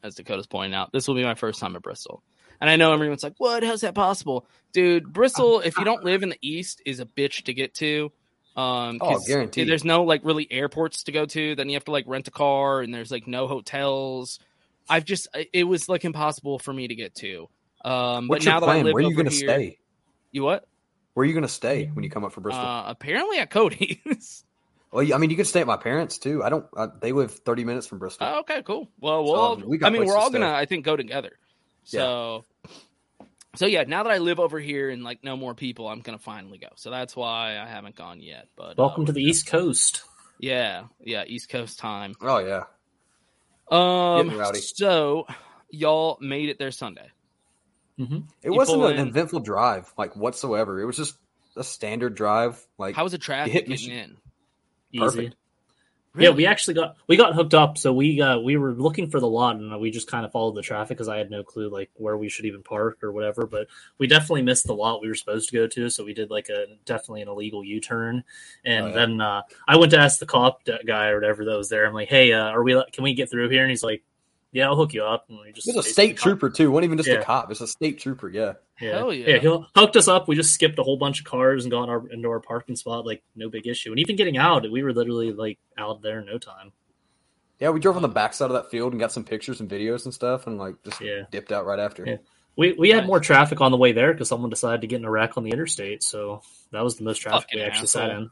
[SPEAKER 1] as Dakota's pointing out, this will be my first time at Bristol. And I know everyone's like, "What? How's that possible, dude?" Bristol, if you don't live in the East, is a bitch to get to. Um,
[SPEAKER 7] Oh,
[SPEAKER 1] 'cause
[SPEAKER 7] guaranteed.
[SPEAKER 1] There's no like really airports to go to. Then you have to like rent a car, and there's like no hotels. I've just I- it was like impossible for me to get to. Um,
[SPEAKER 7] What's
[SPEAKER 1] but
[SPEAKER 7] your
[SPEAKER 1] now that I
[SPEAKER 7] plan?
[SPEAKER 1] live
[SPEAKER 7] Where are you
[SPEAKER 1] over
[SPEAKER 7] gonna
[SPEAKER 1] here-
[SPEAKER 7] stay?
[SPEAKER 1] You what?
[SPEAKER 7] Where are you going to stay when you come up for Bristol?
[SPEAKER 1] Uh, apparently at Cody's.
[SPEAKER 7] well, you- I mean, you could stay at my parents too. I don't. I, they live thirty minutes from Bristol.
[SPEAKER 1] oh, okay, cool. Well,
[SPEAKER 7] So,
[SPEAKER 1] we'll. all-
[SPEAKER 7] we got
[SPEAKER 1] I mean,
[SPEAKER 7] places
[SPEAKER 1] we're all
[SPEAKER 7] to stay.
[SPEAKER 1] gonna, I think, go together. So, so yeah. Now that I live over here and like no more people, I'm gonna finally go. So that's why I haven't gone yet. But
[SPEAKER 2] Welcome
[SPEAKER 1] uh,
[SPEAKER 2] to the East Coast.
[SPEAKER 1] yeah, yeah, East Coast time.
[SPEAKER 7] Oh yeah.
[SPEAKER 1] Um.
[SPEAKER 7] Getting rowdy.
[SPEAKER 1] So y'all made it there Sunday.
[SPEAKER 7] It
[SPEAKER 1] You
[SPEAKER 7] wasn't
[SPEAKER 1] pull
[SPEAKER 7] an
[SPEAKER 1] in.
[SPEAKER 7] eventful drive, like whatsoever. It was just a standard drive. Like
[SPEAKER 1] How was the traffic
[SPEAKER 7] hit
[SPEAKER 1] getting
[SPEAKER 7] Michigan-
[SPEAKER 1] in?
[SPEAKER 2] Easy.
[SPEAKER 7] Perfect.
[SPEAKER 2] Yeah, we actually got we got hooked up. So we got we were looking for the lot, and we just kind of followed the traffic because I had no clue like where we should even park or whatever. But we definitely missed the lot we were supposed to go to, so we did like a definitely an illegal U turn. And
[SPEAKER 13] Oh, yeah.
[SPEAKER 2] then uh, I went to ask the cop d- guy or whatever that was there. I'm like, "Hey, uh, are we? Can we get through here?" And he's like, "Yeah, I'll hook you up." And we just
[SPEAKER 7] It's a
[SPEAKER 2] basically
[SPEAKER 7] state
[SPEAKER 2] got-
[SPEAKER 7] trooper too. wasn't even just
[SPEAKER 2] Yeah.
[SPEAKER 7] a cop. It's a state trooper. Yeah.
[SPEAKER 2] Yeah.
[SPEAKER 1] Hell yeah.
[SPEAKER 2] yeah. he hooked us up. We just skipped a whole bunch of cars and got our, into our parking spot. Like, no big issue. And even getting out, we were literally like out there in no time.
[SPEAKER 7] Yeah, we drove on the backside of that field and got some pictures and videos and stuff, and like just dipped out right after.
[SPEAKER 2] Yeah. We, we had more traffic on the way there because someone decided to get in a wreck on the interstate. So that was the most traffic
[SPEAKER 1] Fucking
[SPEAKER 2] we actually sat
[SPEAKER 1] asshole.
[SPEAKER 2] in.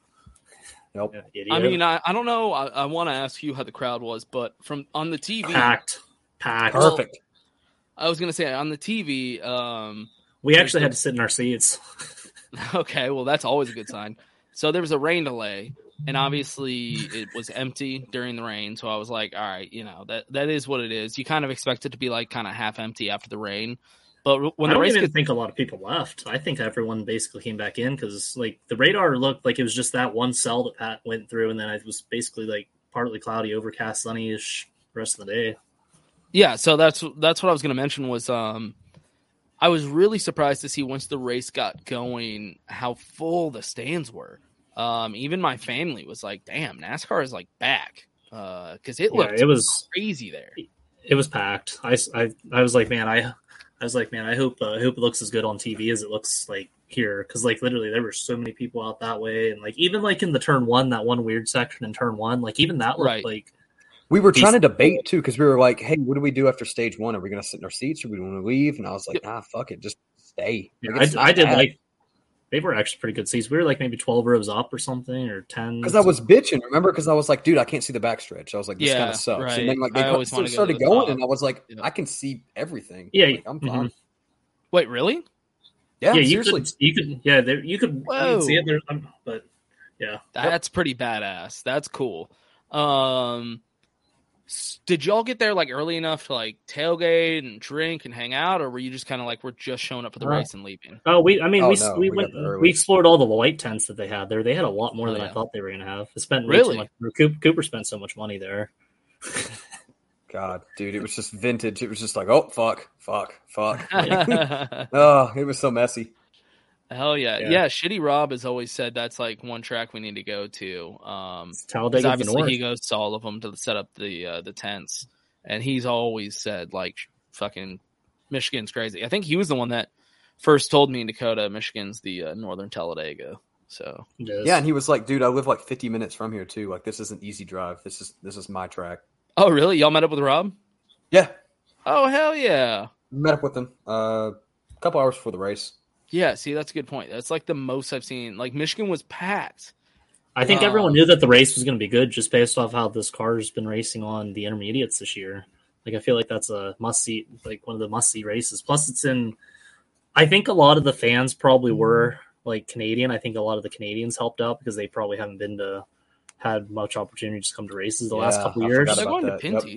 [SPEAKER 7] Nope.
[SPEAKER 1] I mean, I, I don't know. I, I want to ask you how the crowd was, but from on the TV,
[SPEAKER 2] packed, packed,
[SPEAKER 1] Well, I was gonna say on the TV. Um,
[SPEAKER 2] We
[SPEAKER 1] there's
[SPEAKER 2] actually
[SPEAKER 1] the-
[SPEAKER 2] had to sit in our seats.
[SPEAKER 1] Okay, well that's always a good sign. So there was a rain delay, and obviously it was empty during the rain. So I was like, all right, you know that that is what it is. You kind of expect it to be like kind of half empty after the rain, but when
[SPEAKER 2] I
[SPEAKER 1] the
[SPEAKER 2] don't
[SPEAKER 1] race
[SPEAKER 2] even
[SPEAKER 1] gets
[SPEAKER 2] think a lot of people left. I think everyone basically came back in because like the radar looked like it was just that one cell that Pat went through, and then it was basically like partly cloudy, overcast, sunny-ish rest of the day.
[SPEAKER 1] Yeah, so that's that's what I was going to mention was um I was really surprised to see once the race got going how full the stands were. Um even my family was like, "Damn, NASCAR is like back." Uh cuz it
[SPEAKER 2] Yeah,
[SPEAKER 1] looked
[SPEAKER 2] it was-
[SPEAKER 1] crazy there.
[SPEAKER 2] it was packed. I, I, I was like, man, I, I was like, man, I hope, uh, I hope it looks as good on TV as it looks like here, because like literally there were so many people out that way, and like even like in the turn one, that one weird section in turn one, like even that looked
[SPEAKER 1] Right.
[SPEAKER 2] like
[SPEAKER 7] We were trying to debate too because we were like, "Hey, what do we do after stage one? Are we going to sit in our seats? Or we want to leave?" And I was like, "Nah, fuck it, just stay."
[SPEAKER 2] Yeah,
[SPEAKER 7] Like, it's
[SPEAKER 2] I, I
[SPEAKER 7] not
[SPEAKER 2] did
[SPEAKER 7] bad.
[SPEAKER 2] like they were actually pretty good seats. We were like maybe twelve rows up or something, or ten.
[SPEAKER 7] Because I was bitching, remember? Because I was like, dude, I can't see the backstretch. I was like, this
[SPEAKER 2] Yeah,
[SPEAKER 7] kind of sucks.
[SPEAKER 2] right.
[SPEAKER 7] And then like
[SPEAKER 2] I
[SPEAKER 7] they
[SPEAKER 2] always
[SPEAKER 7] put-
[SPEAKER 2] wanna go
[SPEAKER 7] started
[SPEAKER 2] to the
[SPEAKER 7] going,
[SPEAKER 2] top.
[SPEAKER 7] and I was like, I can see everything.
[SPEAKER 2] Yeah,
[SPEAKER 7] Like, I'm
[SPEAKER 2] mhm.
[SPEAKER 7] fine.
[SPEAKER 1] Wait, really?
[SPEAKER 7] Yeah,
[SPEAKER 2] you
[SPEAKER 7] seriously.
[SPEAKER 2] could, you could, yeah, there, you could, you
[SPEAKER 1] Whoa.
[SPEAKER 2] could see it there, um, but yeah,
[SPEAKER 1] That's pretty badass. That's cool. Um, s- did y'all get there like early enough to like tailgate and drink and hang out, or were you just kind of like we're just showing up for the
[SPEAKER 2] Right.
[SPEAKER 1] race and leaving?
[SPEAKER 2] Oh, we. I mean,
[SPEAKER 1] Oh,
[SPEAKER 2] we
[SPEAKER 1] no,
[SPEAKER 2] we,
[SPEAKER 1] we
[SPEAKER 2] went.
[SPEAKER 1] got there early.
[SPEAKER 2] We explored all the light tents that they had there. They had a lot more
[SPEAKER 1] Oh,
[SPEAKER 2] than I
[SPEAKER 1] yeah.
[SPEAKER 2] thought they were going to have. They spent way
[SPEAKER 1] Really?
[SPEAKER 2] too much. Cooper, Cooper spent so much money there.
[SPEAKER 7] God, dude, it was just vintage. It was just like, oh fuck, fuck, fuck. Like, oh, it was so messy.
[SPEAKER 1] Hell yeah. yeah,
[SPEAKER 7] Yeah.
[SPEAKER 1] Shitty Rob has always said that's like one track we need to go to. Um,
[SPEAKER 2] Talladega of
[SPEAKER 1] 'cause
[SPEAKER 2] the
[SPEAKER 1] obviously
[SPEAKER 2] North.
[SPEAKER 1] he goes to all of them to set up the uh, the tents, and he's always said like fucking Michigan's crazy. I think he was the one that first told me in Dakota, Michigan's the uh, northern Talladega. So
[SPEAKER 7] Yeah, and he was like, dude, I live like 50 minutes from here too. Like, this is an easy drive. This is this is my track.
[SPEAKER 1] oh really? Y'all met up with Rob?
[SPEAKER 7] Yeah.
[SPEAKER 1] Oh hell yeah.
[SPEAKER 7] Met up with him uh, a couple hours before the race.
[SPEAKER 1] Yeah, see that's a good point. That's like the most I've seen. Like Michigan was packed.
[SPEAKER 2] I think everyone
[SPEAKER 1] Um,
[SPEAKER 2] knew that the race was going to be good just based off how this car has been racing on the intermediates this year. Like I feel like that's a must see, like one of the must see races. Plus, it's in. I think a lot of the fans probably
[SPEAKER 7] Mm-hmm.
[SPEAKER 2] were like Canadian. I think a lot of the Canadians helped out because they probably haven't been to had much opportunity to come to races the last
[SPEAKER 7] Yeah,
[SPEAKER 2] couple
[SPEAKER 7] I
[SPEAKER 2] years.
[SPEAKER 7] forgot They're about going to that. Yep.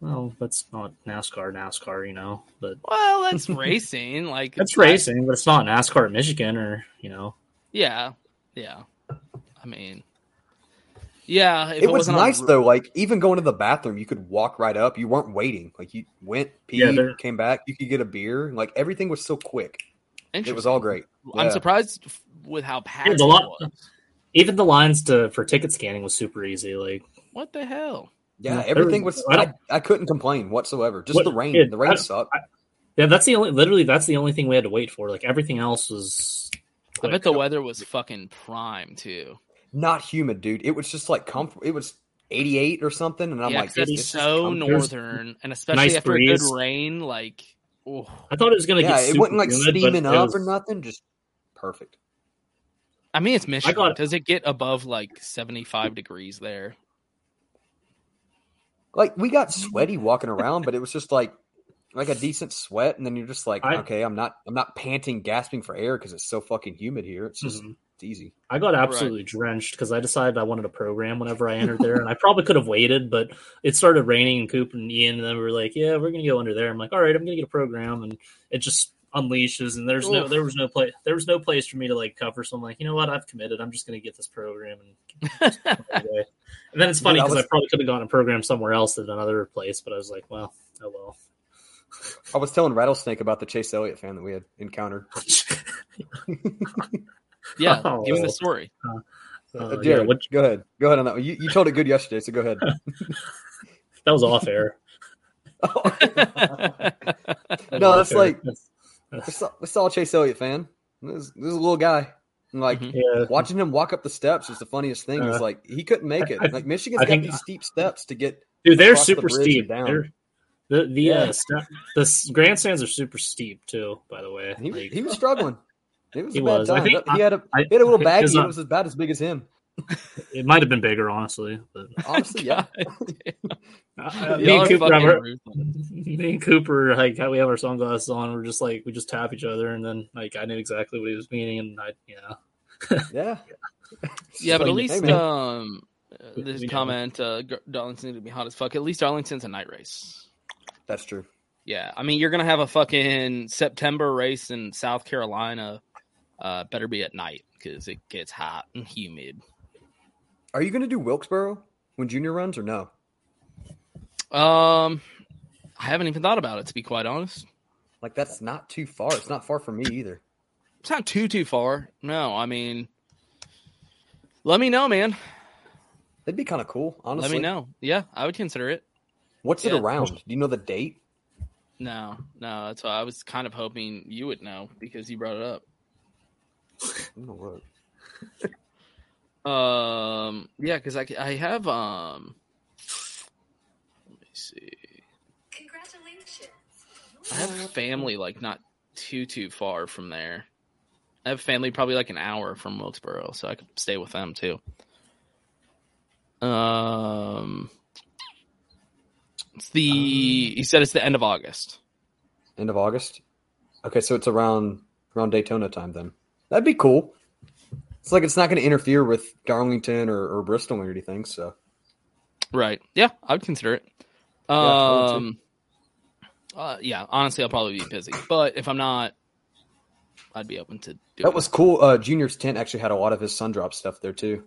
[SPEAKER 2] Well, that's not NASCAR, NASCAR, you know. But
[SPEAKER 1] well, that's racing. Like
[SPEAKER 2] that's
[SPEAKER 1] I-
[SPEAKER 2] racing, but it's not NASCAR in Michigan, or you know.
[SPEAKER 1] Yeah, yeah. I mean, yeah. If
[SPEAKER 7] it, was
[SPEAKER 1] wasn't on
[SPEAKER 7] nice
[SPEAKER 1] the-
[SPEAKER 7] though. Like even going to the bathroom, you could walk right up. You weren't waiting. Like you went,
[SPEAKER 1] Yeah,
[SPEAKER 7] peed,
[SPEAKER 1] they're-
[SPEAKER 7] came back. You could get a beer. Like everything was so quick. It was
[SPEAKER 1] Interesting.
[SPEAKER 7] all great.
[SPEAKER 1] I'm
[SPEAKER 7] Yeah.
[SPEAKER 1] surprised f- with how packed
[SPEAKER 2] There's a
[SPEAKER 1] it
[SPEAKER 2] lot.
[SPEAKER 1] was.
[SPEAKER 2] Even the lines to for ticket scanning was super easy. Like
[SPEAKER 1] What the hell?
[SPEAKER 7] Yeah,
[SPEAKER 2] Yeah,
[SPEAKER 7] everything
[SPEAKER 2] there-
[SPEAKER 7] was.
[SPEAKER 2] I
[SPEAKER 7] I,
[SPEAKER 2] don't-
[SPEAKER 7] I couldn't complain whatsoever. Just
[SPEAKER 2] What-
[SPEAKER 7] the rain.
[SPEAKER 2] yeah,
[SPEAKER 7] the rain
[SPEAKER 2] I-
[SPEAKER 7] sucked.
[SPEAKER 2] Yeah, that's the only literally that's the only thing we had to wait for. Like everything else was
[SPEAKER 1] I bet the weather was fucking prime too.
[SPEAKER 7] Not humid, dude. It was just like comfortable. It was 88 or something, and I'm
[SPEAKER 1] yeah,
[SPEAKER 7] like,
[SPEAKER 1] 'cause
[SPEAKER 7] dude,
[SPEAKER 1] it's
[SPEAKER 7] this is
[SPEAKER 1] so
[SPEAKER 7] comfortable.
[SPEAKER 1] northern, and especially
[SPEAKER 7] Nice
[SPEAKER 1] after a
[SPEAKER 7] breeze.
[SPEAKER 1] good rain, like. oh.
[SPEAKER 2] I thought it was gonna
[SPEAKER 7] yeah,
[SPEAKER 2] get
[SPEAKER 7] it wasn't
[SPEAKER 2] super
[SPEAKER 7] like
[SPEAKER 2] humid, but
[SPEAKER 7] steaming
[SPEAKER 2] it
[SPEAKER 7] up or
[SPEAKER 2] was-
[SPEAKER 7] nothing. Just perfect.
[SPEAKER 1] I mean, it's Michigan. Does it get above like 75 degrees there?
[SPEAKER 7] Like we got sweaty walking around, but it was just like like a decent sweat, and then you're just like,
[SPEAKER 2] I-
[SPEAKER 7] okay, I'm not I'm not panting, gasping for air because it's so fucking humid here. It's just
[SPEAKER 2] Mhm.
[SPEAKER 7] it's easy.
[SPEAKER 2] I got absolutely drenched because I decided I wanted a program whenever I entered there, and I probably could have waited, but it started raining and Coop and Ian, and then we were like, "Yeah, we're gonna go under there." I'm like, "All right, I'm gonna get a program," and it just unleashes, and there's no
[SPEAKER 1] Oof.
[SPEAKER 2] there was no place there was no place for me to like cover, so I'm like, you know what, I've committed. I'm just gonna get this program, and, and then it's funny
[SPEAKER 7] Dude, I
[SPEAKER 2] because I,
[SPEAKER 7] was-
[SPEAKER 2] probably could have gotten a program somewhere else at another place, but I was like, well, oh well.
[SPEAKER 7] I was telling Rattlesnake about the Chase Elliott fan that we had encountered.
[SPEAKER 1] Yeah,
[SPEAKER 7] Oh.
[SPEAKER 1] give me the story.
[SPEAKER 7] Uh,
[SPEAKER 2] Uh, yeah,
[SPEAKER 7] Jared,
[SPEAKER 2] what-
[SPEAKER 7] go ahead. Go ahead on that one. You, you told it good yesterday, so go ahead.
[SPEAKER 2] that was off air.
[SPEAKER 7] Oh, no, that's like we saw, we saw a Chase Elliott fan. This, this is a little guy. And like
[SPEAKER 1] Mm-hmm.
[SPEAKER 2] Yeah.
[SPEAKER 7] watching him walk up the steps was the funniest thing. It's
[SPEAKER 2] Mm-hmm. Uh,
[SPEAKER 7] like he couldn't make it.
[SPEAKER 2] I-
[SPEAKER 7] Like Michigan's
[SPEAKER 2] I
[SPEAKER 7] got
[SPEAKER 2] think-
[SPEAKER 7] these steep steps to get.
[SPEAKER 2] Dude, they're
[SPEAKER 7] across the
[SPEAKER 2] super
[SPEAKER 7] bridge and
[SPEAKER 2] steep.
[SPEAKER 7] down.
[SPEAKER 2] They're, the the
[SPEAKER 7] Yeah.
[SPEAKER 2] uh, sta- the s- grandstands are super steep too. By the way,
[SPEAKER 7] He was,
[SPEAKER 2] Like,
[SPEAKER 7] he was struggling. It was
[SPEAKER 2] He
[SPEAKER 7] a bad
[SPEAKER 2] was. I
[SPEAKER 7] time.
[SPEAKER 2] think-
[SPEAKER 7] he had a
[SPEAKER 2] I-
[SPEAKER 7] he had a little
[SPEAKER 2] I- 'cause
[SPEAKER 7] baggie.
[SPEAKER 2] I-
[SPEAKER 7] It was about as big as him.
[SPEAKER 2] It might have been bigger, honestly. But
[SPEAKER 7] Honestly, yeah.
[SPEAKER 2] Uh, me,
[SPEAKER 7] Y'all
[SPEAKER 2] and
[SPEAKER 7] are
[SPEAKER 2] Cooper,
[SPEAKER 7] fucking
[SPEAKER 2] have our-
[SPEAKER 7] ruthless.
[SPEAKER 2] me and Cooper, like we have our sunglasses on. We're just like we just tap each other, and then like I knew exactly what he was meaning, and I yeah.
[SPEAKER 7] yeah.
[SPEAKER 1] Yeah,
[SPEAKER 2] Like,
[SPEAKER 1] but at
[SPEAKER 2] hey,
[SPEAKER 1] least
[SPEAKER 2] man.
[SPEAKER 1] um, uh,
[SPEAKER 2] We-
[SPEAKER 1] this
[SPEAKER 2] we know.
[SPEAKER 1] comment uh, Gar- Darlington to be hot as fuck. At least Darlington's a night race.
[SPEAKER 7] That's true.
[SPEAKER 1] Yeah, I mean you're gonna have a fucking September race in South Carolina. Uh, better be at night because it gets hot and humid.
[SPEAKER 7] Are you going to do Wilkesboro when Junior runs or no?
[SPEAKER 1] Um, I haven't even thought about it to be quite honest.
[SPEAKER 7] Like that's not too far. It's not far from me either.
[SPEAKER 1] It's not too too far. No, I mean, let me know, man.
[SPEAKER 7] That'd be kind of cool, honestly.
[SPEAKER 1] Let me know. Yeah, I would consider it.
[SPEAKER 7] What's
[SPEAKER 1] Yeah.
[SPEAKER 7] it around? Do you know the date?
[SPEAKER 1] No, no, that's why I was kind of hoping you would know because you brought it up.
[SPEAKER 7] I'm gonna look.
[SPEAKER 1] Um, yeah, because I, I have um. Let me see. I
[SPEAKER 7] Uh,
[SPEAKER 1] have family like not too too far from there. I have family probably like an hour from Wilkesboro, so I could stay with them too. Um, it's the
[SPEAKER 7] Um,
[SPEAKER 1] he said it's the end of August.
[SPEAKER 7] End of August. Okay, so it's around around Daytona time then. That'd be cool. It's like it's not going to interfere with Darlington or, or Bristol or anything. So
[SPEAKER 1] Right. Yeah, I would consider it.
[SPEAKER 7] Yeah, I would too.
[SPEAKER 1] Um, uh, yeah, honestly, I'll probably be busy, but if I'm not, I'd be open to do
[SPEAKER 7] that was cool. Uh, Junior's tent actually had a lot of his sun drop stuff there too.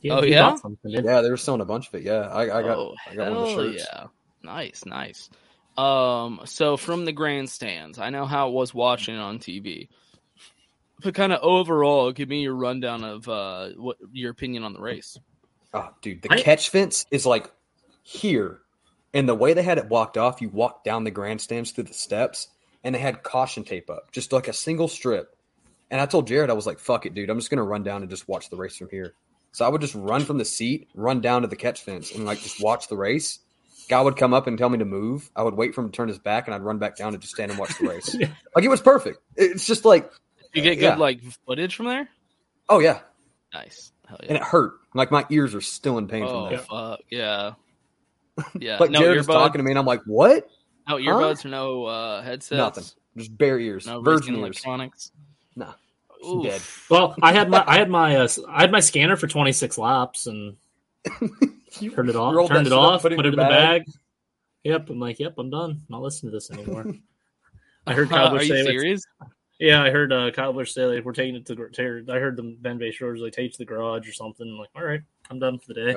[SPEAKER 1] Yeah, Oh, he yeah? bought
[SPEAKER 7] yeah, they were selling a bunch of it. Yeah, I, I got
[SPEAKER 1] Oh,
[SPEAKER 7] I got one of the
[SPEAKER 1] hell
[SPEAKER 7] shirts.
[SPEAKER 1] yeah. Nice, nice. Um, so from the grandstands, I know how it was watching on TV, but kind of overall, give me your rundown of uh, what your opinion on the race.
[SPEAKER 7] Oh, dude, the catch fence is like here, and the way they had it blocked off, you walked down the grandstands through the steps, and they had caution tape up, just like a single strip. And I told Jared, I was like, "Fuck it, dude, I'm just gonna run down and just watch the race from here." So I would just run from the seat, run down to the catch fence, and like just watch the race. Guy would come up and tell me to move. I would wait for him to turn his back, and I'd run back down and just stand and watch the race. Like it was perfect. It's just like
[SPEAKER 1] You get good
[SPEAKER 7] yeah.
[SPEAKER 1] like footage from there.
[SPEAKER 7] oh yeah,
[SPEAKER 1] Nice. Hell yeah.
[SPEAKER 7] and it hurt. Like my ears are still in pain
[SPEAKER 1] Oh
[SPEAKER 7] from that.
[SPEAKER 1] fuck yeah. Yeah.
[SPEAKER 7] Like
[SPEAKER 1] no
[SPEAKER 7] Jared was
[SPEAKER 1] earbuds.
[SPEAKER 7] talking to me, and I'm like, "What? Huh?
[SPEAKER 1] No earbuds or no uh, headsets.
[SPEAKER 7] Nothing. Just bare ears.
[SPEAKER 1] No
[SPEAKER 7] Virgin
[SPEAKER 1] Virgin
[SPEAKER 7] ears.
[SPEAKER 1] electronics.
[SPEAKER 7] Nah.
[SPEAKER 1] Oof.
[SPEAKER 7] Dead.
[SPEAKER 2] Well, I had my I had my uh, I had my scanner for 26 laps and turned it
[SPEAKER 7] rolled
[SPEAKER 2] off,
[SPEAKER 7] that
[SPEAKER 2] turned it
[SPEAKER 7] shit up,
[SPEAKER 2] off,
[SPEAKER 7] put
[SPEAKER 2] put
[SPEAKER 7] it
[SPEAKER 2] it
[SPEAKER 7] in
[SPEAKER 2] in,
[SPEAKER 7] your
[SPEAKER 2] the
[SPEAKER 7] bag.
[SPEAKER 2] bag. Yep, I'm like, yep, I'm done. I'm not listening to this anymore. I heard
[SPEAKER 1] Uh,
[SPEAKER 2] Kyle
[SPEAKER 1] are
[SPEAKER 2] Busch
[SPEAKER 1] you
[SPEAKER 2] say,
[SPEAKER 1] serious?
[SPEAKER 2] Yeah, I heard uh, Kyle Busch say like, we're taking it to the. gar- I heard them Ben Bay Shores like take it to the garage or something. I'm like, all right, I'm done for the day.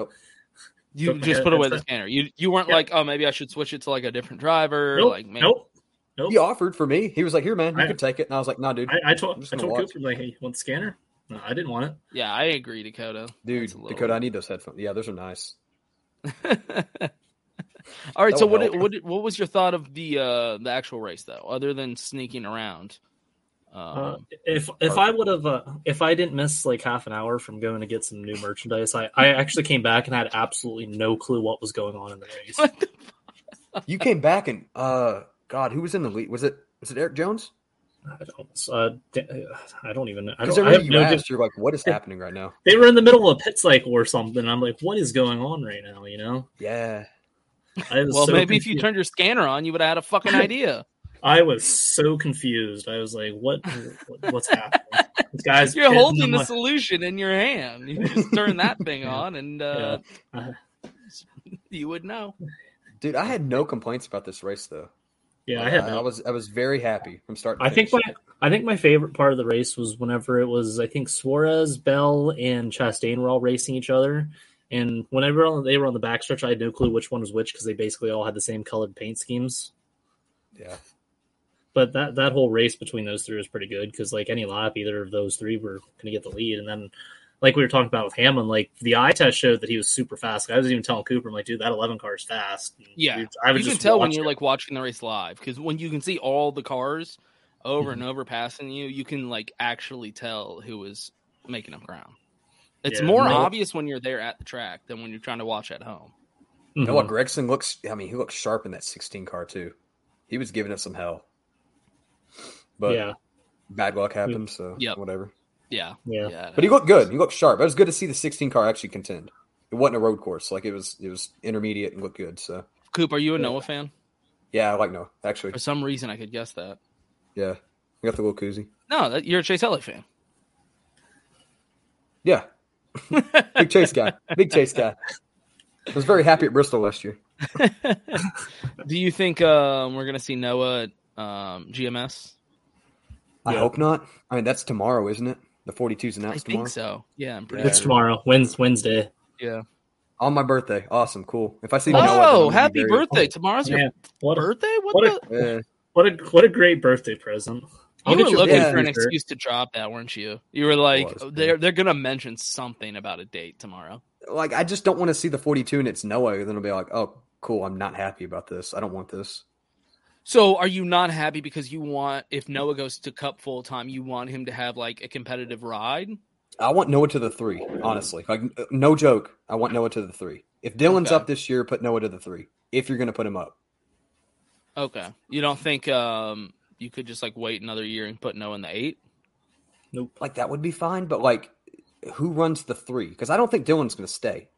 [SPEAKER 1] You
[SPEAKER 2] Took my
[SPEAKER 1] just put away the
[SPEAKER 2] headset.
[SPEAKER 1] scanner. You you weren't like, oh, maybe I should switch it to like a different driver.
[SPEAKER 2] Nope,
[SPEAKER 1] Like, man,
[SPEAKER 2] nope, nope.
[SPEAKER 7] He offered for me. He was like, "Here, man, you
[SPEAKER 2] I-
[SPEAKER 7] can take it." And I was like, "Nah, dude."
[SPEAKER 2] I, I told
[SPEAKER 7] I'm just
[SPEAKER 2] I
[SPEAKER 7] gonna
[SPEAKER 2] told
[SPEAKER 7] watch."
[SPEAKER 2] Cooper like, hey, you want the scanner? No, I didn't want it.
[SPEAKER 1] yeah, I agree, Dakota.
[SPEAKER 7] dude,
[SPEAKER 1] little-
[SPEAKER 7] Dakota, I need those headphones. Yeah, those are nice.
[SPEAKER 1] All right,
[SPEAKER 7] That
[SPEAKER 1] so
[SPEAKER 7] would
[SPEAKER 1] what
[SPEAKER 7] help.
[SPEAKER 1] did- what did- what was your thought of the uh the actual race though, other than sneaking around? Um,
[SPEAKER 2] Uh, if if I would have uh, if I didn't miss like half an hour from going to get some new merchandise, I, I actually came back and had absolutely no clue what was going on in the race.
[SPEAKER 7] you came back and uh, God, who was in the lead? Was it was it Eric Jones?
[SPEAKER 2] I don't, uh, d- I don't even know. I,
[SPEAKER 7] Because
[SPEAKER 2] don't, I have
[SPEAKER 7] everybody you
[SPEAKER 2] no
[SPEAKER 7] asked,
[SPEAKER 2] idea.
[SPEAKER 7] you're like, "What is happening right now?"
[SPEAKER 2] They were in the middle of a pit cycle or something. and I'm like, what is going on right now? You know?
[SPEAKER 7] Yeah,
[SPEAKER 2] I was
[SPEAKER 1] well,
[SPEAKER 2] so
[SPEAKER 1] maybe if you
[SPEAKER 2] confused.
[SPEAKER 1] turned your scanner on, you would have had a fucking idea.
[SPEAKER 2] I was so confused. I was like, what, what what's happening? This guy's
[SPEAKER 1] You're
[SPEAKER 2] pitting,
[SPEAKER 1] holding
[SPEAKER 2] I'm
[SPEAKER 1] the
[SPEAKER 2] like-
[SPEAKER 1] solution in your hand. You just turn that thing on, and uh,
[SPEAKER 2] Uh,
[SPEAKER 1] you would know.
[SPEAKER 7] dude, I had no complaints about this race though.
[SPEAKER 2] Yeah, I
[SPEAKER 7] Like,
[SPEAKER 2] had
[SPEAKER 7] I,
[SPEAKER 2] no-
[SPEAKER 7] was I was very happy from start. To
[SPEAKER 2] I think my
[SPEAKER 7] finish.
[SPEAKER 2] I think my favorite part of the race was whenever it was I think Suarez, Bell, and Chastain were all racing each other, and whenever they were on the backstretch, I had no clue which one was which because they basically all had the same colored paint schemes.
[SPEAKER 7] yeah,
[SPEAKER 2] But that that whole race between those three was pretty good because like any lap, either of those three were going to get the lead, and then. Like we were talking about with Hamlin, like the eye test showed that he was super fast. I was even telling Cooper, I'm like, dude, that 11 car is fast. And
[SPEAKER 1] Yeah,
[SPEAKER 2] we- I was
[SPEAKER 1] you
[SPEAKER 2] just
[SPEAKER 1] can tell when
[SPEAKER 2] watching
[SPEAKER 1] you're
[SPEAKER 2] it.
[SPEAKER 1] like watching the race live because when you can see all the cars over and over passing you, you can like actually tell who is making up ground. It's
[SPEAKER 7] Yeah,
[SPEAKER 1] more
[SPEAKER 7] no.
[SPEAKER 1] obvious when you're there at the track than when you're trying to watch at home.
[SPEAKER 2] Mm-hmm.
[SPEAKER 7] Noah Gregson looks. I mean, he looks sharp in that 16 car too. He was giving it some hell, but
[SPEAKER 2] Yeah.
[SPEAKER 7] bad luck happened. So
[SPEAKER 1] Yep.
[SPEAKER 7] whatever.
[SPEAKER 1] Yeah.
[SPEAKER 2] Yeah.
[SPEAKER 7] But he looked good. He looked sharp. It was good to see the 16 car actually contend. It wasn't a road course. Like it was it was intermediate and looked good. So
[SPEAKER 1] Coop, are you a
[SPEAKER 7] Yeah.
[SPEAKER 1] Noah fan?
[SPEAKER 7] yeah, I like Noah, actually.
[SPEAKER 1] For some reason, I could guess that.
[SPEAKER 7] Yeah. We got the little koozie.
[SPEAKER 1] No, that, you're a Chase Elliott fan.
[SPEAKER 7] Yeah. Big chase guy. Big chase guy. I was very happy at Bristol last year.
[SPEAKER 1] Do you think um, we're gonna see Noah at um, GMS?
[SPEAKER 7] I
[SPEAKER 1] Yeah.
[SPEAKER 7] hope not. I mean that's tomorrow, isn't it? The 42's announced
[SPEAKER 1] I
[SPEAKER 7] tomorrow.
[SPEAKER 1] think so. Yeah, I'm pretty
[SPEAKER 2] It's tomorrow. Wednes- Wednesday.
[SPEAKER 1] Yeah.
[SPEAKER 7] On my birthday. Awesome. Cool. If I see Noah, then I'm
[SPEAKER 1] Oh,
[SPEAKER 7] gonna be
[SPEAKER 1] happy
[SPEAKER 7] very-
[SPEAKER 1] birthday! Tomorrow's your
[SPEAKER 2] Yeah. What a-
[SPEAKER 1] birthday. What,
[SPEAKER 2] what
[SPEAKER 1] the?
[SPEAKER 2] a- What a what a great birthday present. I'll
[SPEAKER 1] you were
[SPEAKER 2] get you a
[SPEAKER 1] looking for an
[SPEAKER 2] picture.
[SPEAKER 1] excuse to drop that, weren't you? You were like,
[SPEAKER 7] was.
[SPEAKER 1] they're they're gonna mention something about a date tomorrow.
[SPEAKER 7] like I just don't want to see the 42 and it's Noah. Then I'll be like, oh, cool. I'm not happy about this. I don't want this.
[SPEAKER 1] So, are you not happy because you want if Noah goes to Cup full time, you want him to have like a competitive ride?
[SPEAKER 7] I want Noah to the three, honestly. Like, n- uh, no joke. I want Noah to the three. If Dylan's
[SPEAKER 1] Okay.
[SPEAKER 7] up this year, put Noah to the three. If you're going to put him up,
[SPEAKER 1] Okay, you don't think um you could just like wait another year and put Noah in the eight?
[SPEAKER 7] nope. Like that would be fine. But like, who runs the three? Because I don't think Dylan's going to stay.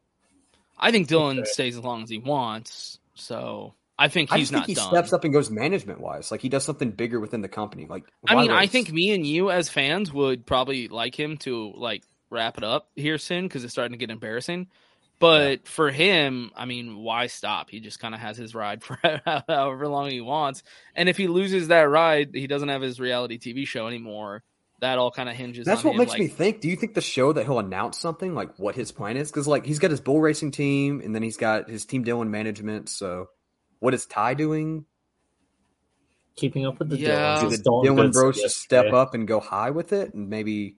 [SPEAKER 1] I think Dylan stays as long as he wants. So I think
[SPEAKER 7] I
[SPEAKER 1] he's
[SPEAKER 7] just think
[SPEAKER 1] not
[SPEAKER 7] he
[SPEAKER 1] done.
[SPEAKER 7] steps up and goes management wise. Like he does something bigger within the company. Like
[SPEAKER 1] I
[SPEAKER 7] why
[SPEAKER 1] mean, I
[SPEAKER 7] waste?
[SPEAKER 1] think me and you as fans would probably like him to like wrap it up here soon because it's starting to get embarrassing. But for him, I mean, why stop? He just kind of has his ride for however long he wants. And if he loses that ride, he doesn't have his reality TV show anymore. That all kind of hinges.
[SPEAKER 7] That's
[SPEAKER 1] on
[SPEAKER 7] what
[SPEAKER 1] him,
[SPEAKER 7] makes
[SPEAKER 1] like,
[SPEAKER 7] me think. Do you think the show that he'll announce something like what his plan is? Because like he's got his bull racing team, and then he's got his team Dylan management. So, what is Ty doing?
[SPEAKER 2] Keeping up with the
[SPEAKER 1] Yeah.
[SPEAKER 2] Dillons.
[SPEAKER 7] Do the
[SPEAKER 2] It's all
[SPEAKER 7] Dylan
[SPEAKER 2] good
[SPEAKER 7] Bros
[SPEAKER 2] stuff,
[SPEAKER 7] just step
[SPEAKER 2] yeah.
[SPEAKER 7] up and go high with it, and maybe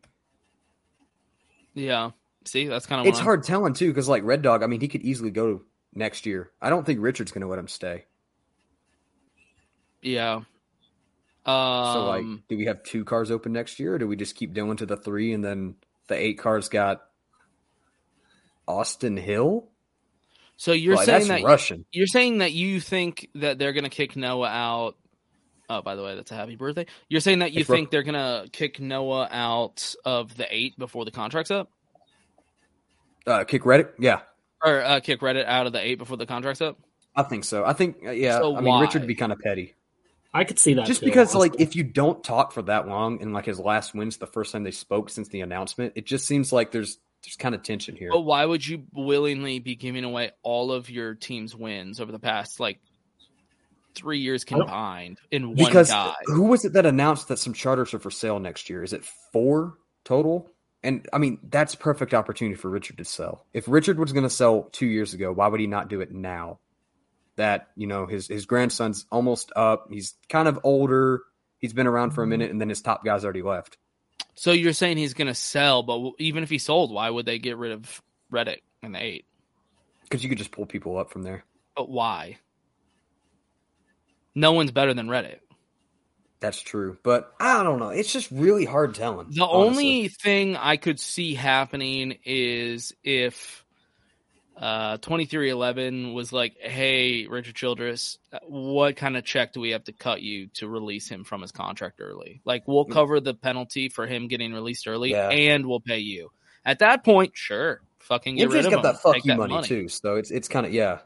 [SPEAKER 1] Yeah. See, that's kind of
[SPEAKER 7] it's hard telling too. Because like Red Dog, I mean, he could easily go next year. I don't think Richard's going to let him stay.
[SPEAKER 1] Yeah. Um,
[SPEAKER 7] so like, do we have two cars open next year, or do we just keep Dylan to the three, and then the eight cars got Austin Hill?
[SPEAKER 1] So you're
[SPEAKER 7] Like,
[SPEAKER 1] saying
[SPEAKER 7] that's
[SPEAKER 1] that
[SPEAKER 7] Russian.
[SPEAKER 1] you're saying that you think that they're gonna kick Noah out. Oh, by the way, that's a happy birthday. You're saying that you
[SPEAKER 7] Thanks, bro.
[SPEAKER 1] think they're gonna kick Noah out of the eight before the contract's up,
[SPEAKER 7] Uh, kick Reddick? Yeah,
[SPEAKER 1] or uh, kick Reddit out of the eight before the contract's up.
[SPEAKER 7] I think so. I think uh, yeah.
[SPEAKER 1] So
[SPEAKER 7] I mean, Richard
[SPEAKER 1] why?
[SPEAKER 7] would be kind of petty.
[SPEAKER 2] I could see that
[SPEAKER 7] just
[SPEAKER 2] too,
[SPEAKER 7] because like
[SPEAKER 2] honestly.
[SPEAKER 7] if you don't talk for that long and like his last win's the first time they spoke since the announcement it just seems like there's there's kind of tension here
[SPEAKER 1] But why would you willingly be giving away all of your team's wins over the past like three years combined in one
[SPEAKER 7] because
[SPEAKER 1] guy?
[SPEAKER 7] who was it that announced that some charters are for sale next year is it four total and i mean that's perfect opportunity for richard to sell if richard was going to sell two years ago why would he not do it now that you know his his grandson's almost up he's kind of older he's been around for a minute and then his top guy's already left
[SPEAKER 1] So you're saying he's gonna sell, but w- even if he sold, why would they get rid of Reddit in the eight?
[SPEAKER 7] because you could just pull people up from there
[SPEAKER 1] But why? No one's better than Reddit.
[SPEAKER 7] That's true, but I don't know. It's just really hard telling.
[SPEAKER 1] The
[SPEAKER 7] honestly.
[SPEAKER 1] only thing I could see happening is if uh 2311 was like, "Hey, Richard Childress, what kind of check do we have to cut you to release him from his contract early? Like we'll cover the penalty for him getting released early
[SPEAKER 7] Mm. Yeah.
[SPEAKER 1] and we'll pay you." At that point, sure. Fucking get
[SPEAKER 7] Andrew's
[SPEAKER 1] rid of
[SPEAKER 7] got
[SPEAKER 1] him.
[SPEAKER 7] that fuck
[SPEAKER 1] Take
[SPEAKER 7] you money, too, so it's it's kind of yeah.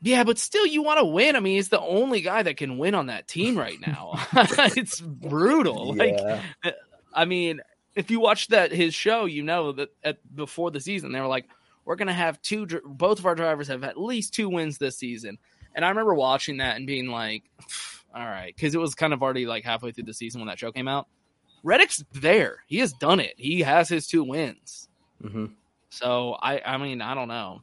[SPEAKER 1] Yeah, but still, you want to win. I mean, he's the only guy that can win on that team right now. it's brutal.
[SPEAKER 7] Yeah.
[SPEAKER 1] Like, I mean, if you watch that his show, you know that at, before the season they were like, "We're gonna have two. dr- Both of our drivers have at least two wins this season." And I remember watching that and being like, "All right," because it was kind of already like halfway through the season when that show came out. Reddick's there. He has done it. He has his two wins.
[SPEAKER 7] Mm-hmm.
[SPEAKER 1] So I, I mean, I don't know.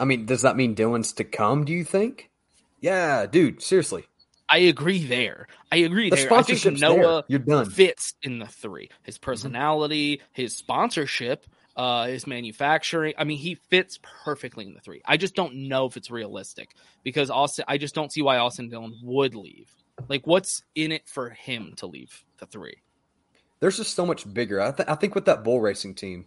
[SPEAKER 7] I mean, does that mean Dylan's to come? Do you think? Yeah, dude. Seriously,
[SPEAKER 1] I agree there. I agree
[SPEAKER 7] The
[SPEAKER 1] there. I think
[SPEAKER 7] sponsorship's
[SPEAKER 1] Noah
[SPEAKER 7] there. You're done. Mm-hmm.
[SPEAKER 1] fits in the three. His personality, his sponsorship, uh, his manufacturing. I mean, he fits perfectly in the three. I just don't know if it's realistic because Austin. I just don't see why Austin Dillon would leave. Like, what's in it for him to leave the three?
[SPEAKER 7] There's just so much bigger. I, th- I think with that bull racing team,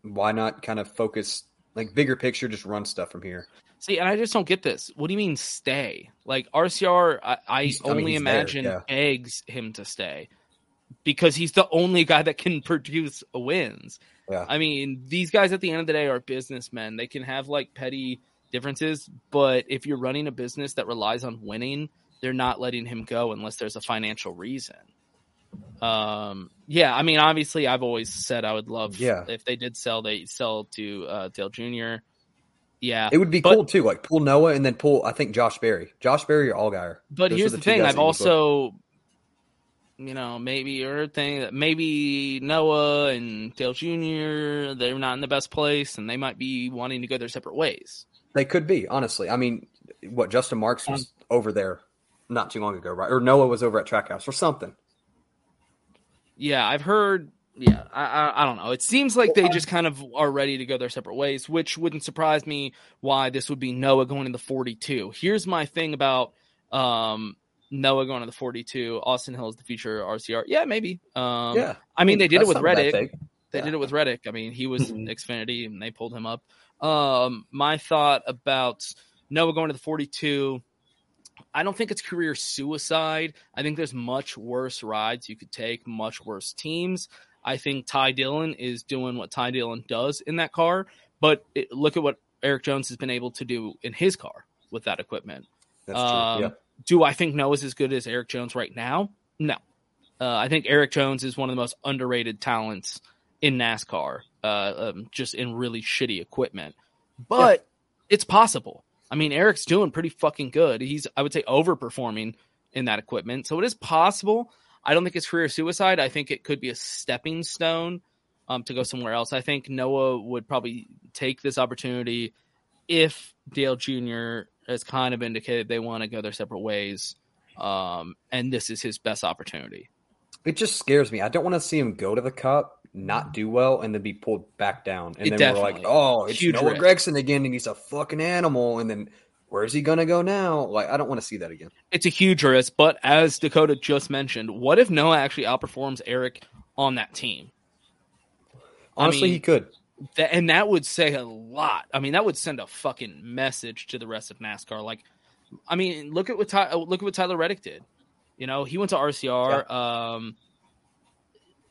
[SPEAKER 7] why not kind of focus like bigger picture, just run stuff from here.
[SPEAKER 1] See, and I just don't get this. What do you mean stay? Like RCR, I, I
[SPEAKER 7] He's- I mean,
[SPEAKER 1] only
[SPEAKER 7] he's there,
[SPEAKER 1] imagine
[SPEAKER 7] yeah.
[SPEAKER 1] begs him to stay because he's the only guy that can produce wins.
[SPEAKER 7] Yeah.
[SPEAKER 1] I mean, these guys at the end of the day are businessmen. They can have like petty differences, but if you're running a business that relies on winning, they're not letting him go unless there's a financial reason. Um, yeah, I mean, obviously, I've always said I would love
[SPEAKER 7] Yeah.
[SPEAKER 1] if they did sell, they sell to uh, Dale Jr. Yeah,
[SPEAKER 7] It would be
[SPEAKER 1] but-
[SPEAKER 7] cool too, like pull Noah and then pull I think Josh Berry. Josh Berry or Allgaier.
[SPEAKER 1] But
[SPEAKER 7] Those are
[SPEAKER 1] here's the,
[SPEAKER 7] two
[SPEAKER 1] thing:
[SPEAKER 7] guys
[SPEAKER 1] I've
[SPEAKER 7] that you look-
[SPEAKER 1] also, you know, maybe your thing that maybe Noah and Dale Jr. They're not in the best place, and they might be wanting to go their separate ways.
[SPEAKER 7] they could be honestly. I mean, what Justin Marks
[SPEAKER 1] Um,
[SPEAKER 7] was over there not too long ago, right? Or Noah was over at Trackhouse or something.
[SPEAKER 1] Yeah, I've heard. Yeah, I, I I don't know. It seems like they just kind of are ready to go their separate ways, which wouldn't surprise me. Why this would be Noah going to the forty-two? Here's my thing about um Noah going to the forty-two. Austin Hill is the future RCR. Yeah, maybe. Um,
[SPEAKER 7] Yeah.
[SPEAKER 1] I mean they did it
[SPEAKER 7] That's
[SPEAKER 1] with
[SPEAKER 7] not a bad
[SPEAKER 1] Reddick.
[SPEAKER 7] take.
[SPEAKER 1] They did it with Reddick. I mean he was
[SPEAKER 7] Mm-hmm.
[SPEAKER 1] in Xfinity and they pulled him up. Um, my thought about Noah going to the forty-two. I don't think it's career suicide. I think there's much worse rides you could take, much worse teams. I think Ty Dillon is doing what Ty Dillon does in that car, but it, look at what Eric Jones has been able to do in his car with that equipment. Um,
[SPEAKER 7] That's true, yeah.
[SPEAKER 1] Do I think Noah's as good as Eric Jones right now? No. Uh, I think Eric Jones is one of the most underrated talents in NASCAR, uh, um, just in really shitty equipment. But it's possible. I mean, Eric's doing pretty fucking good. He's, I would say, overperforming in that equipment. So it is possible. I don't think it's career suicide. I think it could be a stepping stone um, to go somewhere else. I think Noah would probably take this opportunity if Dale Jr. has kind of indicated they want to go their separate ways. Um, and this is his best opportunity.
[SPEAKER 7] It just scares me. I don't want to see him go to the cup, not do well, and then be pulled back down. And
[SPEAKER 1] Mm. It
[SPEAKER 7] then we're like,
[SPEAKER 1] definitely-
[SPEAKER 7] oh, it's
[SPEAKER 1] huge
[SPEAKER 7] Noah
[SPEAKER 1] risk.
[SPEAKER 7] Gregson again, and he's a fucking animal. And then where's he gonna go now? Like, I don't want to see that again.
[SPEAKER 1] It's a huge risk, but as Dakota just mentioned, what if Noah actually outperforms Eric on that team? I
[SPEAKER 7] Honestly,
[SPEAKER 1] mean-
[SPEAKER 7] he could.
[SPEAKER 1] That, and that would say a lot. I mean, that would send a fucking message to the rest of NASCAR. Like, I mean, look at what Ty, look at what Tyler Reddick did. You know, he went to RCR. Um,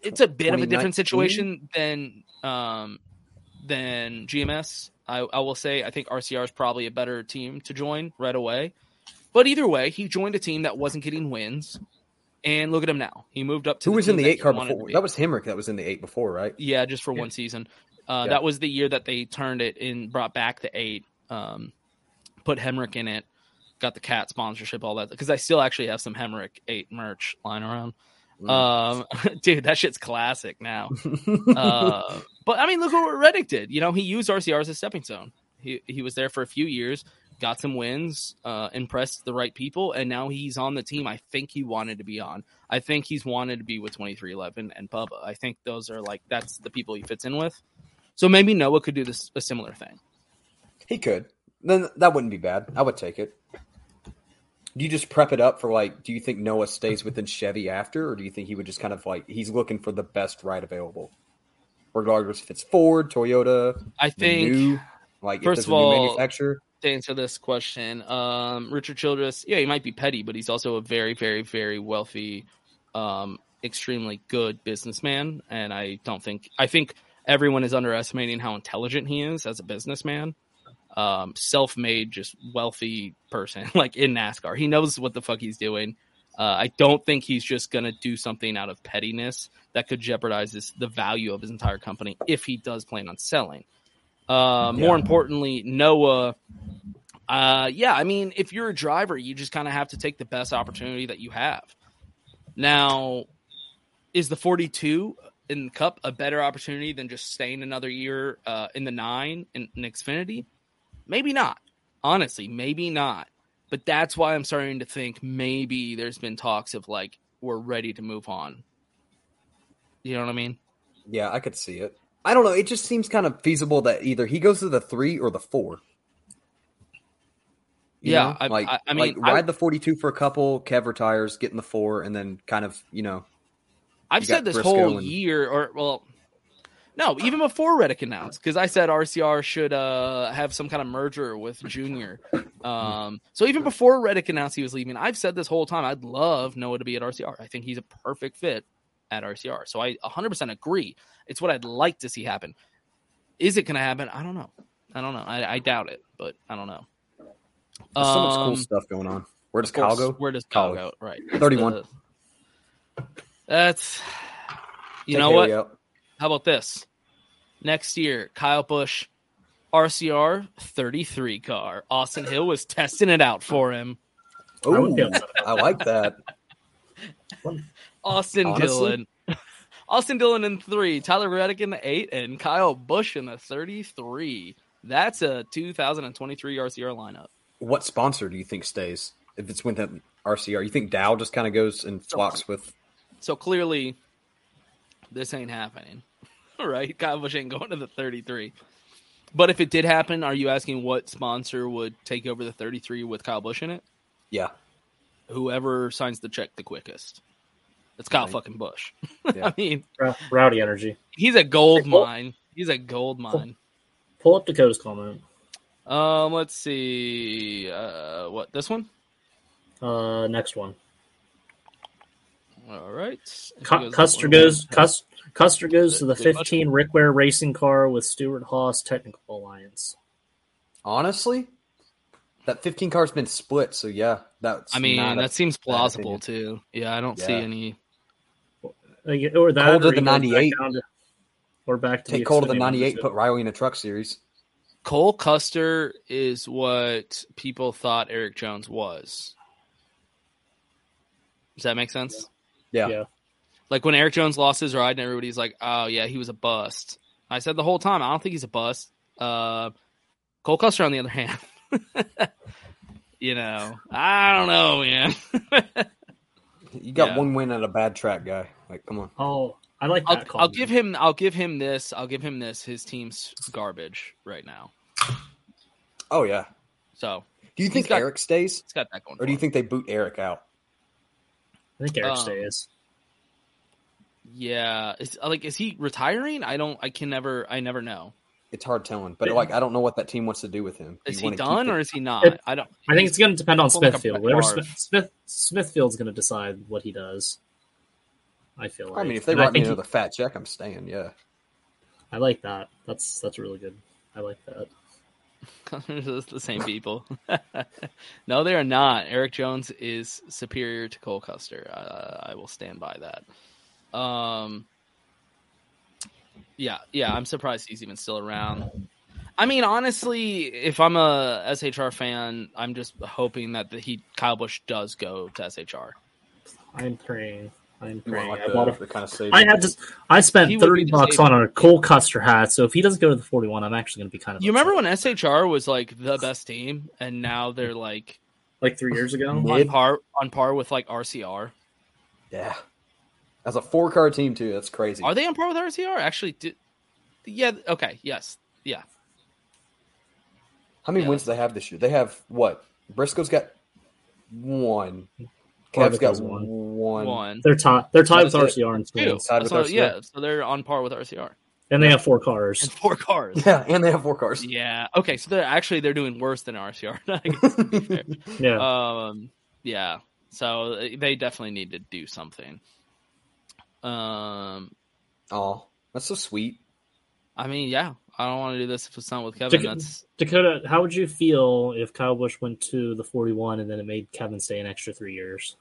[SPEAKER 1] it's a bit of a
[SPEAKER 7] 2019?
[SPEAKER 1] different situation than um, than GMS. I, I will say, I think RCR is probably a better team to join right away. But either way, he joined a team that wasn't getting wins, and look at him now. He moved up to
[SPEAKER 7] Who
[SPEAKER 1] the
[SPEAKER 7] was in
[SPEAKER 1] team
[SPEAKER 7] the
[SPEAKER 1] that
[SPEAKER 7] eight
[SPEAKER 1] he
[SPEAKER 7] car
[SPEAKER 1] wanted to
[SPEAKER 7] before?
[SPEAKER 1] be.
[SPEAKER 7] That was Hemrick. That was in the eight before, right?
[SPEAKER 1] Yeah, just for one
[SPEAKER 7] Yeah.
[SPEAKER 1] season. Uh,
[SPEAKER 7] Yeah.
[SPEAKER 1] That was the year that they turned it and brought back the eight, um, put Hemrick in it, got the cat sponsorship, all that. Because I still actually have some Hemrick eight merch lying around.
[SPEAKER 7] Mm.
[SPEAKER 1] Um, dude, that shit's classic now. uh, but I mean, look what Reddick did. You know, he used RCR as a stepping stone. He he was there for a few years, got some wins, uh, impressed the right people, and now he's on the team. I think he wanted to be on. I think he's wanted to be with twenty three eleven and Bubba. I think those are like that's the people he fits in with. So maybe Noah could do this a similar thing.
[SPEAKER 7] He could. Then that wouldn't be bad. I would take it. Do you just prep it up for like? Do you think Noah stays within Chevy after, or do you think he would just kind of like he's looking for the best ride available, regardless if it's Ford, Toyota?
[SPEAKER 1] I
[SPEAKER 7] the
[SPEAKER 1] think-
[SPEAKER 7] new, like
[SPEAKER 1] first
[SPEAKER 7] if there's
[SPEAKER 1] of
[SPEAKER 7] a new
[SPEAKER 1] all,
[SPEAKER 7] manufacturer.
[SPEAKER 1] To answer this question, um, Richard Childress, yeah, he might be petty, but he's also a very, very, very wealthy, um, extremely good businessman. And I don't think I think everyone is underestimating how intelligent he is as a businessman. Um, self-made, just wealthy person, like in NASCAR, he knows what the fuck he's doing. Uh, I don't think he's just gonna do something out of pettiness that could jeopardize his, the value of his entire company if he does plan on selling. Uh, More importantly, Noah. Uh, yeah, I mean, if you're a driver, you just kind of have to take the best opportunity that you have. Now, is the 42 in the cup a better opportunity than just staying another year uh, in the nine in, in Xfinity? Maybe not. Honestly, maybe not. But that's why I'm starting to think maybe there's been talks of like we're ready to move on. You know what I mean?
[SPEAKER 7] Yeah, I could see it. I don't know. It just seems kind of feasible that either he goes to the three or the four. You
[SPEAKER 1] yeah,
[SPEAKER 7] know?
[SPEAKER 1] I,
[SPEAKER 7] like
[SPEAKER 1] I, I mean,
[SPEAKER 7] like ride
[SPEAKER 1] I-
[SPEAKER 7] the forty-two for a couple. Kev retires, get in the four, and then kind of you know.
[SPEAKER 1] I've
[SPEAKER 7] you
[SPEAKER 1] said
[SPEAKER 7] got
[SPEAKER 1] this
[SPEAKER 7] Briscoe
[SPEAKER 1] whole
[SPEAKER 7] and-
[SPEAKER 1] year, or well, no, even before Reddick announced, because I said RCR should uh, have some kind of merger with Junior. Um, so even before Reddick announced he was leaving, I've said this whole time I'd love Noah to be at RCR. I think he's a perfect fit at RCR. So I 100% agree. It's what I'd like to see happen. Is it going to happen? I don't know. I don't know. I, I doubt it, but I don't know.
[SPEAKER 7] There's so much cool
[SPEAKER 1] Um,
[SPEAKER 7] stuff going on. Where does
[SPEAKER 1] of
[SPEAKER 7] Kyle
[SPEAKER 1] course,
[SPEAKER 7] go?
[SPEAKER 1] Where does Kyle
[SPEAKER 7] Kyle.
[SPEAKER 1] go? Right. That's
[SPEAKER 7] 31.
[SPEAKER 1] the- That's you
[SPEAKER 7] Take
[SPEAKER 1] know what?
[SPEAKER 7] Haley out.
[SPEAKER 1] How about this? Next year, Kyle Bush, RCR 33 car. Austin Hill was testing it out for him.
[SPEAKER 7] I would be Ooh, upset I like that.
[SPEAKER 1] Austin
[SPEAKER 7] Honestly?
[SPEAKER 1] Dillon. Austin Dillon in three, Tyler Reddick in the eight, and Kyle Bush in the 33. That's a 2023 RCR lineup.
[SPEAKER 7] What sponsor do you think stays if it's with that RCR? You think Dow just kind of goes and flocks with?
[SPEAKER 1] So clearly, this ain't happening, right? Kyle Busch ain't going to the 33. But if it did happen, are you asking what sponsor would take over the 33 with Kyle Busch in it?
[SPEAKER 7] Yeah,
[SPEAKER 1] Whoever signs the check the quickest. It's Kyle fucking Bush. I mean,
[SPEAKER 2] Rou- Rowdy energy.
[SPEAKER 1] he's a gold mine. He's a gold mine.
[SPEAKER 2] Pull up Dakota's comment.
[SPEAKER 1] Um, let's see. Uh, what this one?
[SPEAKER 2] Uh, next one.
[SPEAKER 1] All right. If
[SPEAKER 2] Cu-
[SPEAKER 1] he goes that
[SPEAKER 2] Custer
[SPEAKER 1] one,
[SPEAKER 2] goes.
[SPEAKER 1] then-
[SPEAKER 2] Cus- Custer goes to the
[SPEAKER 1] Good budget.
[SPEAKER 2] 15 Rickware racing car with Stuart Haas Technical Alliance.
[SPEAKER 7] Honestly, that fifteen car's been split. So yeah, that's.
[SPEAKER 1] I mean,
[SPEAKER 7] not a
[SPEAKER 1] that seems
[SPEAKER 7] bad
[SPEAKER 1] plausible
[SPEAKER 7] opinion.
[SPEAKER 1] too. Yeah, I don't see
[SPEAKER 7] Yeah.
[SPEAKER 1] any.
[SPEAKER 2] Like, or that,
[SPEAKER 7] Colder
[SPEAKER 2] or
[SPEAKER 7] than
[SPEAKER 2] you go back
[SPEAKER 7] 98.
[SPEAKER 2] down to- Or back to
[SPEAKER 7] Take
[SPEAKER 2] the
[SPEAKER 7] Cole to the
[SPEAKER 2] Xfinity
[SPEAKER 7] ninety-eight.
[SPEAKER 2] membership.
[SPEAKER 7] Put Riley in the Truck Series.
[SPEAKER 1] Cole Custer is what people thought Eric Jones was. Does that make sense?
[SPEAKER 7] Yeah.
[SPEAKER 1] Like when Eric Jones lost his ride and everybody's like, "Oh yeah, he was a bust." I said the whole time, I don't think he's a bust. Uh, Cole Custer, on the other hand, you know, I don't know, man.
[SPEAKER 7] You got
[SPEAKER 1] Yeah.
[SPEAKER 7] one win at a bad track, guy. Like, come on.
[SPEAKER 2] Oh, I like
[SPEAKER 1] I'll, I'll give him. I'll give him this. I'll give him this. His team's garbage right now.
[SPEAKER 7] Oh yeah.
[SPEAKER 1] So
[SPEAKER 7] Do you
[SPEAKER 1] he's
[SPEAKER 7] think
[SPEAKER 1] got-
[SPEAKER 7] Eric stays,
[SPEAKER 1] It's got that going.
[SPEAKER 7] or do you think they boot Eric out?
[SPEAKER 2] I think Eric
[SPEAKER 1] Um,
[SPEAKER 2] stays.
[SPEAKER 1] Yeah, is, uh, like is he retiring? I don't. I can never. I never know.
[SPEAKER 7] It's hard telling, but like, I don't know what that team wants to do with him. Do
[SPEAKER 1] Is
[SPEAKER 7] you
[SPEAKER 1] he
[SPEAKER 7] wanna keep
[SPEAKER 1] done
[SPEAKER 7] the-
[SPEAKER 1] or is he not? I don't.
[SPEAKER 2] I think
[SPEAKER 1] he's-
[SPEAKER 2] it's going to depend on
[SPEAKER 1] he's like a
[SPEAKER 2] Smithfield.
[SPEAKER 1] Brett
[SPEAKER 2] Whatever
[SPEAKER 1] Favre.
[SPEAKER 2] Smith, Smith Smithfield's going to decide what he does. I feel like.
[SPEAKER 7] I mean, if they
[SPEAKER 2] And I
[SPEAKER 7] write me
[SPEAKER 2] think he-
[SPEAKER 7] another fat check, I'm staying. Yeah.
[SPEAKER 2] I like that. That's that's really good. I like that.
[SPEAKER 1] It's the same people. no, they are not. Eric Jones is superior to Cole Custer. Uh, I will stand by that. Um, yeah, yeah. I'm surprised he's even still around. I mean, honestly, if I'm a SHR fan, I'm just hoping that the, he Kyle Bush does go to SHR.
[SPEAKER 2] I'm praying. I'm
[SPEAKER 7] You want
[SPEAKER 2] praying.
[SPEAKER 7] like
[SPEAKER 2] I
[SPEAKER 7] the,
[SPEAKER 2] bought a
[SPEAKER 7] the kind of
[SPEAKER 2] I had to. I spent
[SPEAKER 1] He would
[SPEAKER 2] thirty
[SPEAKER 1] be
[SPEAKER 2] bucks
[SPEAKER 1] disabled.
[SPEAKER 2] on a Cole Custer hat, so if he doesn't go to the forty-one, I'm actually going to be kind of
[SPEAKER 1] You remember when SHR was like the best team, and now they're like
[SPEAKER 2] like three years ago.
[SPEAKER 1] on par on par with like RCR.
[SPEAKER 7] Yeah. As a four car team too, that's crazy.
[SPEAKER 1] Are they on par with RCR? Actually, did, yeah. Okay. Yes. Yeah.
[SPEAKER 7] How many wins do they have this year? They have what? Briscoe's got one. Kev's
[SPEAKER 2] Harvick
[SPEAKER 7] got
[SPEAKER 2] has one.
[SPEAKER 7] one.
[SPEAKER 1] One.
[SPEAKER 2] They're tied. They're tied with
[SPEAKER 7] That is it.
[SPEAKER 2] RCR and
[SPEAKER 1] Two.
[SPEAKER 2] schools,
[SPEAKER 7] Tied with
[SPEAKER 1] So,
[SPEAKER 7] RCR?
[SPEAKER 1] yeah. So they're on par with RCR.
[SPEAKER 2] and they have four cars.
[SPEAKER 1] And four cars.
[SPEAKER 7] Yeah, and they have four cars.
[SPEAKER 1] Yeah. Okay. So they're actually they're doing worse than RCR. I guess, to be fair.
[SPEAKER 2] Yeah.
[SPEAKER 1] Um. Yeah. So they definitely need to do something. Um.
[SPEAKER 7] Oh, that's so sweet.
[SPEAKER 1] I mean, yeah. I don't want to do this if it's not with Kevin.
[SPEAKER 2] Dakota,
[SPEAKER 1] That's
[SPEAKER 2] Dakota, how would you feel if Kyle Bush went to the 41 and then it made Kevin stay an extra three years?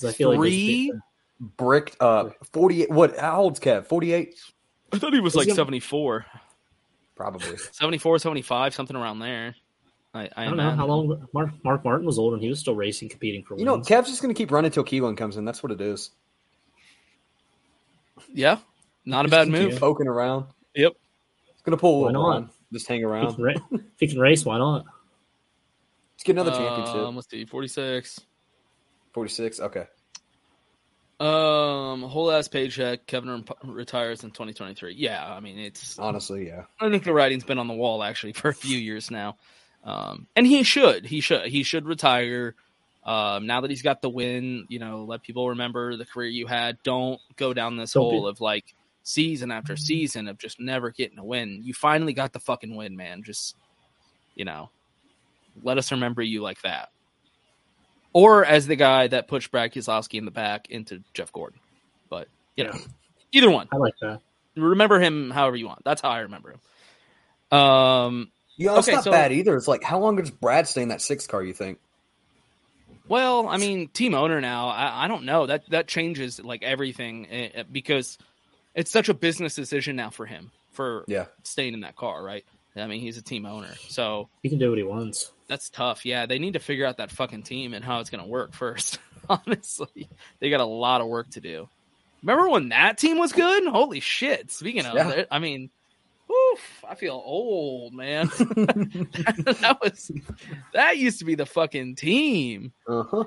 [SPEAKER 2] 'Cause I feel like there's a big-
[SPEAKER 1] three.
[SPEAKER 7] Bricked up. Forty eight what how old's Kev? Forty eight?
[SPEAKER 1] I thought he was
[SPEAKER 2] He's
[SPEAKER 1] like
[SPEAKER 2] gonna-
[SPEAKER 1] 74,
[SPEAKER 7] Probably.
[SPEAKER 1] 74, 75, something around there. I, I,
[SPEAKER 2] I don't know
[SPEAKER 1] imagine.
[SPEAKER 2] how long Mark Mark Martin was old and he was still racing, competing for
[SPEAKER 7] you know,
[SPEAKER 2] wins.
[SPEAKER 7] Kev's just gonna keep running till Keelan comes in. That's what it is.
[SPEAKER 1] Yeah. Not a
[SPEAKER 7] Just
[SPEAKER 1] bad
[SPEAKER 7] keep
[SPEAKER 1] move.
[SPEAKER 7] Poking around.
[SPEAKER 1] Yep.
[SPEAKER 7] He's gonna pull a
[SPEAKER 2] Why
[SPEAKER 7] little
[SPEAKER 2] not?
[SPEAKER 7] run. Just hang
[SPEAKER 2] If he,
[SPEAKER 7] around.
[SPEAKER 2] can ra- if he can race, why not?
[SPEAKER 7] He's get another championship.
[SPEAKER 1] Um, let's see, 46.
[SPEAKER 7] 46, okay.
[SPEAKER 1] Um, whole ass paycheck. Kevin rem- retires in 2023. Yeah, I mean it's
[SPEAKER 7] honestly, yeah.
[SPEAKER 1] I think the writing's been on the wall actually for a few years now, um, and he should, he should, he should retire. Um, now that he's got the win, you know, let people remember the career you had. Don't go down this
[SPEAKER 2] Don't
[SPEAKER 1] hole
[SPEAKER 2] be-
[SPEAKER 1] of like season after season of just never getting a win. You finally got the fucking win, man. Just you know, let us remember you like that, or as the guy that pushed Brad Keselowski in the back into Jeff Gordon. But you know, either one.
[SPEAKER 2] I like that.
[SPEAKER 1] Remember him however you want. That's how I remember him. Um,
[SPEAKER 7] You know, it's
[SPEAKER 1] okay,
[SPEAKER 7] not
[SPEAKER 1] so-
[SPEAKER 7] bad either. It's like how long does Brad stay in that sixth car? You think?
[SPEAKER 1] Well, I mean, team owner now. I, I don't know that that changes like everything eh, eh, because it's such a business decision now for him for
[SPEAKER 7] Yeah.
[SPEAKER 1] staying in that car, right? I mean, he's a team owner, so
[SPEAKER 2] He can do what he wants.
[SPEAKER 1] that's tough. Yeah, they need to figure out that fucking team and how it's going to work first. Honestly, they got a lot of work to do. Remember when that team was good? Holy shit! Speaking of,
[SPEAKER 2] Yeah.
[SPEAKER 1] it- I mean, oof, I feel old, man. that was that used to be the fucking team.
[SPEAKER 7] Uh huh.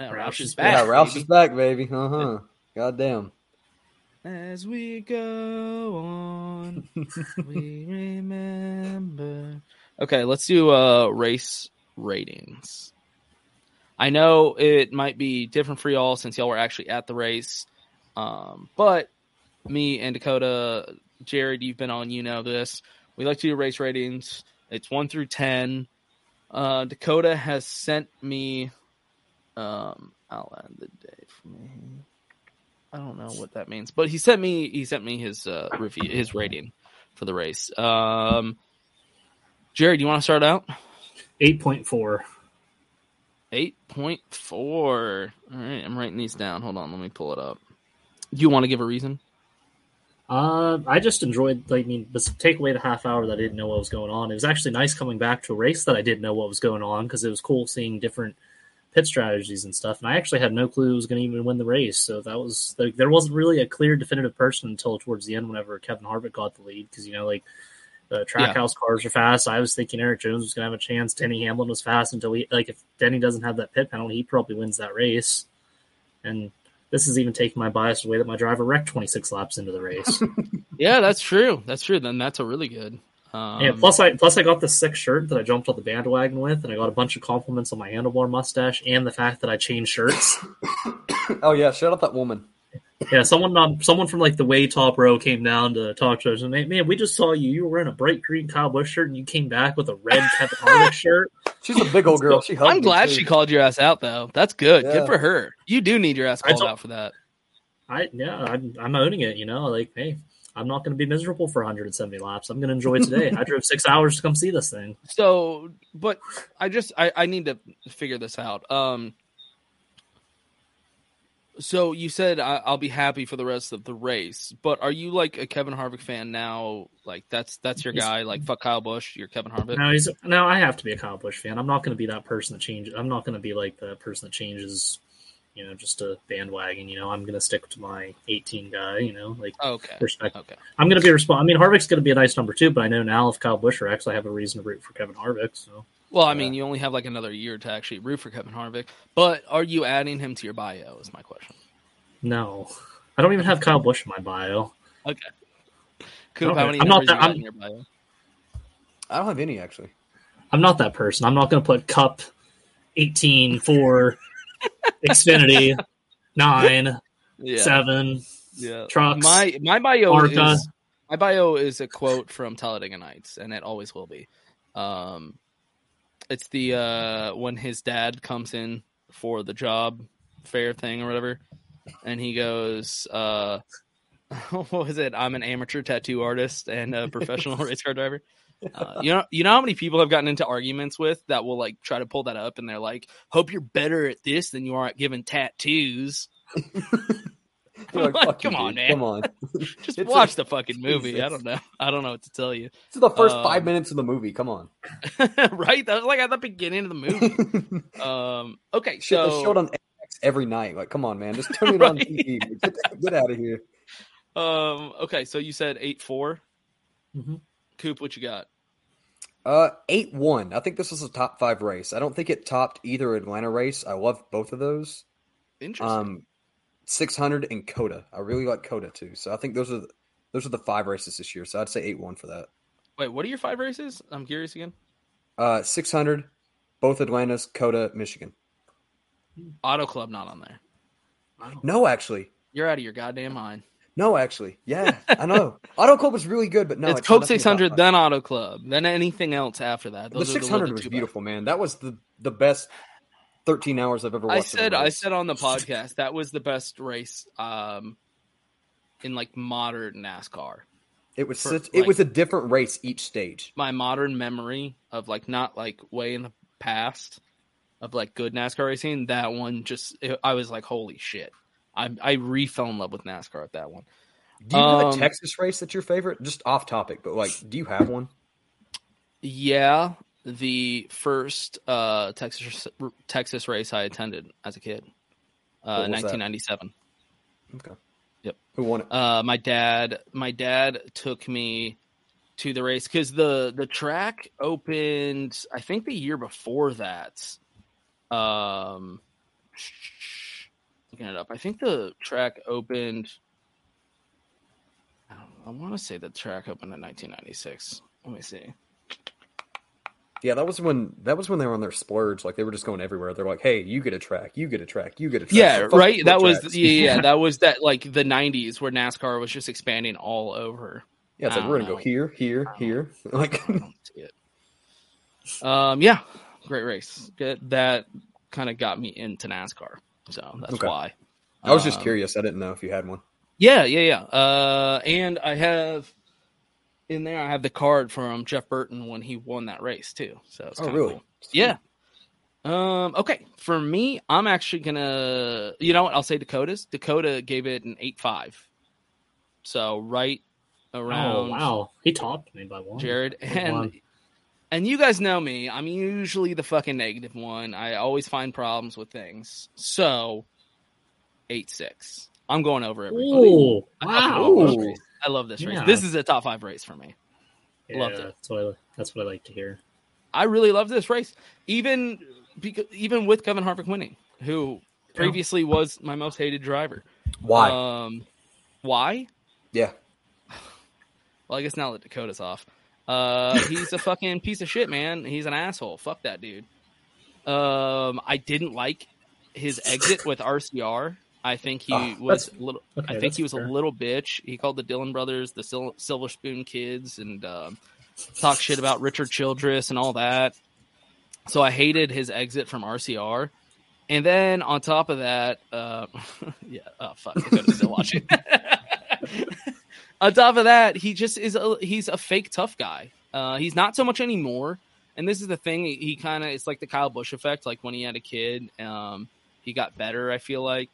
[SPEAKER 1] Uh, Roush is back.
[SPEAKER 7] Yeah, Roush
[SPEAKER 1] baby.
[SPEAKER 7] is back, baby. Uh huh. God damn.
[SPEAKER 1] As we go on, we remember. Okay, let's do uh race ratings. I know it might be different for y'all since y'all were actually at the race. Um, but me and Dakota, Jared, you've been on, you know this. We like to do race ratings. It's one through ten. Uh, Dakota has sent me. Um, I'll end the day for me. I don't know what that means, but he sent me he sent me his uh, review his rating for the race. Um, Jared, you want to start out?
[SPEAKER 2] Eight point four.
[SPEAKER 1] Eight point four. All right, I'm writing these down. Hold on, let me pull it up. You want to give a reason?
[SPEAKER 2] Uh, I just enjoyed. Like, I mean, this take away the half hour that I didn't know what was going on. It was actually nice coming back to a race that I didn't know what was going on because it was cool seeing different pit strategies and stuff. And I actually had no clue who was going to even win the race. So that was like, there wasn't really a clear, definitive person until towards the end, whenever Kevin Harvick got the lead, because you know, like the track house cars are fast. I was thinking Eric Jones was going to have a chance. Denny Hamlin was fast until he like if Denny doesn't have that pit penalty, he probably wins that race. And this is even taking my bias away that my driver wrecked 26 laps into the race.
[SPEAKER 1] Yeah, that's true. That's true. Then that's a really good. Um,
[SPEAKER 2] yeah, plus I plus I got this sick shirt that I jumped on the bandwagon with, and I got a bunch of compliments on my handlebar mustache and the fact that I changed shirts.
[SPEAKER 7] Oh yeah, shout out that woman.
[SPEAKER 2] yeah, someone um, someone from like the way top row came down to talk to us, and they, man, we just saw you. You were wearing a bright green Kyle Busch shirt, and you came back with a red Kevin Harvick shirt.
[SPEAKER 7] She's a big old girl. She hugged
[SPEAKER 1] I'm
[SPEAKER 7] me,
[SPEAKER 1] glad
[SPEAKER 7] too.
[SPEAKER 1] she called your ass out though. That's good.
[SPEAKER 2] Yeah.
[SPEAKER 1] Good for her. You do need your ass
[SPEAKER 2] I
[SPEAKER 1] called
[SPEAKER 2] don't-
[SPEAKER 1] out for that.
[SPEAKER 2] I yeah, I'm, I'm owning it. You know, like hey, I'm not going to be miserable for 170 laps. I'm going to enjoy today. I drove six hours to come see this thing.
[SPEAKER 1] So, but I just I, I need to figure this out. Um, so you said I, I'll be happy for the rest of the race, but are you like a Kevin Harvick fan now? Like that's that's your
[SPEAKER 2] He's-
[SPEAKER 1] guy. Like fuck Kyle Busch, you're Kevin Harvick.
[SPEAKER 2] No, he's no. I have to be a Kyle Busch fan. I'm not going to be that person that changes. I'm not going to be like the person that changes. You know, just a bandwagon. You know, I'm going to stick to my 18 guy. You know, like
[SPEAKER 1] Oh, okay,
[SPEAKER 2] respect.
[SPEAKER 1] Okay,
[SPEAKER 2] I'm going to be responsible. I mean, Harvick's going to be a nice number two, but I know now if Kyle Busch wrecks, I have a reason to root for Kevin Harvick. So
[SPEAKER 1] Well, I mean, you only have like another year to actually root for Kevin Harvick, but are you adding him to your bio? Is my question.
[SPEAKER 2] no, I don't even have Kyle Busch in my bio.
[SPEAKER 1] Okay.
[SPEAKER 2] I
[SPEAKER 1] Coop,
[SPEAKER 2] don't
[SPEAKER 1] how
[SPEAKER 2] know.
[SPEAKER 1] many
[SPEAKER 2] I'm
[SPEAKER 1] numbers
[SPEAKER 2] not
[SPEAKER 1] you
[SPEAKER 2] that-
[SPEAKER 1] got
[SPEAKER 2] I'm-
[SPEAKER 1] in your bio?
[SPEAKER 7] I don't have any actually.
[SPEAKER 2] I'm not that person. I'm not going to put Cup 18 for Xfinity nine
[SPEAKER 1] Yeah.
[SPEAKER 2] seven
[SPEAKER 1] Yeah.
[SPEAKER 2] trucks.
[SPEAKER 1] My my bio
[SPEAKER 2] Arca.
[SPEAKER 1] is my bio is a quote from Talladega Nights, and it always will be. Um, it's the uh when his dad comes in for the job fair thing or whatever, and he goes, uh, "What was it? I'm an amateur tattoo artist and a professional race car driver." Uh, you know, you know how many people I've gotten into arguments with that will like try to pull that up, and they're like, "Hope you're better at this than you are at giving tattoos."
[SPEAKER 7] You're like,
[SPEAKER 1] Like,
[SPEAKER 7] "Fuck you,
[SPEAKER 1] come on,
[SPEAKER 7] dude.
[SPEAKER 1] man.
[SPEAKER 7] Come on.
[SPEAKER 1] Just
[SPEAKER 7] It's
[SPEAKER 1] watch
[SPEAKER 7] a-
[SPEAKER 1] the fucking movie. I don't know. I don't know what to tell you.
[SPEAKER 7] This is the first
[SPEAKER 1] Um,
[SPEAKER 7] five minutes of the movie. Come on.
[SPEAKER 1] right? That was like at the beginning of the movie. um. Okay.
[SPEAKER 7] Shit,
[SPEAKER 1] so
[SPEAKER 7] they showed on X every night. Like, come on, man. Just turn it on TV. Get, get out of here.
[SPEAKER 1] Um. Okay. So you said eight four.
[SPEAKER 2] Mhm.
[SPEAKER 1] Coop, what you got?
[SPEAKER 7] Uh, eight one. I think this was a top five race. I don't think it topped either Atlanta race. I love both of those.
[SPEAKER 1] Interesting.
[SPEAKER 7] Um, six hundred and Coda. I really like Coda too. So I think those are the, those are the five races this year. So I'd say eight one for that.
[SPEAKER 1] Wait, what are your five races? I'm curious again.
[SPEAKER 7] Uh, six hundred, both Atlantas, Coda, Michigan.
[SPEAKER 1] Auto Club not on there.
[SPEAKER 7] No, actually,
[SPEAKER 1] You're out of your goddamn mind.
[SPEAKER 7] no, actually, yeah, I know. Auto Club was really good, but no,
[SPEAKER 1] it's
[SPEAKER 7] not-
[SPEAKER 1] Coke
[SPEAKER 7] nothing about
[SPEAKER 1] 600,
[SPEAKER 7] mine.
[SPEAKER 1] then Auto Club, then anything else after that.
[SPEAKER 7] The
[SPEAKER 1] Those
[SPEAKER 7] six hundred
[SPEAKER 1] are the,
[SPEAKER 7] was
[SPEAKER 1] two
[SPEAKER 7] beautiful, man. That was the the best thirteen hours I've ever watched.
[SPEAKER 1] I
[SPEAKER 7] of a
[SPEAKER 1] said I
[SPEAKER 7] race.
[SPEAKER 1] said on the podcast that was the best race um in like modern NASCAR.
[SPEAKER 7] it was
[SPEAKER 1] for,
[SPEAKER 7] such,
[SPEAKER 1] like-
[SPEAKER 7] it was a different race each stage.
[SPEAKER 1] My modern memory of like not like way in the past of like good NASCAR racing, that one just it, I was like holy shit. I I re fell in love with NASCAR at that one.
[SPEAKER 7] Do you have
[SPEAKER 1] Um,
[SPEAKER 7] a Texas race that's your favorite? Just off topic, but like, do you have one?
[SPEAKER 1] Yeah, the first uh, Texas Texas race I attended as a kid, uh,
[SPEAKER 7] What was that?
[SPEAKER 1] 1997.
[SPEAKER 7] Okay.
[SPEAKER 1] Yep.
[SPEAKER 7] Who won it?
[SPEAKER 1] Uh, my dad. My dad took me to the race because the the track opened. I think the year before that. Um, looking it up. I think the track opened. I, don't- I want to say the track opened in 1996. Let me see.
[SPEAKER 7] Yeah, that was when that was when they were on their splurge. Like they were just going everywhere. They're like, hey, you get a track, you get a track, you get a track.
[SPEAKER 1] Yeah,
[SPEAKER 7] Fuck
[SPEAKER 1] right.
[SPEAKER 7] the
[SPEAKER 1] That was
[SPEAKER 7] tracks.
[SPEAKER 1] yeah, yeah, yeah, that was that like the '90s where NASCAR was just expanding all over.
[SPEAKER 7] yeah, it's
[SPEAKER 1] I
[SPEAKER 7] like
[SPEAKER 1] don't
[SPEAKER 7] we're gonna go
[SPEAKER 1] know.
[SPEAKER 7] here, here, here. Like,
[SPEAKER 1] Um, yeah, great race. That, that kind of got me into NASCAR, so that's
[SPEAKER 7] Okay.
[SPEAKER 1] why.
[SPEAKER 7] I was just
[SPEAKER 1] Um,
[SPEAKER 7] curious. I didn't know if you had one.
[SPEAKER 1] Yeah, yeah, yeah. Uh, and I have in there. I have the card from Jeff Burton when he won that race too. So it's
[SPEAKER 7] Oh,
[SPEAKER 1] kinda
[SPEAKER 7] really?
[SPEAKER 1] cool. Yeah. Um. Okay. For me, I'm actually gonna. You know what? I'll say Dakota's. Dakota gave it an eight five. So right around.
[SPEAKER 2] Oh wow, he topped me by one.
[SPEAKER 1] Jared
[SPEAKER 2] By one.
[SPEAKER 1] and and you guys know me. I'm usually the fucking negative one. I always find problems with things. So eight six. I'm going over everybody.
[SPEAKER 2] Ooh,
[SPEAKER 1] I fucking
[SPEAKER 2] wow.
[SPEAKER 1] love this race. I love this race.
[SPEAKER 2] Yeah.
[SPEAKER 1] This is a top five race for me. Loved
[SPEAKER 2] Yeah,
[SPEAKER 1] it.
[SPEAKER 2] That's what I, that's what I like to hear.
[SPEAKER 1] I really love this race, even because, even with Kevin Harvick winning, who previously was my most hated driver.
[SPEAKER 7] Why?
[SPEAKER 1] Um, why?
[SPEAKER 7] Yeah.
[SPEAKER 1] Well, I guess now that Dakota's off, uh, he's a fucking piece of shit, man. He's an asshole. Fuck that dude. Um, I didn't like his exit with RCR. I think he
[SPEAKER 2] Ah,
[SPEAKER 1] was
[SPEAKER 2] that's-
[SPEAKER 1] a little.
[SPEAKER 2] okay,
[SPEAKER 1] I think
[SPEAKER 2] that's
[SPEAKER 1] he was
[SPEAKER 2] fair.
[SPEAKER 1] a little bitch. He called the Dillon brothers the Sil- Silver Spoon kids and um, talked shit about Richard Childress and all that. So I hated his exit from RCR. And then on top of that, uh, yeah, oh fuck, Dakota's still watching. on top of that, he just is a, he's a fake tough guy. Uh, he's not so much anymore. And this is the thing. He, kind of it's like the Kyle Bush effect. Like when he had a kid, um, he got better. I feel like,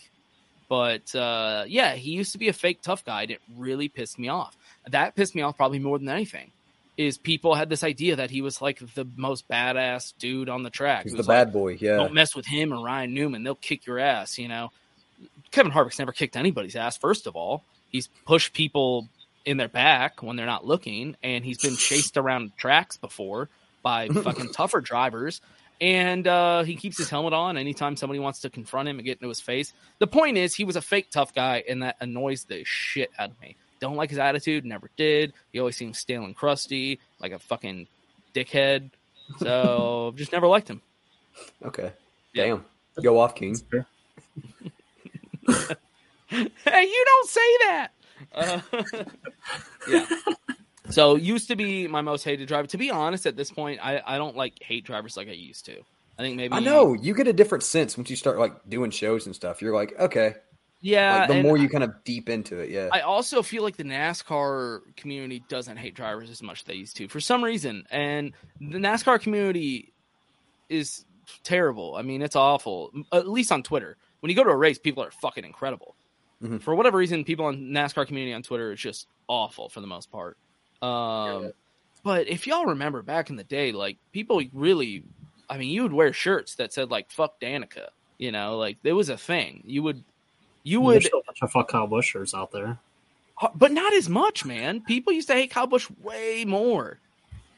[SPEAKER 1] but uh, yeah, he used to be a fake tough guy. And it really pissed me off. That pissed me off probably more than anything. Is people had this idea that he was like the most badass dude on the track.
[SPEAKER 7] He's
[SPEAKER 1] It
[SPEAKER 7] the
[SPEAKER 1] was
[SPEAKER 7] bad
[SPEAKER 1] like,
[SPEAKER 7] boy. Yeah.
[SPEAKER 1] don't mess with him or Ryan Newman. They'll kick your ass, you know. Kevin Harvick's never kicked anybody's ass, first of all. He's pushed people in their back when they're not looking, and he's been chased around tracks before by fucking tougher drivers. And uh, he keeps his helmet on anytime somebody wants to confront him and get into his face. The point is, he was a fake tough guy, and that annoys the shit out of me. Don't like his attitude, never did. He always seems stale and crusty, like a fucking dickhead. So just never liked him.
[SPEAKER 7] Okay. Damn. Go off, King.
[SPEAKER 1] hey, you don't say that. Uh, yeah. So used to be my most hated driver. To be honest, at this point, I, I don't like hate drivers like I used to. I think maybe
[SPEAKER 7] I know you get a different sense once you start like doing shows and stuff. You're like, okay,
[SPEAKER 1] Yeah,
[SPEAKER 7] Like, the
[SPEAKER 1] and
[SPEAKER 7] more you kind of deep into it, yeah.
[SPEAKER 1] I also feel like the NASCAR community doesn't hate drivers as much as they used to for some reason, and the NASCAR community is terrible. I mean, it's awful. At least on Twitter, when you go to a race, people are fucking incredible.
[SPEAKER 7] Mhm.
[SPEAKER 1] For whatever reason, people on NASCAR community on Twitter is just awful for the most part. Um, But if y'all remember back in the day, like people really, I mean, you would wear shirts that said like "fuck Danica," you know, like there was a thing. You would, you
[SPEAKER 2] There's
[SPEAKER 1] would
[SPEAKER 2] still a bunch of fuck Kyle Buschers out there.
[SPEAKER 1] but not as much, man. People used to hate Kyle Bush way more.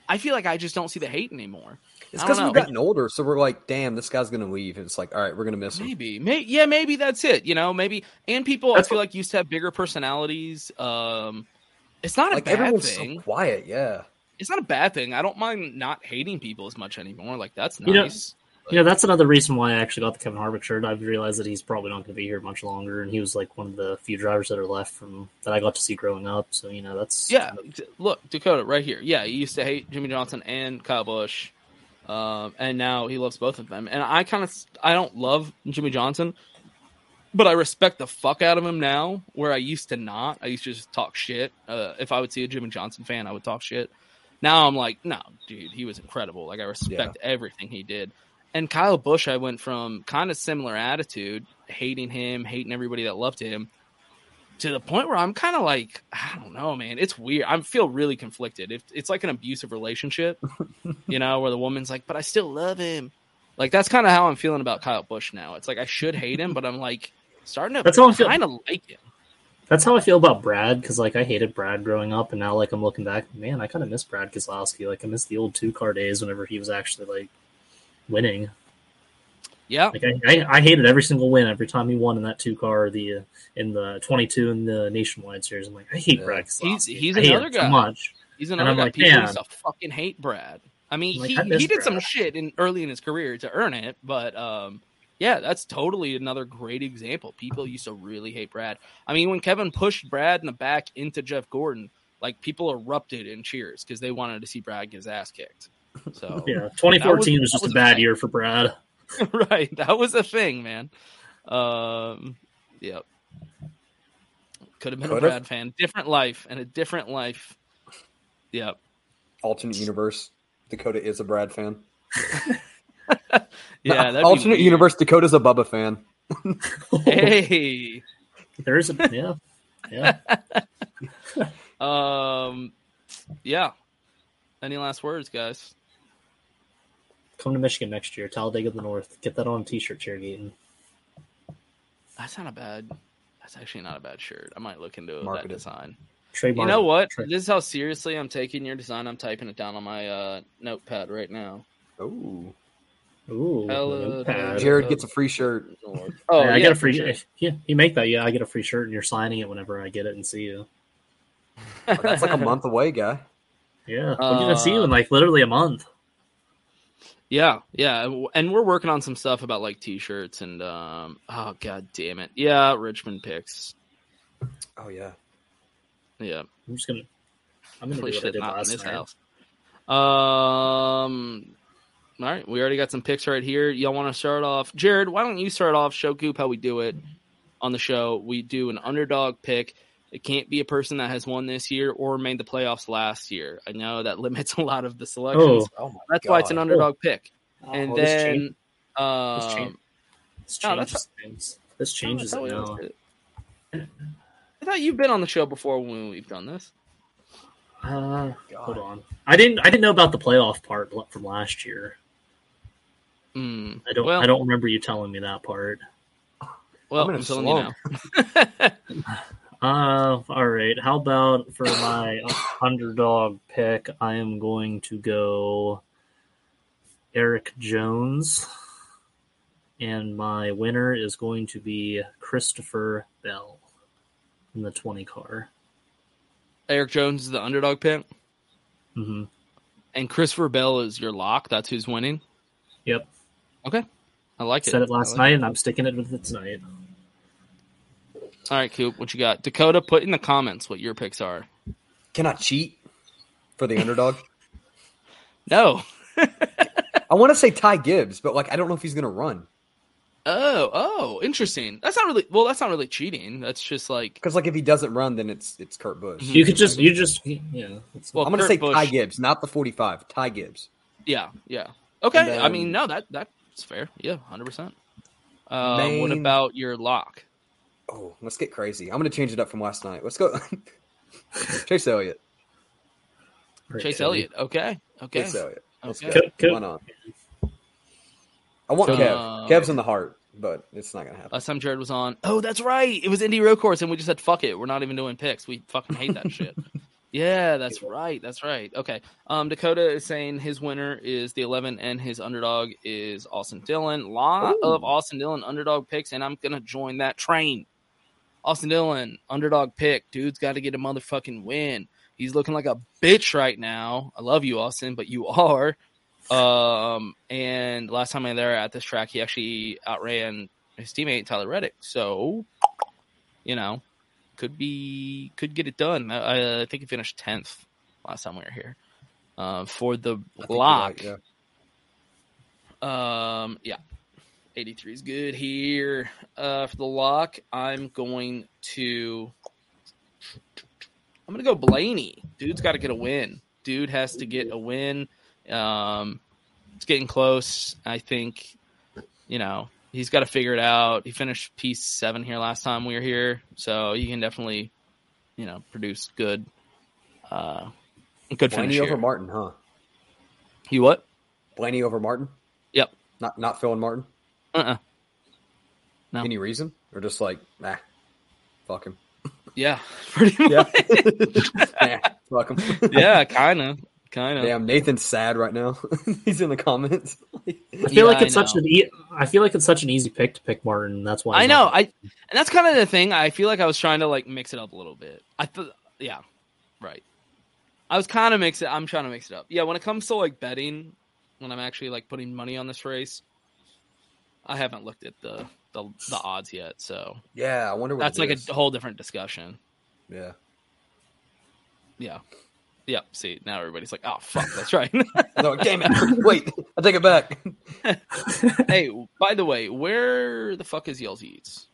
[SPEAKER 1] I feel like I just don't see the hate anymore.
[SPEAKER 7] It's
[SPEAKER 1] I
[SPEAKER 7] because
[SPEAKER 1] don't
[SPEAKER 7] we've
[SPEAKER 1] know.
[SPEAKER 7] gotten older, so we're like, damn, this guy's gonna leave. And it's like, all right, we're gonna miss him.
[SPEAKER 1] Maybe, may, yeah, maybe that's it. You know, maybe and people I feel like used to have bigger personalities. Um, it's not a
[SPEAKER 7] Like,
[SPEAKER 1] bad
[SPEAKER 7] everyone's so
[SPEAKER 1] thing.
[SPEAKER 7] quiet, yeah.
[SPEAKER 1] It's not a bad thing. I don't mind not hating people as much anymore. Like that's nice.
[SPEAKER 2] You know- You know, that's another reason why I actually got the Kevin Harvick shirt. I realized that he's probably not going to be here much longer, and he was like one of the few drivers that are left from that I got to see growing up. So you know, that's
[SPEAKER 1] yeah, d- look, Dakota right here. Yeah, he used to hate Jimmy Johnson and Kyle Busch, um, and now he loves both of them. And I kind of I don't love Jimmy Johnson, but I respect the fuck out of him now. Where I used to not, I used to just talk shit. Uh, if I would see a Jimmy Johnson fan, I would talk shit. Now I'm like, no, dude, he was incredible. Like I respect everything he did. And Kyle Busch, I went from kind of similar attitude, hating him, hating everybody that loved him, to the point where I'm kind of like, I don't know, man. It's weird. I feel really conflicted. It, it's like an abusive relationship, you know, where the woman's like, but I still love him. Like, that's kind of how I'm feeling about Kyle Bush now. It's like, I should hate him, but I'm like, starting to
[SPEAKER 2] That's how I'm feeling.
[SPEAKER 1] kind of like him.
[SPEAKER 2] that's how I feel about Brad because like I hated Brad growing up, and now like I'm looking back, man, I kind of miss Brad Keselowski. Like I miss the old two car days whenever he was actually like winning.
[SPEAKER 1] Yeah.
[SPEAKER 2] Like I, I, I hated every single win every time he won in that two car the uh, in the 22 in the nationwide series. I'm like I hate Brad.
[SPEAKER 1] He's,
[SPEAKER 2] Keselowski.
[SPEAKER 1] he's
[SPEAKER 2] I hate
[SPEAKER 1] another
[SPEAKER 2] him
[SPEAKER 1] guy.
[SPEAKER 2] So much.
[SPEAKER 1] He's
[SPEAKER 2] And
[SPEAKER 1] another
[SPEAKER 2] I'm
[SPEAKER 1] guy.
[SPEAKER 2] like,
[SPEAKER 1] People
[SPEAKER 2] man.
[SPEAKER 1] used to fucking hate Brad. I mean,
[SPEAKER 2] Like,
[SPEAKER 1] he,
[SPEAKER 2] I miss
[SPEAKER 1] he did some
[SPEAKER 2] Brad.
[SPEAKER 1] shit in early in his career to earn it, but um, yeah, that's totally another great example. People used to really hate Brad. I mean, when Kevin pushed Brad in the back into Jeff Gordon, like people erupted in cheers because they wanted to see Brad get his ass kicked. So
[SPEAKER 2] Yeah, 2014 was,
[SPEAKER 1] Oh, that
[SPEAKER 2] just a
[SPEAKER 1] was
[SPEAKER 2] bad year for Brad.
[SPEAKER 1] right. That was a thing, man. Um, yep. Could have been a
[SPEAKER 7] Could've.
[SPEAKER 1] Brad fan. Different life and a different life. Yep.
[SPEAKER 7] Alternate universe, Dakota is a Brad fan.
[SPEAKER 1] Yeah, that'd be
[SPEAKER 7] alternate
[SPEAKER 1] weird.
[SPEAKER 7] universe, Dakota's a Bubba fan.
[SPEAKER 1] Hey.
[SPEAKER 2] There's a yeah, yeah.
[SPEAKER 1] Um, yeah. Any last words, guys?
[SPEAKER 2] Come to Michigan next year, Talladega of the North. Get that on a t-shirt, Chairgating.
[SPEAKER 1] That's not a bad. That's actually not a bad shirt. I might look into
[SPEAKER 2] Market
[SPEAKER 1] that
[SPEAKER 2] it.
[SPEAKER 1] design.
[SPEAKER 2] Trademark.
[SPEAKER 1] You know what? This is how seriously I'm taking your design. I'm typing it down on my uh, notepad right now.
[SPEAKER 7] Oh.
[SPEAKER 2] Ooh,
[SPEAKER 1] Hello,
[SPEAKER 2] notepad.
[SPEAKER 7] Jared gets a free shirt.
[SPEAKER 1] Oh,
[SPEAKER 2] yeah, I
[SPEAKER 1] yeah,
[SPEAKER 2] get a
[SPEAKER 1] for
[SPEAKER 2] free.
[SPEAKER 1] sure.
[SPEAKER 2] Yeah, you make that. Yeah, I get a free shirt, and you're signing it whenever I get it and see you.
[SPEAKER 7] Oh, That's like a month away, guy.
[SPEAKER 2] Yeah, we're gonna
[SPEAKER 1] Uh,
[SPEAKER 2] see you in like literally a month.
[SPEAKER 1] Yeah, yeah, and w- and we're working on some stuff about like t-shirts and um oh god damn it. Yeah, Richmond picks.
[SPEAKER 7] Oh yeah.
[SPEAKER 1] Yeah.
[SPEAKER 2] I'm just gonna. I'm gonna
[SPEAKER 1] Holy
[SPEAKER 2] do what I
[SPEAKER 1] shit,
[SPEAKER 2] did
[SPEAKER 1] not in
[SPEAKER 2] last
[SPEAKER 1] this
[SPEAKER 2] night.
[SPEAKER 1] house. Um all right, we already got some picks right here. Y'all want to start off? Jared, why don't you start off show Goop how we do it on the show? We do an underdog pick. It can't be a person that has won this year or made the playoffs last year. I know that limits a lot of the selections.
[SPEAKER 2] Oh. Oh my
[SPEAKER 1] That's why it's an
[SPEAKER 2] God.
[SPEAKER 1] underdog pick.
[SPEAKER 2] Oh,
[SPEAKER 1] and
[SPEAKER 2] this
[SPEAKER 1] then
[SPEAKER 2] change- this change-
[SPEAKER 1] um,
[SPEAKER 2] This
[SPEAKER 1] no,
[SPEAKER 2] changes
[SPEAKER 1] that's-
[SPEAKER 2] things. This changes
[SPEAKER 1] how
[SPEAKER 2] it
[SPEAKER 1] we always
[SPEAKER 2] now.
[SPEAKER 1] do it. I thought you've been on the show before when we've done this.
[SPEAKER 2] Uh, hold on. I didn't. I didn't know about the playoff part l- from last year.
[SPEAKER 1] Mm,
[SPEAKER 2] I don't.
[SPEAKER 1] Well,
[SPEAKER 2] I don't remember you telling me that part.
[SPEAKER 1] Well,
[SPEAKER 2] I'm
[SPEAKER 1] I'm,
[SPEAKER 2] in a
[SPEAKER 1] telling
[SPEAKER 2] slump.
[SPEAKER 1] you now.
[SPEAKER 2] Uh, all right. How about for my underdog pick? I am going to go Eric Jones, and my winner is going to be Christopher Bell in the twenty car.
[SPEAKER 1] Eric Jones is the underdog pick,
[SPEAKER 2] Mm-hmm.
[SPEAKER 1] and Christopher Bell is your lock. That's who's winning.
[SPEAKER 2] Yep.
[SPEAKER 1] Okay, I like it.
[SPEAKER 2] Said it
[SPEAKER 1] I
[SPEAKER 2] last
[SPEAKER 1] like
[SPEAKER 2] night, and I'm sticking it with it tonight.
[SPEAKER 1] All right, Coop, what you got? Dakota, put in the comments what your picks are.
[SPEAKER 7] Can I cheat for the underdog?
[SPEAKER 1] no.
[SPEAKER 7] I want to say Ty Gibbs, but like I don't know if he's gonna run.
[SPEAKER 1] Oh, oh, interesting. That's not really well. That's not really cheating. That's just like
[SPEAKER 7] Because like if he doesn't run, then it's it's Kurt Busch.
[SPEAKER 2] You could just. You just. Yeah.
[SPEAKER 1] Mm-hmm. well,
[SPEAKER 7] I'm gonna
[SPEAKER 1] Kurt
[SPEAKER 7] say
[SPEAKER 1] Busch-
[SPEAKER 7] Ty Gibbs, not the 45. Ty Gibbs.
[SPEAKER 1] yeah, yeah. Okay,
[SPEAKER 7] And
[SPEAKER 1] I
[SPEAKER 7] then-
[SPEAKER 1] mean, no, that that's fair. Yeah, hundred percent. Uh, What
[SPEAKER 7] Main-
[SPEAKER 1] about your lock?
[SPEAKER 7] Oh, let's get crazy. I'm gonna change it up from last night. Let's go. Chase Elliott.
[SPEAKER 1] Chase Elliott. Okay. Okay.
[SPEAKER 7] Chase Elliott. Let's
[SPEAKER 1] Okay.
[SPEAKER 7] go.
[SPEAKER 1] Coop, Coop.
[SPEAKER 7] Why not? I want
[SPEAKER 1] Coop.
[SPEAKER 7] Kev.
[SPEAKER 1] Um,
[SPEAKER 7] Kev's in the heart, but it's not gonna happen.
[SPEAKER 1] Last time Uh, Jared was on. Oh, that's right. It was Indy Road Course, and we just said fuck it. We're not even doing picks. We fucking hate that shit. Yeah, that's right. That's right. Okay. Um, Dakota is saying his winner is the 11 and his underdog is Austin Dillon. Lot
[SPEAKER 14] Ooh.
[SPEAKER 1] of Austin Dillon underdog picks, and I'm going to join that train. Austin Dillon, underdog pick. Dude's got to get a motherfucking win. He's looking like a bitch right now. I love you, Austin, but you are. Um, and last time I there at this track, he actually outran his teammate Tyler Reddick. So, you know, could be could get it done. I, I think he finished tenth last time we were here uh, for the
[SPEAKER 7] you're
[SPEAKER 1] block.
[SPEAKER 7] right, yeah.
[SPEAKER 1] Um, yeah, eighty three is good here uh, for the lock. I'm going to I'm gonna go Blaney. Dude's got to get a win. Dude has to get a win. Um, it's getting close. I think, you know, he's got to figure it out. He finished piece seven here last time we were here, so he can definitely, you know, produce good, uh, good
[SPEAKER 7] Blaney
[SPEAKER 1] finish
[SPEAKER 7] over
[SPEAKER 1] here.
[SPEAKER 7] Martin, huh?
[SPEAKER 1] You what?
[SPEAKER 7] Blaney over Martin.
[SPEAKER 1] Yep.
[SPEAKER 7] Not not Phil and Martin.
[SPEAKER 1] Uh. uh No.
[SPEAKER 7] Any reason or just like nah, fuck him.
[SPEAKER 1] Yeah, pretty
[SPEAKER 7] much. Yeah, nah, fuck him.
[SPEAKER 1] Yeah, kind of, kind of.
[SPEAKER 7] Damn, Nathan's sad right now. He's in the comments.
[SPEAKER 2] I feel like it's such an e- I feel like it's such an easy pick to pick Martin. That's why
[SPEAKER 1] I
[SPEAKER 2] he's
[SPEAKER 1] know.
[SPEAKER 2] not-
[SPEAKER 1] I and that's kind of the thing. I feel like I was trying to like mix it up a little bit. I thought, yeah, right. I was kind of mix it. I'm trying to mix it up. Yeah, when it comes to like betting, when I'm actually like putting money on this race, I haven't looked at the the, the odds yet. So
[SPEAKER 7] Yeah, I wonder what
[SPEAKER 1] that's
[SPEAKER 7] it
[SPEAKER 1] like
[SPEAKER 7] is.
[SPEAKER 1] a whole different discussion.
[SPEAKER 7] Yeah.
[SPEAKER 1] Yeah. Yep. See, now everybody's like, "Oh fuck, that's right."
[SPEAKER 7] no, damn it! Wait, I take it back.
[SPEAKER 1] hey, by the way, where the fuck is Yells Eats?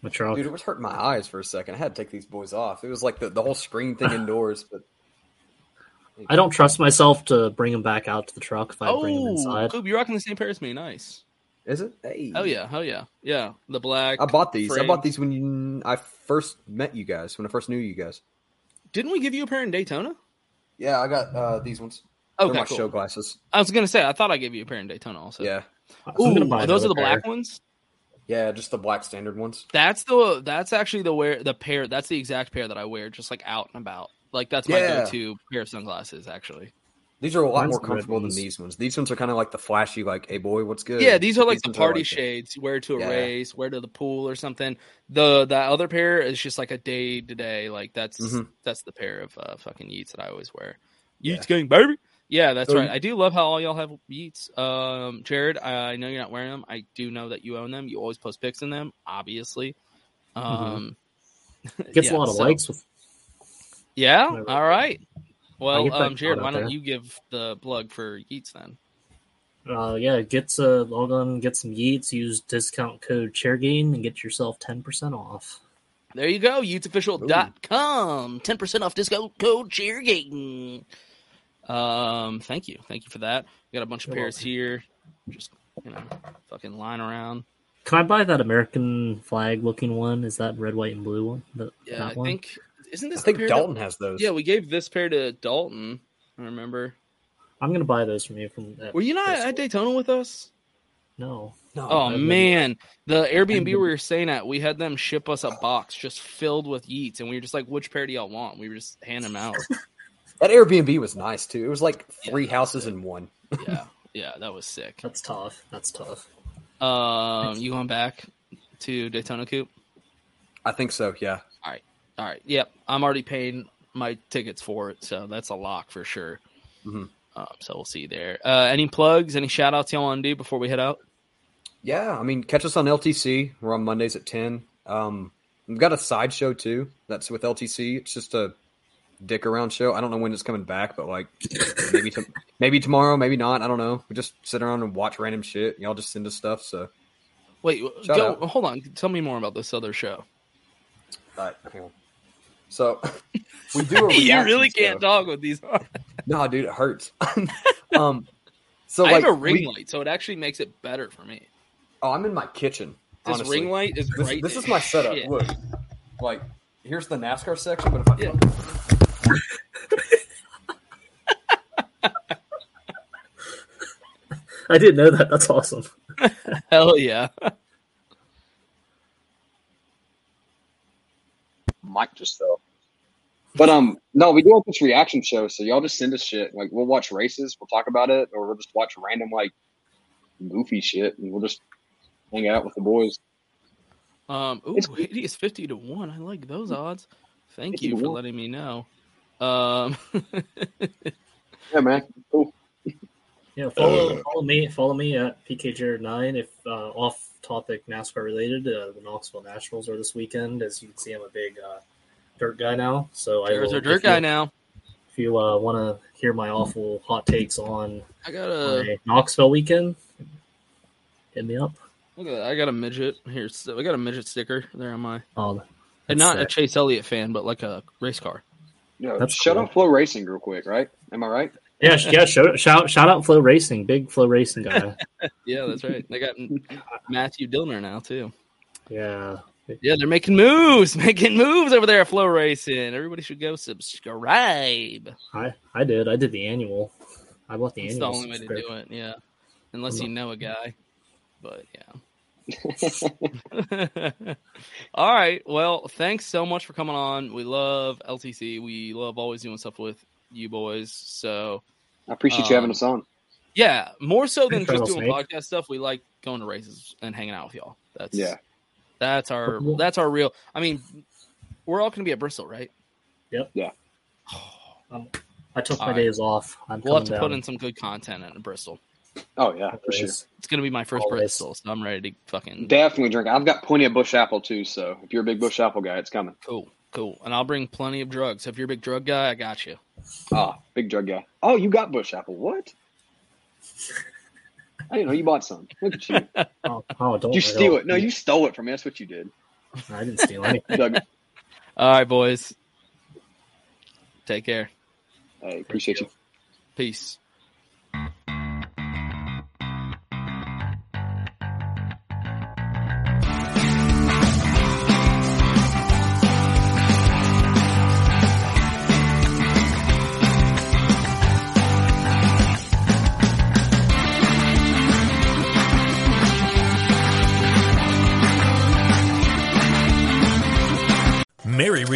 [SPEAKER 2] What's wrong?
[SPEAKER 7] Dude, it was hurting my eyes for a second. I had to take these boys off. It was like the, the whole screen thing indoors, but
[SPEAKER 2] I don't trust myself to bring him back out to the truck if I bring him
[SPEAKER 1] Oh,
[SPEAKER 2] inside.
[SPEAKER 1] Coop, you're rocking the same pair as me. Nice.
[SPEAKER 7] Is it? Hey.
[SPEAKER 1] Oh yeah. Oh yeah. Yeah. The black.
[SPEAKER 7] I bought these. I
[SPEAKER 1] frame.
[SPEAKER 7] bought these when you, I first met you guys, when I first knew you guys.
[SPEAKER 1] Didn't we give you a pair in Daytona?
[SPEAKER 7] Yeah, I got uh, these ones.
[SPEAKER 1] Okay,
[SPEAKER 7] They're my
[SPEAKER 1] cool.
[SPEAKER 7] show glasses.
[SPEAKER 1] I was gonna say. I thought I gave you a pair in Daytona also.
[SPEAKER 7] Yeah.
[SPEAKER 1] Ooh, those are the
[SPEAKER 7] ones?
[SPEAKER 1] black ones.
[SPEAKER 7] Yeah, just the black standard ones.
[SPEAKER 1] That's the. That's actually the wear the pair. That's the exact pair that I wear just like out and about. Like that's my
[SPEAKER 7] Yeah.
[SPEAKER 1] go-to pair of sunglasses actually.
[SPEAKER 7] These are a lot
[SPEAKER 1] Mine's
[SPEAKER 7] more
[SPEAKER 1] the red
[SPEAKER 7] comfortable than
[SPEAKER 1] ones.
[SPEAKER 7] these ones. These ones are kind of like the flashy, like, "Hey boy, what's good?"
[SPEAKER 1] Yeah, these are like the
[SPEAKER 7] ones
[SPEAKER 1] party
[SPEAKER 7] like the-
[SPEAKER 1] shades. You wear to a
[SPEAKER 7] Yeah.
[SPEAKER 1] race, wear to the pool or something. The the other pair is just like a day to day. Like that's
[SPEAKER 2] Mm-hmm.
[SPEAKER 7] Mhm.
[SPEAKER 1] that's the pair of uh, fucking Yeats that I always wear. Yeats gang, baby. Yeah, that's
[SPEAKER 7] So
[SPEAKER 1] right.
[SPEAKER 7] you-
[SPEAKER 1] I do love how all y'all have Yeats. Um, Jared, I know you're not wearing them. I do know that you own them. You always post pics in them, obviously. Um,
[SPEAKER 2] Mm-hmm. Gets a
[SPEAKER 1] yeah,
[SPEAKER 2] lot of
[SPEAKER 1] so-
[SPEAKER 2] likes with
[SPEAKER 1] Yeah. All right. Well,
[SPEAKER 2] get that
[SPEAKER 1] um, Jared,
[SPEAKER 2] caught
[SPEAKER 1] why
[SPEAKER 2] out
[SPEAKER 1] don't
[SPEAKER 2] there.
[SPEAKER 1] you give the plug for Yeats then?
[SPEAKER 2] Uh, yeah, get uh, log on, get some Yeats, use discount code ChairGain, and get yourself ten percent off.
[SPEAKER 1] There you go, youtofficial.com. 10% off discount code cheergating. Um, thank you. Thank you for that. We got a bunch of
[SPEAKER 2] You're
[SPEAKER 1] pairs here. Just, you know, fucking lying around.
[SPEAKER 2] Can I buy that American flag looking one? Is that red, white, and blue one? That,
[SPEAKER 1] Yeah,
[SPEAKER 2] that
[SPEAKER 1] I
[SPEAKER 2] one?
[SPEAKER 1] think isn't this
[SPEAKER 7] I think
[SPEAKER 1] the pair
[SPEAKER 7] Dalton
[SPEAKER 1] that-
[SPEAKER 7] has those.
[SPEAKER 1] Yeah, we gave this pair to Dalton, I remember.
[SPEAKER 2] I'm gonna buy those from you. From that.
[SPEAKER 1] Were you not at Daytona with us?
[SPEAKER 2] No.
[SPEAKER 1] oh
[SPEAKER 2] I wouldn't.
[SPEAKER 1] man, the Airbnb we
[SPEAKER 2] wouldn't.
[SPEAKER 1] were staying at, we had them ship us a box just filled with yeets, and we were just like, "Which pair do y'all want?" We were just handing them out.
[SPEAKER 7] That Airbnb was nice too. It was like three houses in one.
[SPEAKER 1] yeah, yeah, that was sick.
[SPEAKER 2] That's tough. That's tough.
[SPEAKER 1] Um, you going back to Daytona Coupe?
[SPEAKER 7] I think so. Yeah.
[SPEAKER 1] All right, all right. Yep, I'm already paying my tickets for it, so that's a lock for sure.
[SPEAKER 7] Mhm.
[SPEAKER 1] Um, so we'll see you there. Uh, any plugs? Any shout outs y'all want to do before we head out?
[SPEAKER 7] Yeah, I mean, catch us on LTC. We're on Mondays at ten. Um, we've got a side show too. That's with LTC. It's just a dick around show. I don't know when it's coming back, but like maybe to, maybe tomorrow, maybe not. I don't know. We just sit around and watch random shit. Y'all just send us stuff. So
[SPEAKER 1] Wait,
[SPEAKER 7] Shout
[SPEAKER 1] go,
[SPEAKER 7] out.
[SPEAKER 1] hold on. Tell me more about this other show.
[SPEAKER 7] Alright, hang on. So we do. A
[SPEAKER 1] you
[SPEAKER 7] reaction
[SPEAKER 1] really
[SPEAKER 7] show.
[SPEAKER 1] can't dog with these.
[SPEAKER 7] No, dude, it hurts. um, so
[SPEAKER 1] I
[SPEAKER 7] like,
[SPEAKER 1] have a ring
[SPEAKER 7] we-
[SPEAKER 1] light, so it actually makes it better for me.
[SPEAKER 7] Oh, I'm in my kitchen.
[SPEAKER 1] This
[SPEAKER 7] honestly.
[SPEAKER 1] ring light is
[SPEAKER 7] this,
[SPEAKER 1] bright
[SPEAKER 7] This is
[SPEAKER 1] as
[SPEAKER 7] my setup.
[SPEAKER 1] shit.
[SPEAKER 7] Look, like here's the NASCAR section, but if I
[SPEAKER 2] I didn't know that. That's awesome.
[SPEAKER 1] Hell yeah.
[SPEAKER 15] Mic just fell.
[SPEAKER 7] But um, no, we do want this reaction show, so y'all just send us shit. Like we'll watch races, we'll talk about it, or we'll just watch random like goofy shit, and we'll just hang out with the boys.
[SPEAKER 1] Um, ooh, Haiti is fifty to one. I like those odds. Thank
[SPEAKER 7] 50
[SPEAKER 1] you
[SPEAKER 7] to
[SPEAKER 1] for
[SPEAKER 7] one.
[SPEAKER 1] letting me know. Um,
[SPEAKER 7] yeah, man. Cool.
[SPEAKER 2] Yeah, follow follow me follow me at pkjared 9 if uh, off topic NASCAR related. Uh, the Knoxville Nationals are this weekend. As you can see, I'm a big uh, dirt guy now. So I
[SPEAKER 1] There's
[SPEAKER 2] will-
[SPEAKER 1] our
[SPEAKER 2] if
[SPEAKER 1] dirt
[SPEAKER 2] you-
[SPEAKER 1] guy now.
[SPEAKER 2] If you uh, want to hear my awful hot takes on
[SPEAKER 1] I got a
[SPEAKER 2] my Knoxville weekend, hit me up.
[SPEAKER 1] look at that. I got a midget here. So I got a midget sticker there on my.
[SPEAKER 2] Oh, that's
[SPEAKER 1] and not a
[SPEAKER 2] sick.
[SPEAKER 1] Chase Elliott fan, but like a race car.
[SPEAKER 7] Yeah,
[SPEAKER 2] That's
[SPEAKER 7] shut
[SPEAKER 2] cool.
[SPEAKER 7] up, Flow Racing, real quick, right? Am I right?
[SPEAKER 2] Yeah, sh- yeah. Shout, shout, shout out Flow Racing, big Flow Racing guy.
[SPEAKER 1] Yeah, that's right. They got Matthew Dillner now too.
[SPEAKER 2] Yeah.
[SPEAKER 1] Yeah, they're making moves, making moves over there at Flow Racing. Everybody should go subscribe.
[SPEAKER 2] I, I did. I did the annual. I bought the
[SPEAKER 1] It's the
[SPEAKER 2] annual.
[SPEAKER 1] only way to do it, yeah. Unless you know a guy. But yeah. All right. Well, thanks so much for coming on. We love LTC. We love always doing stuff with you boys. So
[SPEAKER 7] I appreciate you having
[SPEAKER 1] um,
[SPEAKER 7] us on.
[SPEAKER 1] Yeah, more so than
[SPEAKER 7] Thanks,
[SPEAKER 1] just doing
[SPEAKER 7] Rattlesnake.
[SPEAKER 1] podcast stuff, we like going to races and hanging out with y'all. That's
[SPEAKER 7] Yeah.
[SPEAKER 1] That's our
[SPEAKER 7] But-
[SPEAKER 1] that's our real. I mean, we're all going to be at Bristol, right?
[SPEAKER 2] Yep.
[SPEAKER 7] Yeah.
[SPEAKER 2] Um, I took my
[SPEAKER 1] All right.
[SPEAKER 2] days off. I'm
[SPEAKER 1] we'll have to
[SPEAKER 2] coming
[SPEAKER 1] put
[SPEAKER 2] down.
[SPEAKER 1] in some good content in Bristol.
[SPEAKER 7] Oh yeah, for sure.
[SPEAKER 2] Always.
[SPEAKER 1] It's going to be my first
[SPEAKER 7] Always.
[SPEAKER 1] Bristol, so I'm ready to fucking
[SPEAKER 7] Definitely drink. I've got plenty of bush apple too, so if you're a big bush apple guy, it's coming.
[SPEAKER 1] cool, cool. And I'll bring plenty of drugs. If you're a big drug guy, I got you.
[SPEAKER 7] Ah, big drug guy. Oh, you got bush apple. What? I didn't know you bought some. Look at you.
[SPEAKER 2] Oh, oh, don't
[SPEAKER 7] you
[SPEAKER 2] worry,
[SPEAKER 7] steal
[SPEAKER 2] I'll-
[SPEAKER 7] it. No, you stole it from me. That's what you did.
[SPEAKER 2] I didn't steal anything.
[SPEAKER 7] Doug,
[SPEAKER 1] All right, boys. Take care.
[SPEAKER 7] I appreciate you.
[SPEAKER 1] Peace.
[SPEAKER 13] Mary